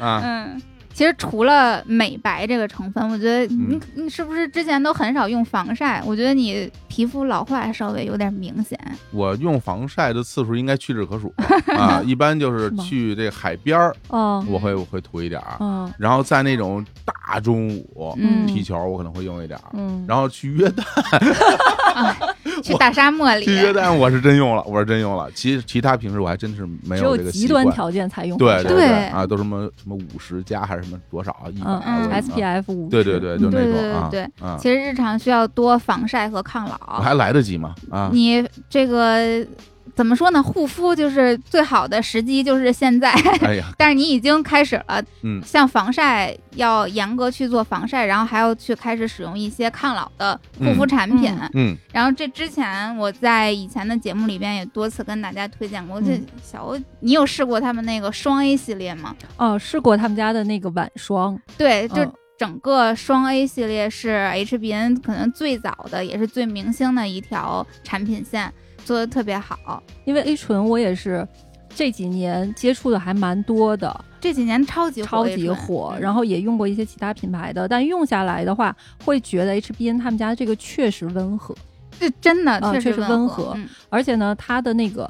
A: 啊，
B: 嗯，其实除了美白这个成分，我觉得你、
A: 嗯
B: 你是不是之前都很少用防晒？我觉得你皮肤老化稍微有点明显。
A: 我用防晒的次数应该屈指可 数啊，一般就是
C: 是吗
A: 去这海边儿，
C: 哦，
A: 我会我会涂一点儿，
C: 嗯
A: 然后在那种大中午
B: 嗯
A: 踢球，我可能会用一点儿，
C: 嗯，
A: 然后去约旦，
B: 去大沙漠 里
A: 去，
C: 啊
A: 约旦我是真用了，我是真用了，其其他平时我还真是没
C: 只
A: 有这个
C: 极
A: 习
C: 端
A: 惯。
C: 条件才用防
A: 对
C: 晒。
A: 对
B: 对
A: 啊，都什么什么五十加还是什么多少啊，一百
C: 嗯
B: 嗯
A: 我也
C: SPF 五，
A: 对对对，就那
C: 嗯
A: 种
B: 对对
A: 啊，
B: 对
A: 啊，
B: 其实日常需要多防晒和抗
A: 我
B: 老。
A: 还来得及吗？啊，
B: 你这个怎么说呢？护肤就是最好的时机，就是现在。
A: 哎呀，
B: 但是你已经开始了，
A: 嗯
B: 像防晒要严格去做防晒，然后还要去开始使用一些抗老的护肤产品。
C: 嗯
A: 嗯
B: 然后这之前我在以前的节目里边也多次跟大家推荐过，这
C: 嗯
B: 小欧，你有试过他们那个双 A 系列吗？
C: 哦，试过他们家的那个晚霜，
B: 对，就
C: 嗯
B: 整个双 A 系列是 HBN 可能最早的，也是最明星的一条产品线，做的特别好。
C: 因为 A 醇我也是这几年接触的还蛮多的，
B: 这几年超级
C: 超
B: 火
C: 级
B: A 醇
C: 火，
B: 嗯
C: 然后也用过一些其他品牌的，但用下来的话，会觉得 HBN 他们家这个确实温和，
B: 这真的
C: 啊
B: 确
C: 确
B: 实
C: 实
B: 温
C: 温
B: 和
C: 和，
B: 嗯
C: 而且呢，它的那个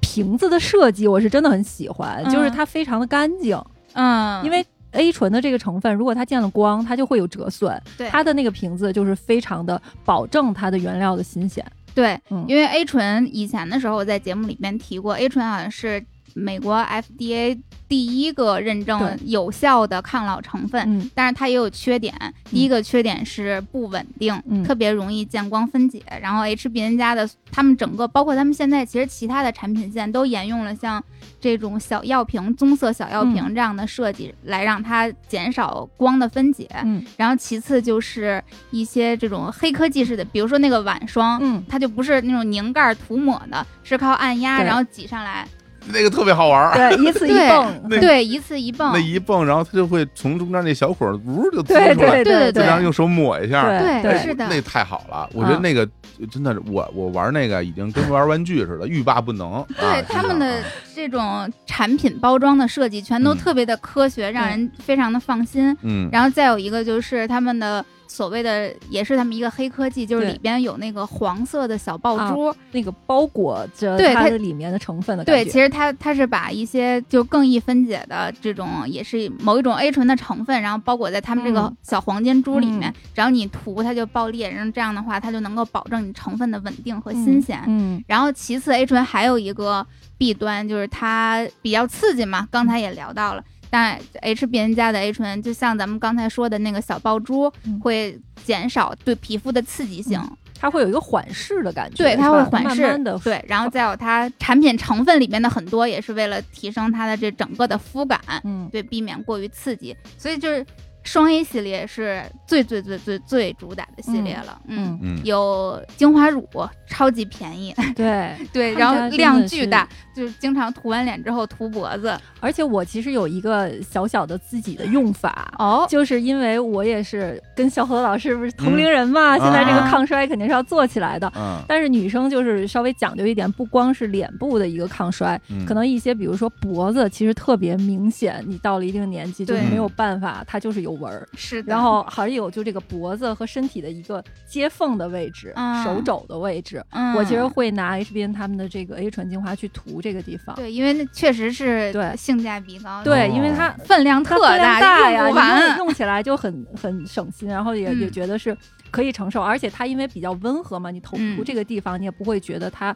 C: 瓶子的设计我是真的很喜欢，
B: 嗯
C: 就是它非常的干净，
B: 嗯，
C: 因为 A 醇的这个成分，如果它见了光，它就会有折损，
B: 对
C: 它的那个瓶子就是非常的保证它的原料的新鲜，
B: 对，
C: 嗯
B: 因为 A 醇以前的时候我在节目里面提过，A 醇好像是美国 FDA 第一个认证
C: 对
B: 有效的抗老成分。
C: 嗯
B: 但是它也有缺点，第一个缺点是不稳定，
C: 嗯
B: 特别容易见光分解。然后 HB N 家的他们整个，包括他们现在其实其他的产品线都沿用了像这种小药瓶、棕色小药
C: 嗯
B: 瓶这样的设计，来让它减少光的分解。
C: 嗯
B: 然后其次就是一些这种黑科技式的，比如说那个晚霜，
C: 嗯，
B: 它就不是那种凝盖儿涂抹的，是靠按压
C: 对
B: 然后挤上来，
A: 那个特别好玩儿，
C: 对，一次一
B: 对
C: 蹦，
A: 那
B: 对，一次一泵
A: 那，一蹦，然后它就会从中间那小孔儿呜就滋
C: 对
A: 出来，
C: 对对
B: 对
A: 就这样用手抹一下，
C: 对
A: 哎
B: 对，是的，
A: 那太好了，我觉得
C: 嗯
A: 那个真的是，我我玩那个已经跟玩玩具似的，欲罢不能。啊
B: 对他们的
A: 真
B: 这种产品包装的设计全都
A: 嗯
B: 特别的科学，让人非常的放心。
A: 嗯，
B: 然后再有一个就是他们的。所谓的也是他们一个黑科技，就是
C: 对
B: 里边有那个黄色的小爆
C: 啊
B: 珠，
C: 那个包裹着
B: 对
C: 它
B: 它
C: 的里面的成分的
B: 对，
C: 感觉
B: 其实它它是把一些就更易分解的这种，也是某一种 A 醇的成分，然后包裹在他们这个
C: 嗯
B: 小黄金珠里面，
C: 嗯
B: 只要你涂它就爆裂，然后这样的话它就能够保证你成分的稳定和新鲜。
C: 嗯
B: 然后其次，A 醇还有一个弊端就是它比较刺激嘛，刚才也聊到了。但 HBN 家的 A 醇，就像咱们刚才说的那个小爆珠
C: 嗯，
B: 会减少对皮肤的刺激性，
C: 它会有一个缓释的感觉，
B: 对，它会
C: 是吧
B: 缓释，
C: 慢慢的，
B: 对，然后再有它产品成分里面的很多也是为了提升它的这整个的肤感，
C: 嗯，
B: 对，避免过于刺激，所以就是双 A 系列是最最最最最主打的系列了，嗯。
C: 嗯
A: 嗯，
B: 有精华乳，超级便 宜，
C: 对，
B: 对，
C: 他
B: 然
C: 们
B: 后
C: 家真
B: 量
C: 的
B: 巨
C: 是
B: 大，就是经常涂完脸之后涂脖子。
C: 而且我其实有一个小小的自己的用法。
B: 哦，
C: 就是因为我也是跟小何老师不是同龄人嘛，现在这个
B: 啊
C: 抗衰肯定是要做起来的。
A: 嗯
C: 但是女生就是稍微讲究一点，不光是脸部的一个抗衰，
A: 嗯
C: 可能一些比如说脖子其实特别明显，你到了一定年纪就
B: 对
A: 嗯
C: 没有办法，它就是有纹儿。
B: 是的。
C: 然后还有就这个脖子和身体的一个接缝的位置，
B: 啊
C: 手肘的位置，
B: 嗯，
C: 我其实会拿 HBN 他们的这个 A 醇精华去涂这个地方。
B: 对，因为那确实是
C: 对
B: 性价比高，
C: 对
A: 哦
C: 因为它
B: 分量
C: 它
B: 特
C: 分量大呀，
B: 用不完啊
C: 你用用起来就很很省心，然后也、
B: 嗯
C: 也觉得是可以承受，而且它因为比较温和嘛，你头涂
B: 嗯
C: 这个地方，你也不会觉得它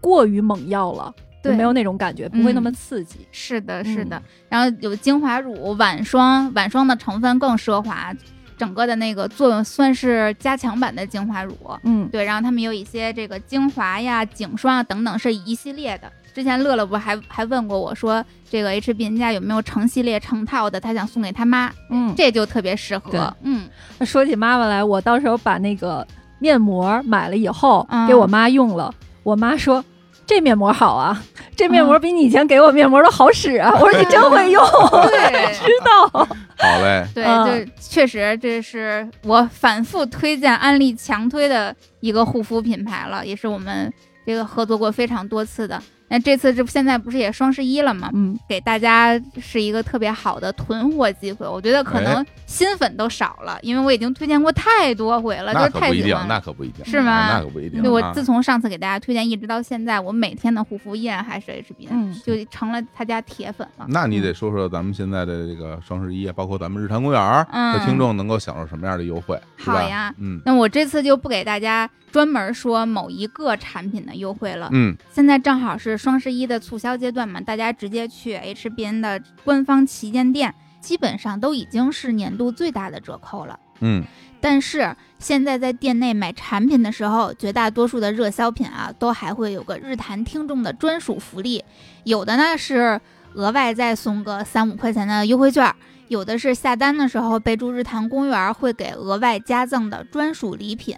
C: 过于猛药了，就
B: 对
C: 没有那种感觉，不会那么
B: 嗯
C: 刺激。
B: 是的，是的
A: 嗯，
B: 然后有精华乳、晚霜，晚霜的成分更奢华，整个的那个作用算是加强版的精华乳。
C: 嗯，
B: 对，然后他们有一些这个精华呀、颈霜啊等等，是一系列的。之前乐乐不是还还问过我说，这个 H B 人家有没有成系列成套的，他想送给他妈，
C: 嗯
B: 这就特别适
C: 对
B: 合。嗯，
C: 说起妈妈来，我到时候把那个面膜买了以后、
B: 嗯
C: 给我妈用了，我妈说。这面膜好啊，这面膜比你以前给我面膜都好使啊！我说你真会用，
B: 对
C: 知道。
A: 好嘞，
B: 对，
C: 嗯
B: 就是确实这是我反复推荐、安利强推的一个护肤品牌了，也是我们这个合作过非常多次的。那这次这不现在不是也双十一了吗？
C: 嗯，
B: 给大家是一个特别好的囤货机会，我觉得
A: 哎
B: 可能新粉都少了，因为我已经推荐过太多回了，
A: 那
B: 就是
A: 可
B: 太
A: 不一
B: 喜
A: 定，
B: 欢
A: 那
B: 了。
A: 可不一定，
B: 是吗
A: 啊那可不一定
B: 对，我
A: 啊
B: 自。从上次给大家推荐一直到现在，我每天的护肤依然还是 HB，、
C: 嗯
B: 就成了他家铁粉了。
A: 那你得说说咱们现在的这个双十一，啊包括咱们日坛公园儿
B: 嗯
A: 的听众能够享受什么样的优惠，是
B: 好
A: 吧？
B: 呀
A: 嗯
B: 那我这次就不给大家专门说某一个产品的优惠了。
A: 嗯
B: 现在正好是双十一的促销阶段嘛，大家直接去 HBN 的官方旗舰店，基本上都已经是年度最大的折扣了。
A: 嗯，
B: 但是现在在店内买产品的时候，绝大多数的热销品啊，都还会有个日坛听众的专属福利，有的呢是额外再送个三五块钱的优惠券，有的是下单的时候备注日坛公园会给额外加赠的专属礼品。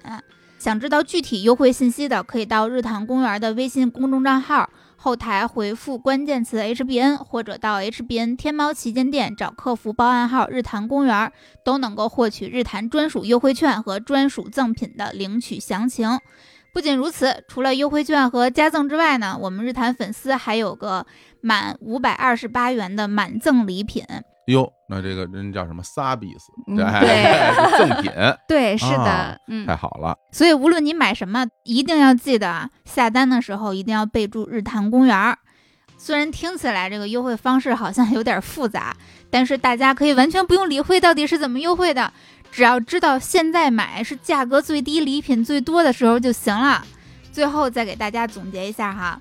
B: 想知道具体优惠信息的，可以到日坛公园的微信公众账号后台回复关键词 HBN，或者到 HBN 天猫旗舰店找客服报暗号“日坛公园”，都能够获取日坛专属优惠券和专属赠品的领取详情。不仅如此，除了优惠券和加赠之外呢，我们日坛粉丝还有个满五百二十八元的满赠礼品。
A: 哟，那这个人叫什么？萨比斯，
C: 嗯
A: 这
B: 对
A: 赠品
B: 对， 是的，
A: 啊
B: 嗯
A: 太，好了，
B: 所以无论你买什么，一定要记得啊，下单的时候一定要备注“日坛公园”儿。虽然听起来这个优惠方式好像有点复杂，但是大家可以完全不用理会到底是怎么优惠的，只要知道现在买是价格最低、礼品最多的时候就行了。最后再给大家总结一下哈，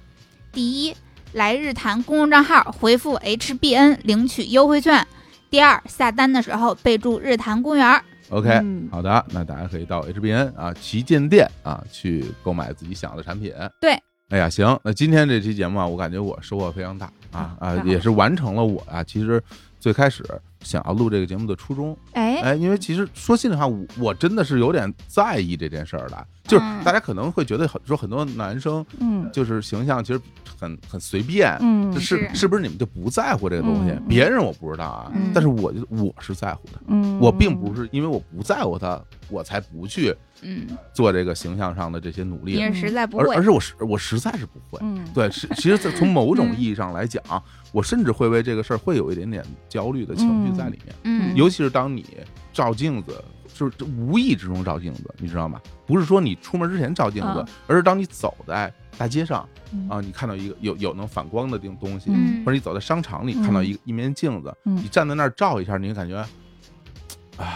B: 第一，来日谈公众账号回复 HBN 领取优惠券。第二，下单的时候备注日坛公园。
A: OK，、
C: 嗯
A: 好的，那大家可以到 HBN 啊旗舰店啊去购买自己想要的产品。
B: 对，
A: 哎呀，行，那今天这期节目啊，我感觉我收获非常大啊
C: 啊
A: 啊
C: 太好，
A: 也
C: 了
A: 是完成了我啊其实最开始想要录这个节目的初衷。
B: 哎，
A: 哎，因为其实说心里话，我我真的是有点在意这件事儿的，就是
B: 嗯
A: 大家可能会觉得很说很多男生
C: 嗯
A: 就是形象其实很很随便。
C: 嗯
A: 这是
B: 是
A: 是不是你们就不在乎这个东西？
C: 嗯
A: 别人我不知道啊，
B: 嗯
A: 但是我就我是在乎的。
C: 嗯
A: 我并不是因为我不在乎他，我才不去
B: 嗯，
A: 做这个形象上的这些努
B: 你
A: 力，
B: 是实在不
A: 而
B: 会
A: 而，是我实我实在是不会。
C: 嗯
A: 对，是其实，在从某种
B: 嗯
A: 意义上来讲，我甚至会为这个事儿会有一点点焦虑的情绪在里面，
B: 嗯，
A: 尤其是当你照镜子。就是无意之中照镜子，你知道吗？不是说你出门之前照镜子，
B: 嗯
C: 啊
A: 而是当你走在大街上
C: 嗯
A: 啊，你看到一个有有能反光的东东西，
B: 嗯
A: 或者你走在商场里看到一、一面镜子，
C: 嗯
A: 你站在那儿照一下，你就感觉啊，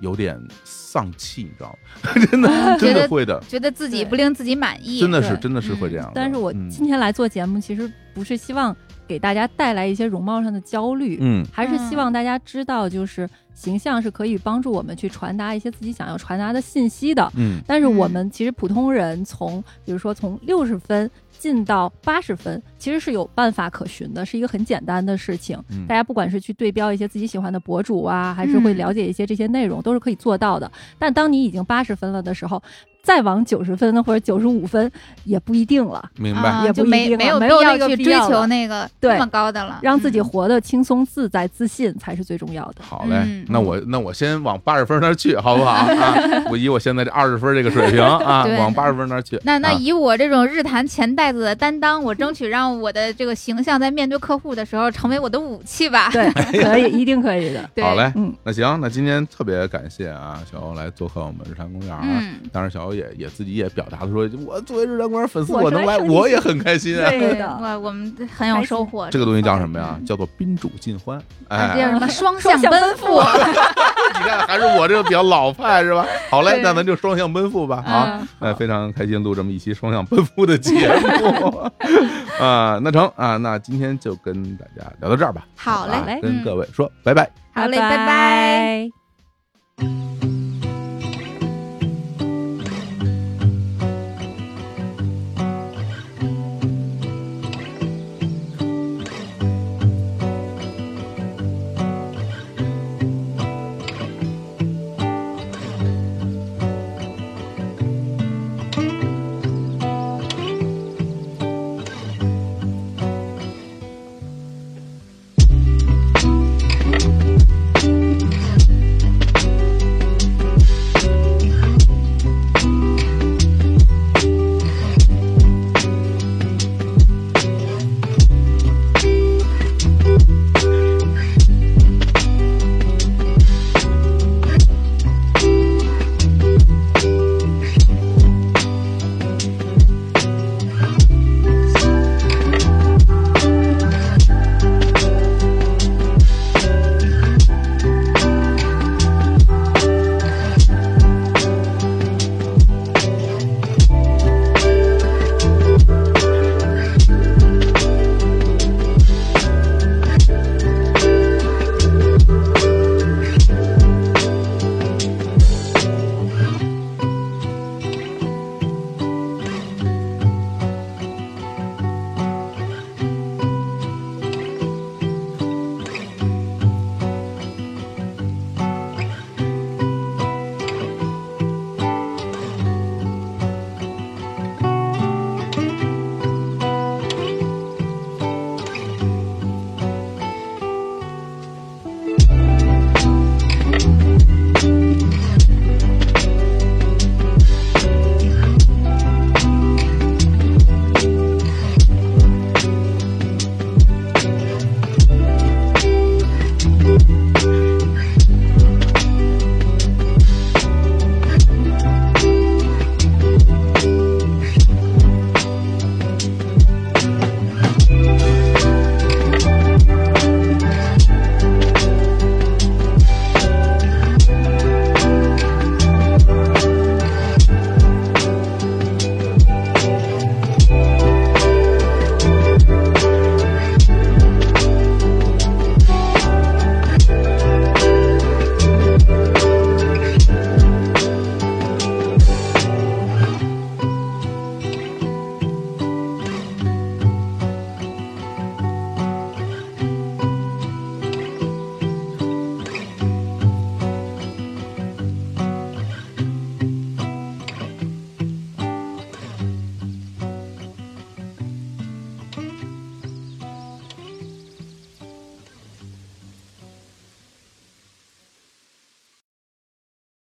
A: 有点丧气，你知道吗？ 真的，真的会的，
B: 觉得自己
C: 对
B: 不令自己满意，
A: 真的是
C: 对
A: 真的是会这样的。
C: 但是我
A: 嗯
C: 今天来做节目，其实不是希望给大家带来一些容貌上的焦虑，
A: 嗯
C: 还是希望大家知道，就是形象是可以帮助我们去传达一些自己想要传达的信息的。
A: 嗯
C: 但是我们其实普通人从，比如说从六十分进到八十分，其实是有办法可循的，是一个很简单的事情。
A: 嗯
C: 大家不管是去对标一些自己喜欢的博主啊，还是会
B: 嗯
C: 了解一些这些内容，都是可以做到的。但当你已经八十分了的时候，再往九十分或者九十五分也不一定了。
A: 明白。
B: 啊
C: 也
B: 就
C: 不一
B: 没
C: 定
B: 没
C: 了
B: 有
C: 没
B: 必
C: 有
B: 要
C: 那个
B: 去
C: 必
B: 追
C: 要
B: 求
C: 了
B: 那个
C: 对
B: 这么高的了，
C: 让自己
B: 嗯
C: 活得轻松自在、自信才是最重要 的。
A: 好嘞
B: 嗯，
A: 那我那我先往八十分那儿去，好不好啊？我以我现在这二十分这个水平啊，
B: 对
A: 往八十分那儿去。
B: 那那
A: 啊
B: 以我这种日坛钱袋子的担当，我争取让我的这个形象在面对客户的时候成为我的武器吧。
C: 对，可以，一定可以的。
B: 对
A: 好嘞，
C: 嗯
A: 那行，那今天特别感谢啊，小欧来做客我们日坛公园啊。
B: 嗯，
A: 当然，小欧也也自己也表达了说，我作为日坛公园粉丝，
C: 我
A: 我能
C: 说
A: 来，
C: 说你
A: 我也很开心啊。
C: 对的
B: 我我们很有收获。
A: 这个东西叫什么呀？叫做宾主尽欢。
B: 啊这叫
A: 哎，
B: 什么双
C: 双向奔
B: 奔
C: 赴
B: 赴？
A: 你看还是我这个比较老派 是吧？好嘞，
B: 对
A: 那咱就双向奔赴吧。啊，
C: 嗯，
A: 哎，非常开心录这么一期双向奔赴的节目 啊。那成啊，那今天就跟大家聊到这儿吧。
B: 好嘞
A: 啊
C: 嘞
A: 跟
B: 嗯
A: 各位说拜拜。
B: 好嘞，拜
C: 拜。